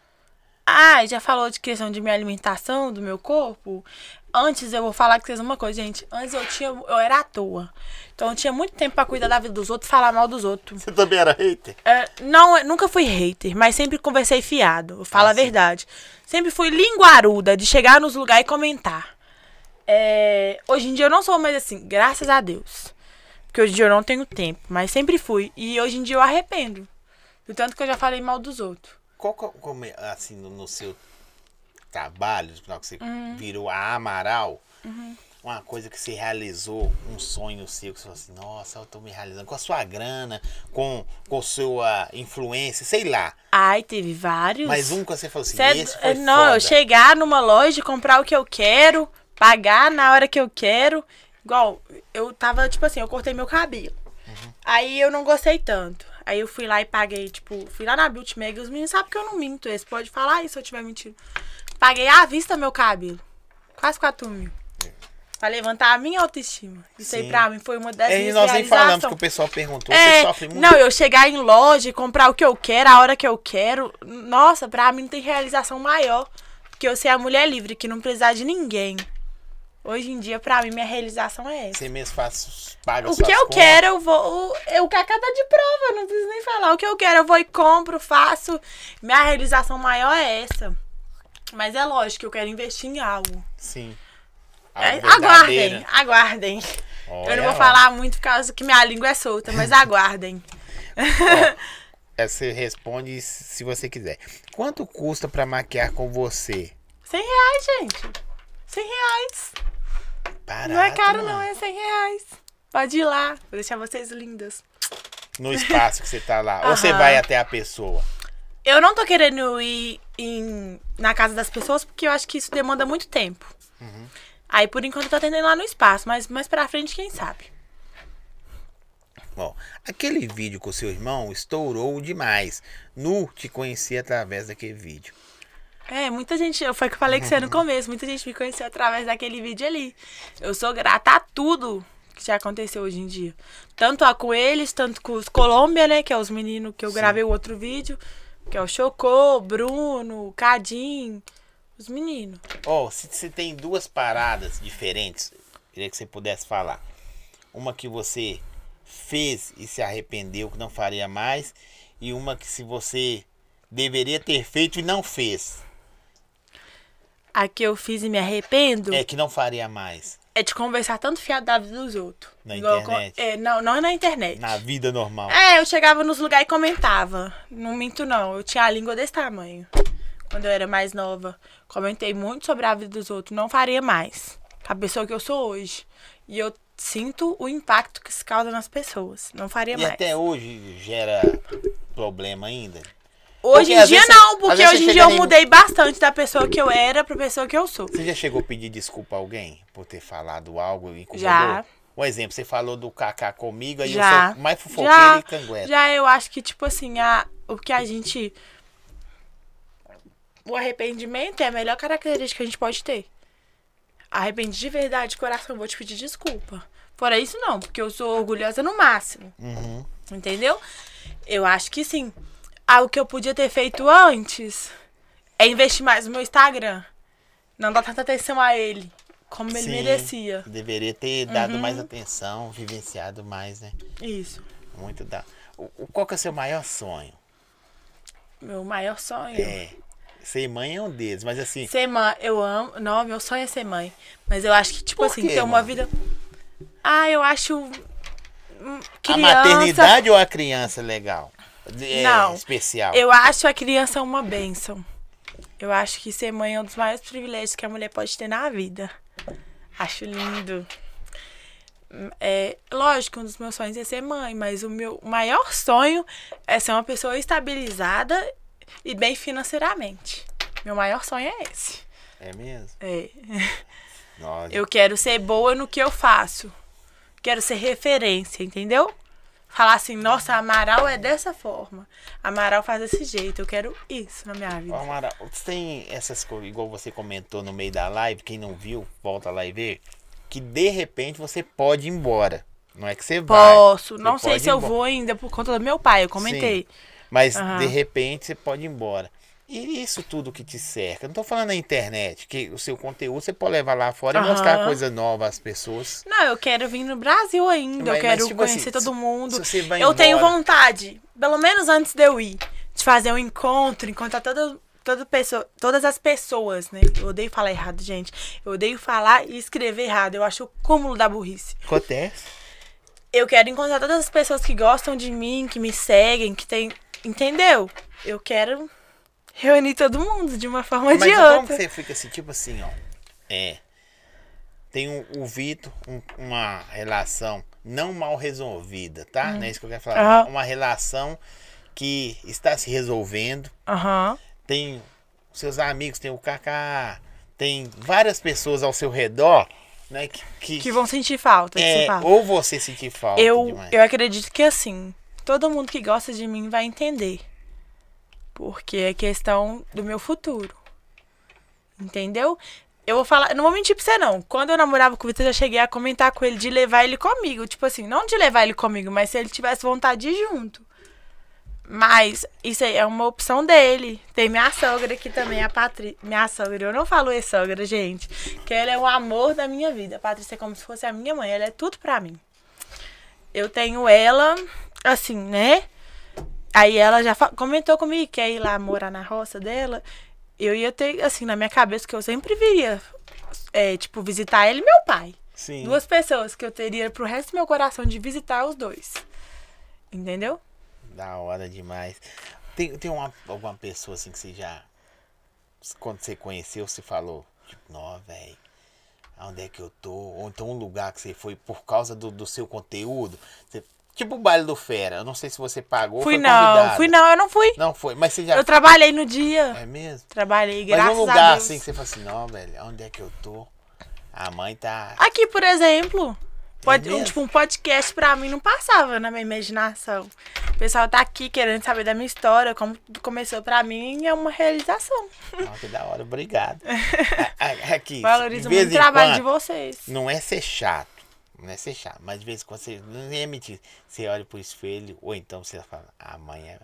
Ah, já falou de questão de minha alimentação, do meu corpo. Antes eu vou falar com vocês uma coisa, gente. Antes eu tinha, eu era à toa. Então eu tinha muito tempo pra cuidar da vida dos outros, falar mal dos outros. Você também era hater? É, não, eu nunca fui hater, mas sempre conversei fiado. Eu falo a verdade. Sempre fui linguaruda de chegar nos lugares e comentar. É, hoje em dia eu não sou mais assim, graças a Deus. Porque hoje em dia eu não tenho tempo, mas sempre fui. E hoje em dia eu arrependo. Do tanto que eu já falei mal dos outros. Qual, que é- como é, assim, no, no seu trabalho, no final que você Uhum. virou a Amaral, uma coisa que você realizou, um sonho seu, que você falou assim, nossa, eu tô me realizando com a sua grana, com, com sua influência, sei lá. Ai, teve vários. Mas um que você falou assim, Cê é esse do- foi não, foda. eu chegar numa loja, e comprar o que eu quero, pagar na hora que eu quero. Igual, eu tava, tipo assim, eu cortei meu cabelo. Uhum. Aí eu não gostei tanto. Aí eu fui lá e paguei, tipo, fui lá na Beauty Mega. Os meninos sabem que eu não minto, eles podem falar isso se eu tiver mentindo. Paguei à vista meu cabelo. Quase 4 mil. Pra levantar a minha autoestima. Isso aí É. Sim. pra mim foi uma das É, e minhas nós nem falamos realizações. que o pessoal perguntou, É, você sofre muito? Não, eu chegar em loja e comprar o que eu quero, a hora que eu quero. Nossa, pra mim tem realização maior. Porque eu ser a mulher livre, que não precisar de ninguém. Hoje em dia, pra mim, minha realização é essa. Você mesmo faz, paga O suas que eu contas. quero, eu vou. O, o Cacá tá de prova, eu não preciso nem falar. O que eu quero, eu vou e compro, faço. Minha realização maior é essa. Mas é lógico que eu quero investir em algo. Sim. É, Algo aguardem, verdadeiro. aguardem. eu Olha não vou lá. falar muito por causa que minha língua é solta, mas aguardem. É, Você responde se você quiser. Quanto custa pra maquiar com você? 100 reais, gente. 100 reais. Barato, não é caro, mano. não. É 100 reais. Pode ir lá. Vou deixar vocês lindas. No espaço que você tá lá. Ou você Aham. vai até a pessoa. Eu não tô querendo ir em- na casa das pessoas porque eu acho que isso demanda muito tempo. Uhum. Aí, por enquanto, eu tô atendendo lá no espaço. Mas mais pra frente, quem sabe? Ó, aquele vídeo com seu irmão estourou demais. Nu te conheci através daquele vídeo. É, muita gente. Foi o que eu falei com você no começo. Muita gente me conheceu através daquele vídeo ali. Eu sou grata a tudo que já aconteceu hoje em dia. Tanto a com eles, tanto com os Colômbia, né? Que é os meninos que eu gravei o outro vídeo. Que é o Chocô, Bruno, Cadim, os meninos. Ó, se, se tem duas paradas diferentes, queria que você pudesse falar. Uma que você fez e se arrependeu que não faria mais, e uma que se você deveria ter feito e não fez, A que eu fiz e me arrependo é é, que não faria mais de conversar tanto fiado da vida dos outros. Na eu con- internet. é, não, não é na internet. na vida normal. É, eu chegava nos lugares e comentava. Não minto, não. Eu tinha a língua desse tamanho. Quando eu era mais nova. Comentei muito sobre a vida dos outros. Não faria mais. A pessoa que eu sou hoje. E eu sinto o impacto que isso causa nas pessoas. Não faria é E mais. até hoje gera problema ainda. Hoje em às dia vezes você- não, às porque vezes hoje você em dia chega eu nem- mudei bastante da pessoa que eu era pra pessoa que eu sou. Você já chegou a pedir desculpa a alguém por ter falado algo e incomodou? Já. Um exemplo, você falou do Kaká comigo, aí Já. eu sou mais fofoqueiro já, e cangueta. já eu acho que, tipo assim, a, o que a gente. O arrependimento é a melhor característica que a gente pode ter. Arrependi de verdade, de coração, vou te pedir desculpa. Fora isso, não, porque eu sou orgulhosa no máximo. Uhum. Entendeu? Eu acho que sim. Ah, o que eu podia ter feito antes é investir mais no meu Instagram. Não dar tanta atenção a ele. Como ele Sim, merecia. Uhum. Deveria ter dado mais atenção, vivenciado mais, né? Isso. Muito da. O, o- qual que é o seu maior sonho? Meu maior sonho. É. Ser mãe é um deles, mas assim, Ser mãe, eu amo. Não, meu sonho é ser mãe. Mas eu acho que, tipo Por assim, quê, ter uma mano? vida. Ah, eu acho. hum, a Criança. maternidade ou a criança legal? É, Não. Especial. Eu acho a criança uma bênção. Eu acho que ser mãe é um dos maiores privilégios que a mulher pode ter na vida. Acho lindo. Hum, É, lógico, um dos meus sonhos é ser mãe, mas o meu maior sonho é ser uma pessoa estabilizada e bem financeiramente. Meu maior sonho é esse. É mesmo? É. Nossa. Eu quero ser boa no que eu faço. Quero ser referência, entendeu? Falar assim, nossa, a Amaral é dessa forma. A Amaral faz desse jeito. Eu quero isso na minha Ó, vida. Mara, você tem essas coisas, igual você comentou no meio da live, quem não viu, volta lá e vê, que de repente você pode ir embora. Não é que você vai. Posso. você Não sei pode se ir eu embora. vou ainda por conta do meu pai. Eu comentei. Mas Aham. de repente você pode ir embora. E isso tudo que te cerca. Não tô falando na internet, que o seu conteúdo você pode levar lá fora e Aham. mostrar coisa nova às pessoas. Não, eu quero vir no Brasil ainda. Mas- eu quero mas, tipo conhecer assim, todo se- mundo. se você vai eu tenho embora- vontade, pelo menos antes de eu ir, de fazer um encontro, encontrar toda, toda pessoa, todas as pessoas, né? Eu odeio falar errado, gente. Eu odeio falar e escrever errado. Eu acho o cúmulo da burrice. Acontece. Eu quero encontrar todas as pessoas que gostam de mim, que me seguem, que tem. Entendeu? Eu quero reunir todo mundo de uma forma ou Mas de como que outra. você fica assim, tipo assim, ó. É. Tem um- o Vitor, um- uma relação não mal resolvida, tá? Não é isso que eu quero falar. Hum. Aham. Uma relação que está se resolvendo. Aham. Tem seus amigos, tem o Kaká, tem várias pessoas ao seu redor, né? Que, que- Que vão sentir falta. que é, você fala. ou você sentir falta eu, demais. eu acredito que assim, todo mundo que gosta de mim vai entender. Porque é questão do meu futuro. Entendeu? Eu vou falar, não vou mentir pra você não. Quando eu namorava com o Vitor, eu já cheguei a comentar com ele de levar ele comigo. Tipo assim, não de levar ele comigo, mas se ele tivesse vontade de ir junto. Mas isso aí é uma opção dele. Tem minha sogra aqui também, a Patrícia. Minha sogra, eu não falo ex-sogra, gente. Que ela é o amor da minha vida. A Patrícia é como se fosse a minha mãe, ela é tudo pra mim eu tenho ela, assim, né? Aí ela já fa- comentou comigo que ia ir lá morar na roça dela. Eu ia ter, assim, na minha cabeça que eu sempre viria, é, tipo, visitar ele e meu pai. Sim. Duas pessoas que eu teria pro resto do meu coração de visitar os dois. Entendeu? Da hora demais. Tem, tem uma, alguma pessoa assim que você já. Quando você conheceu, você falou, tipo, nó, velho, onde é que eu tô? Ou então um lugar que você foi por causa do, do seu conteúdo. Você- tipo o baile do Fera. Eu não sei se você pagou. fui foi não, convidado. fui não, eu não fui. Não foi, mas você já. Eu trabalhei no dia. É mesmo? Trabalhei, Mas graças um lugar a Deus. assim que você fala assim, não, velho, onde é que eu tô? A mãe tá. Aqui, por exemplo, pode, É um, mesmo? tipo, um podcast pra mim não passava na minha imaginação. O pessoal tá aqui querendo saber da minha história, como tudo começou pra mim, é uma realização. Não, que da hora, obrigado. A- a- Aqui. de Valorizo vez muito o em trabalho de quando, vocês. Não é ser chato. Não é ser chato. Mas de vez em quando você. Não é mentir. Você olha pro espelho, ou então você fala, amanhã.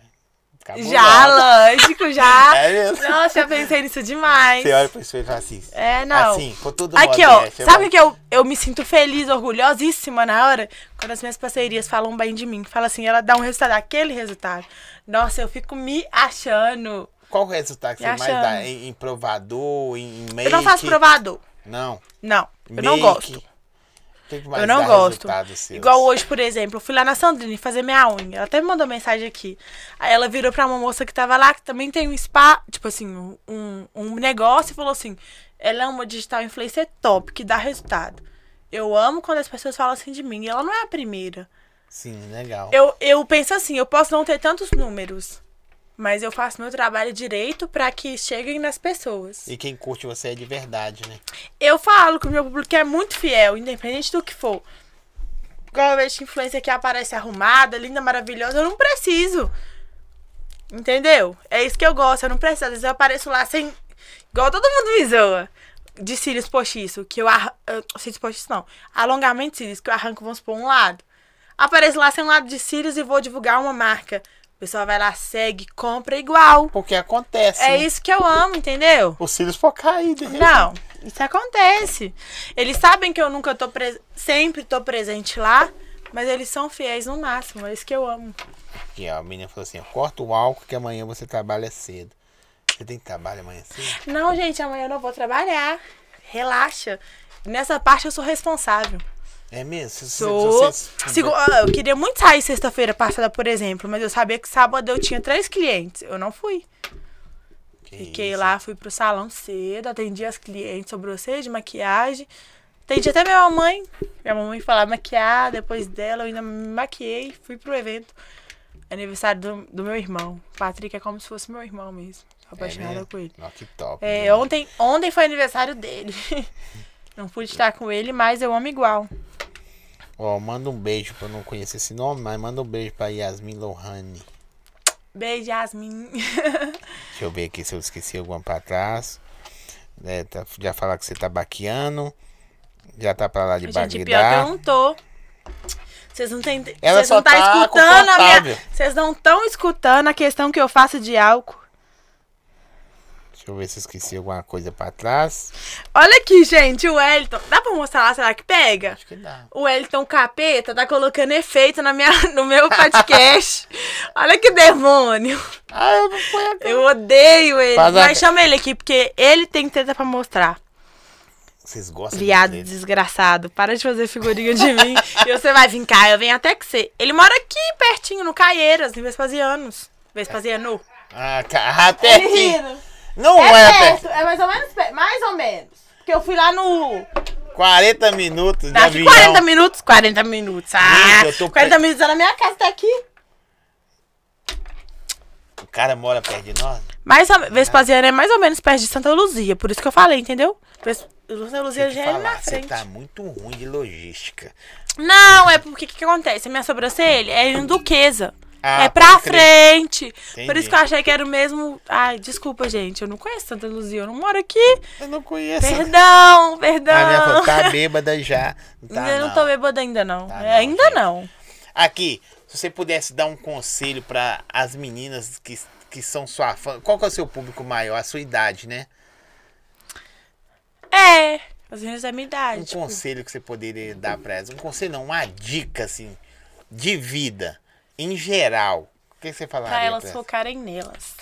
Cabulosa. Já, lógico, já. É mesmo? Nossa, eu pensei nisso demais. Você olha pro espelho e fala assim. É, não. Assim, por tudo Aqui, ó. modéstia, Sabe eu- que eu, eu me sinto feliz, orgulhosíssima na hora? Quando as minhas parcerias falam bem de mim. Fala assim, ela dá um resultado, aquele resultado. Nossa, eu fico me achando. Qual o resultado que você Me mais dá? achando. Em, em provador, em, em make? Eu não faço provador. Não. Não, eu não Make? gosto. O que que mais eu não dá gosto. resultado seus? Igual hoje, por exemplo, eu fui lá na Sandrine fazer minha unha. Ela até me mandou mensagem aqui. Aí ela virou pra uma moça que tava lá, que também tem um spa, tipo assim, um- um, um negócio, e falou assim: ela é uma digital influencer top, que dá resultado. Eu amo quando as pessoas falam assim de mim. E ela não é a primeira. Sim, legal. Eu, eu penso assim: eu posso não ter tantos números, mas eu faço meu trabalho direito pra que cheguem nas pessoas. E quem curte você é de verdade, né? Eu falo que o meu público é muito fiel, independente do que for. Igual eu vejo que influencer que aparece arrumada, linda, maravilhosa, eu não preciso. Entendeu? É isso que eu gosto, eu não preciso. Às vezes eu apareço lá sem. Igual todo mundo me zoa. De cílios postiço, que eu arranco. Cílios postiço não. Alongamento de cílios, que eu arranco, vamos supor, um lado. Apareço lá sem um lado de cílios e vou divulgar uma marca. O pessoal vai lá, segue, compra igual. Porque acontece. É né? isso que eu amo, entendeu? Os cílios por cair, de repente. Não, isso acontece. Eles sabem que eu nunca tô presente, sempre tô presente lá, mas eles são fiéis no máximo, é isso que eu amo. Aqui, ó, a menina falou assim: ó, corta o álcool que amanhã você trabalha cedo. Você tem que trabalhar amanhã cedo? Não, gente, amanhã eu não vou trabalhar. Relaxa. Nessa parte eu sou responsável. É mesmo? Se- se- se Sou. você- Segu- ah, Eu queria muito sair sexta-feira passada, por exemplo, mas eu sabia que sábado eu tinha três clientes. Eu não fui. Que Fiquei isso. lá, fui pro salão cedo, atendi as clientes sobre você de maquiagem. Atendi até minha mamãe. Minha mamãe foi lá maquiar, depois dela eu ainda me maquiei, fui pro evento. Aniversário do, do meu irmão. Patrick é como se fosse meu irmão mesmo. Tô É apaixonada mesmo? por ele. Ó, que top. É, né? ontem, ontem foi aniversário dele. Não pude estar com ele, mas eu amo igual. Ó, manda um beijo pra eu não conhecer esse nome, mas manda um beijo pra Yasmin Lohane. Beijo, Yasmin. Deixa eu ver aqui se eu esqueci alguma pra trás. É, tá- já falar que você tá baquiano. Já tá pra lá de Gente, pior que eu Bagdá. não tô. Vocês não tem, Ela vocês só não tá, tá escutando a minha, confortável. vocês não estão escutando a questão que eu faço de álcool. Deixa eu ver se eu esqueci alguma coisa pra trás. Olha aqui, gente, o Wellington, dá pra mostrar lá, será que pega? Acho que dá. O Wellington Capeta tá colocando efeito na minha, no meu podcast. Olha que demônio. Ah, eu não ponho a cara. Eu odeio ele. Faz a- Mas chama ele aqui, porque ele tem treta pra mostrar. Vocês gostam Viado de treta? desgraçado, para de fazer figurinha de mim. e você vai vir cá, eu venho até que você. Ele mora aqui pertinho, no Caieiras, em Vespasianos. Vespasiano. Ah, ca- Tá ah, pertinho. Não é, perto. é mais ou menos perto, mais ou menos. Porque eu fui lá no. 40 minutos de Daqui avião. 40 minutos? 40 minutos. Ah, Gente, eu tô 40 pre- minutos é na minha casa, tá aqui. O cara mora perto de nós. Mais ou... Vespasiano é mais ou menos perto de Santa Luzia, por isso que eu falei, entendeu? Ves- Santa Tem Luzia que já é falar, na você frente. tá muito ruim de logística. Não, é porque o que, que acontece? A minha sobrancelha é em duquesa. Ah, é pra pode crer. frente. Por Entendi. isso que eu achei que era o mesmo. Ai, desculpa, gente. Eu não conheço Santa Luzia. Eu não moro aqui. Eu não conheço. Perdão, perdão. A minha falou, tá bêbada já. Tá, ainda não. tô bêbada ainda, não. Tá É, não, ainda gente. não. Aqui, se você pudesse dar um conselho pra as meninas que, que são sua fã, qual que é o seu público maior? A sua idade, né? É. Às vezes é minha idade. Um tipo, conselho que você poderia dar pra elas. Um conselho não, uma dica, assim, de vida, em geral. O que você falaria pra elas pra focarem nelas.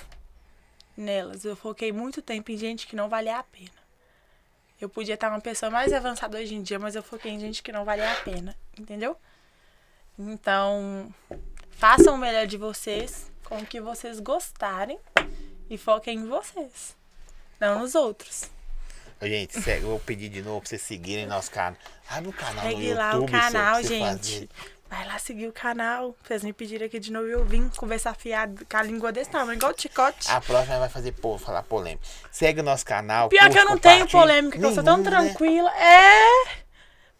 Nelas. Eu foquei muito tempo em gente que não valia a pena. Eu podia estar uma pessoa mais avançada hoje em dia, mas eu foquei em gente que não valia a pena. Entendeu? Então, façam o melhor de vocês com o que vocês gostarem e foquem em vocês. Não nos outros. Gente, sério, eu vou pedir de novo pra vocês seguirem nosso canal. Abre o canal no Segue YouTube. lá o seu, pra canal, você gente. fazer. Vai lá seguir o canal. Vocês me pediram aqui de novo e eu vim conversar fiado com a língua desse tamanho, igual o chicote. A próxima vai fazer povo falar polêmica. Segue o nosso canal. Pior que curte, eu não tenho compartilha. polêmica, que eu sou tão Nenhuma, né? tranquila. É!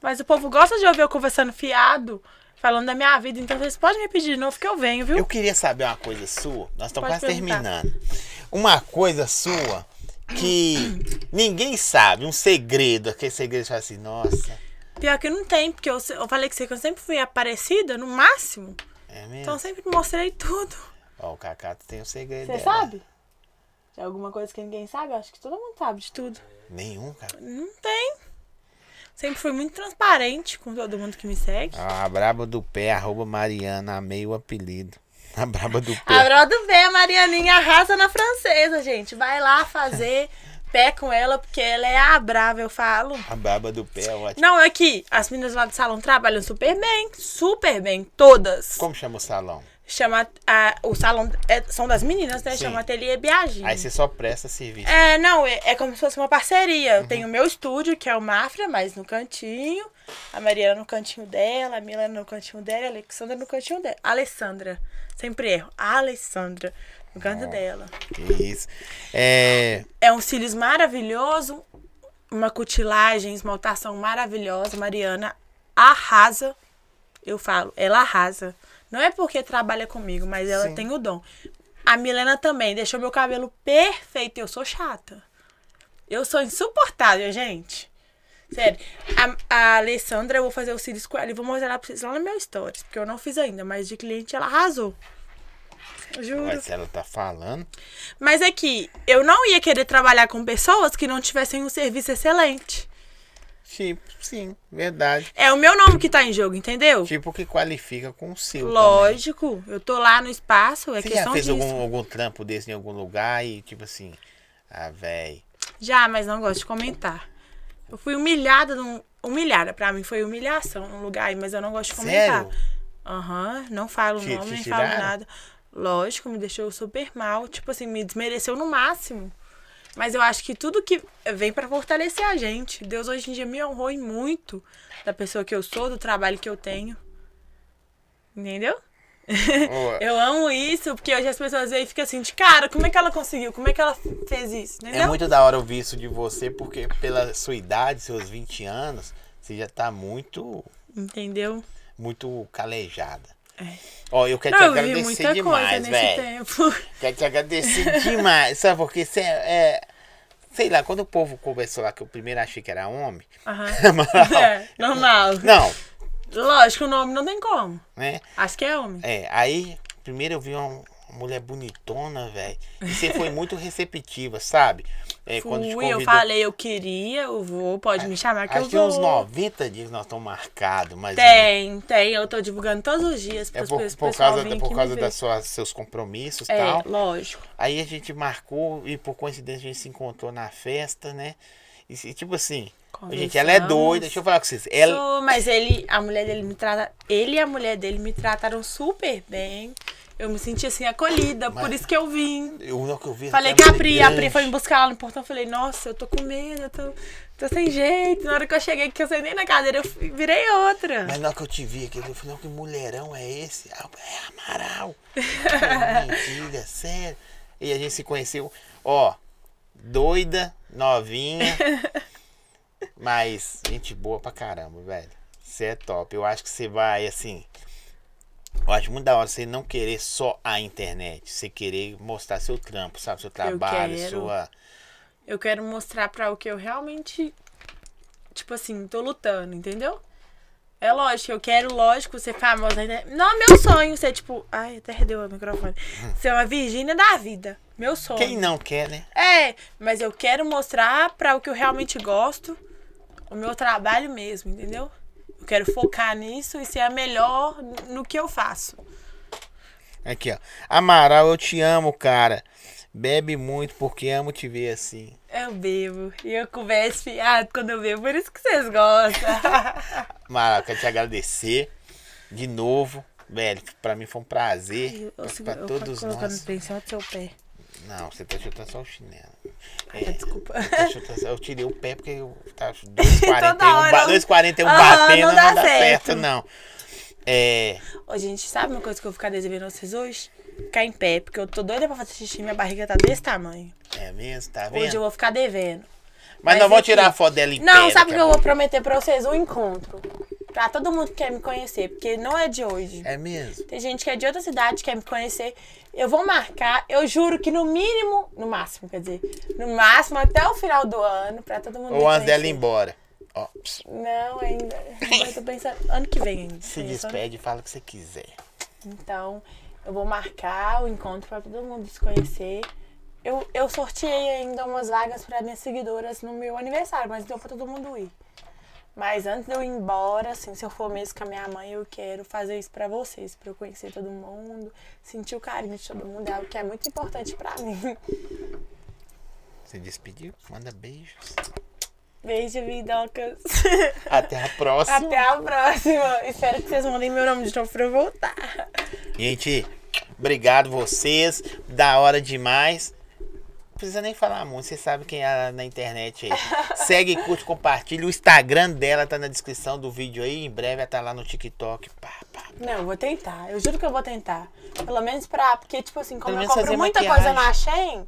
Mas o povo gosta de ouvir eu conversando fiado, falando da minha vida, então vocês podem me pedir de novo que eu venho, viu? Eu queria saber uma coisa sua. Nós estamos Pode quase perguntar. terminando. Uma coisa sua que ninguém sabe, um segredo. Aquele segredo que você fala assim, nossa, Pior que não tem, porque eu, se- eu falei que você que eu sempre fui aparecida, no máximo. é Então mesmo? eu sempre mostrei tudo. Ó, o Cacá tem o segredo Você dela. sabe? De alguma coisa que ninguém sabe? Eu acho que todo mundo sabe de tudo. Nenhum, cara. Não tem. Sempre fui muito transparente com todo mundo que me segue. A braba do pé, arroba Mariana, amei o apelido. A braba do A pé. Bro do pé, a Marianinha arrasa na francesa, gente. Vai lá fazer pé com ela, porque ela é a brava, eu falo. A braba do pé, é ótimo. Não, é que as meninas lá do salão trabalham super bem, super bem, todas. Como chama o salão? Chama, a- o salão é- são das meninas, né? Sim. Chama Ateliê Biagini. Aí você só presta serviço. É, não, é, é como se fosse uma parceria. Eu tenho o meu estúdio, que é o Mafra, mas no cantinho. A Mariana no cantinho dela, a Mila no cantinho dela, a Alexandra no cantinho dela. Alessandra, sempre erro. A Alessandra, no canto dela. Que isso. É, É um cílios maravilhoso, uma cutilagem, esmaltação maravilhosa. Mariana arrasa. Eu falo, ela arrasa. Não é porque trabalha comigo, mas ela Sim. tem o dom. A Milena também deixou meu cabelo perfeito. Eu sou chata. Eu sou insuportável, gente. Sério. A, a Alessandra, eu vou fazer o cílios com ela e vou mostrar ela pra vocês lá no meu stories. Porque eu não fiz ainda, mas de cliente ela arrasou. Juro. mas ela tá falando. Mas é que eu não ia querer trabalhar com pessoas que não tivessem um serviço excelente. Tipo, sim, verdade. É o meu nome que tá em jogo, entendeu? Tipo que qualifica com o seu. também. Lógico, eu tô lá no espaço, é Você já questão fez disso. algum, algum trampo desse em algum lugar e tipo assim, ah, véi. Já, mas não gosto de comentar. Eu fui humilhada num. Humilhada, pra mim foi humilhação num lugar aí, mas eu não gosto de comentar. Sério? Aham, não falo o Te- nome, te nem falo tiraram? nada. Lógico, me deixou super mal. Tipo assim, me desmereceu no máximo. Mas eu acho que tudo que vem pra fortalecer a gente. Deus hoje em dia me honrou e muito da pessoa que eu sou, do trabalho que eu tenho. Entendeu? Ô, Eu amo isso, porque hoje as pessoas veem e ficam assim, de cara, como é que ela conseguiu? Como é que ela fez isso? Entendeu? É muito da hora ouvir isso de você, porque pela sua idade, seus 20 anos, você já tá muito, Entendeu? muito calejada. É. Ó, eu quero Não, te eu vi agradecer muita coisa demais, nesse velho. tempo. Quero te agradecer demais, sabe? Porque você é. Sei lá, quando o povo conversou lá que eu primeiro achei que era homem. Aham. mas- É, normal. Não, Lógico, o nome não tem como. né? Acho que é homem. É, aí primeiro eu vi uma mulher bonitona, velho. E você foi muito receptiva, sabe? É, quando te Fui, eu convidou. É, falei, eu queria, eu vou, pode me chamar que eu É, Acho que vou. tem uns assim. 90 dias que nós estamos marcados, mas. Tem, tem, eu tô divulgando todos os dias É pros por, pros- por pessoal causa, virem por aqui me causa ver. das suas, seus compromissos e É, tal. lógico. Aí a gente marcou e por coincidência a gente se encontrou na festa, né? E se- tipo assim, gente, ela é doida, deixa eu falar com vocês. Ela, Su- Mas ele, a mulher dele me trata, ele e a mulher dele me trataram super bem. Eu me senti assim acolhida, por isso que eu vim. eu, o que eu vi, Falei ela que é a Pri, a Pri grande. foi me buscar lá no portão. Eu Falei, nossa, eu tô com medo, eu tô, tô sem jeito. Na hora que eu cheguei, que eu sentei na cadeira, eu fui- virei outra. Mas na hora que eu te vi aqui, eu falei, não, que mulherão é esse? Ah, É Amaral. Eu, Mentira, é sério. E a gente se conheceu, ó, doida, novinha, mas gente boa pra caramba, velho. Você é top. Eu acho que você vai, assim, eu acho muito da hora você não querer só a internet, você querer mostrar seu trampo, sabe? Seu trabalho, quero. sua... Eu quero mostrar pra o que eu realmente, tipo assim, tô lutando, entendeu? É lógico, eu quero, lógico, ser famosa. Né? Não, meu sonho ser tipo. Ai, até perdeu o microfone. Ser uma Virgínia da vida. Meu sonho. Hum. Quem não quer, né? É, mas eu quero mostrar pra o que eu realmente gosto, o meu trabalho mesmo, entendeu? Eu quero focar nisso e ser a melhor no que eu faço. Aqui, ó. Amaral, eu te amo, cara. Bebe muito porque amo te ver assim. Eu bebo e eu converso fiado quando eu bebo, por isso que vocês gostam. Mara, quero te agradecer de novo, velho. Pra mim foi um prazer. pra- É pra todos colocando nós. pressão do seu pé. Não, você tá chutando só o chinelo. É, desculpa. você tá chutando só- eu tirei o pé porque eu tava 2,41 Toda hora ba- eu- 2,41 Aham, batendo, não não dá dá, certo. certo, não. É. Ô, gente, sabe uma coisa que eu vou ficar devendo a vocês hoje? Ficar em pé, porque eu tô doida pra fazer xixi, minha barriga tá desse tamanho. É mesmo, tá vendo? Hoje eu vou ficar devendo. Mas nós vou vamos tirar a foto dela em Não, sabe pé o daqui que a eu vou é pouco. prometer pra vocês? Um encontro. Pra todo mundo que quer me conhecer, porque não é de hoje. É mesmo? Tem gente que é de outra cidade, quer me conhecer. Eu vou marcar, eu juro que no mínimo, no máximo, quer dizer, no máximo até o final do ano, pra todo mundo. Ou me antes dela ir conhecer. embora. Ó, pss, Não, ainda. Eu tô pensando. Ano que vem ainda. se Isso, ano- despede e fala o que você quiser. Então, Eu vou marcar o encontro pra todo mundo se conhecer. Eu, eu sorteei ainda umas vagas pra minhas seguidoras no meu aniversário, mas deu pra todo mundo ir. Mas antes de eu ir embora, assim, se eu for mesmo com a minha mãe, eu quero fazer isso pra vocês, pra eu conhecer todo mundo, sentir o carinho de todo mundo, é algo que é muito importante pra mim. Se despediu, manda beijos. Beijo, vidocas. Até a próxima. Até a próxima. Espero que vocês mandem meu nome de novo pra eu voltar. Gente, obrigado vocês. Da hora demais. Não precisa nem falar muito, vocês sabem quem é ela na internet aí. Segue, curte, compartilha. O Instagram dela tá na descrição do vídeo aí. Em breve ela tá lá no TikTok. Pá, pá. Não, eu vou tentar. Eu juro que eu vou tentar. Pelo menos pra. Porque, tipo assim, como Pelo eu menos compro fazer muita maquiagem. coisa na Shein,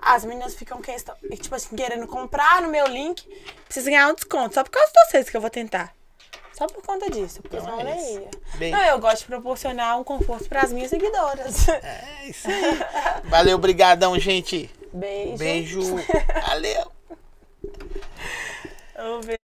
as meninas ficam questão, tipo assim, querendo comprar no meu link. Precisa ganhar um desconto. Só por causa de vocês que eu vou tentar. Só por conta disso, porque Então senão eu é nem isso. ia. Bem- Não, eu gosto de proporcionar um conforto pras minhas seguidoras. É isso aí. Valeu, brigadão, gente. Beijo. Beijo. Valeu. Eu vejo.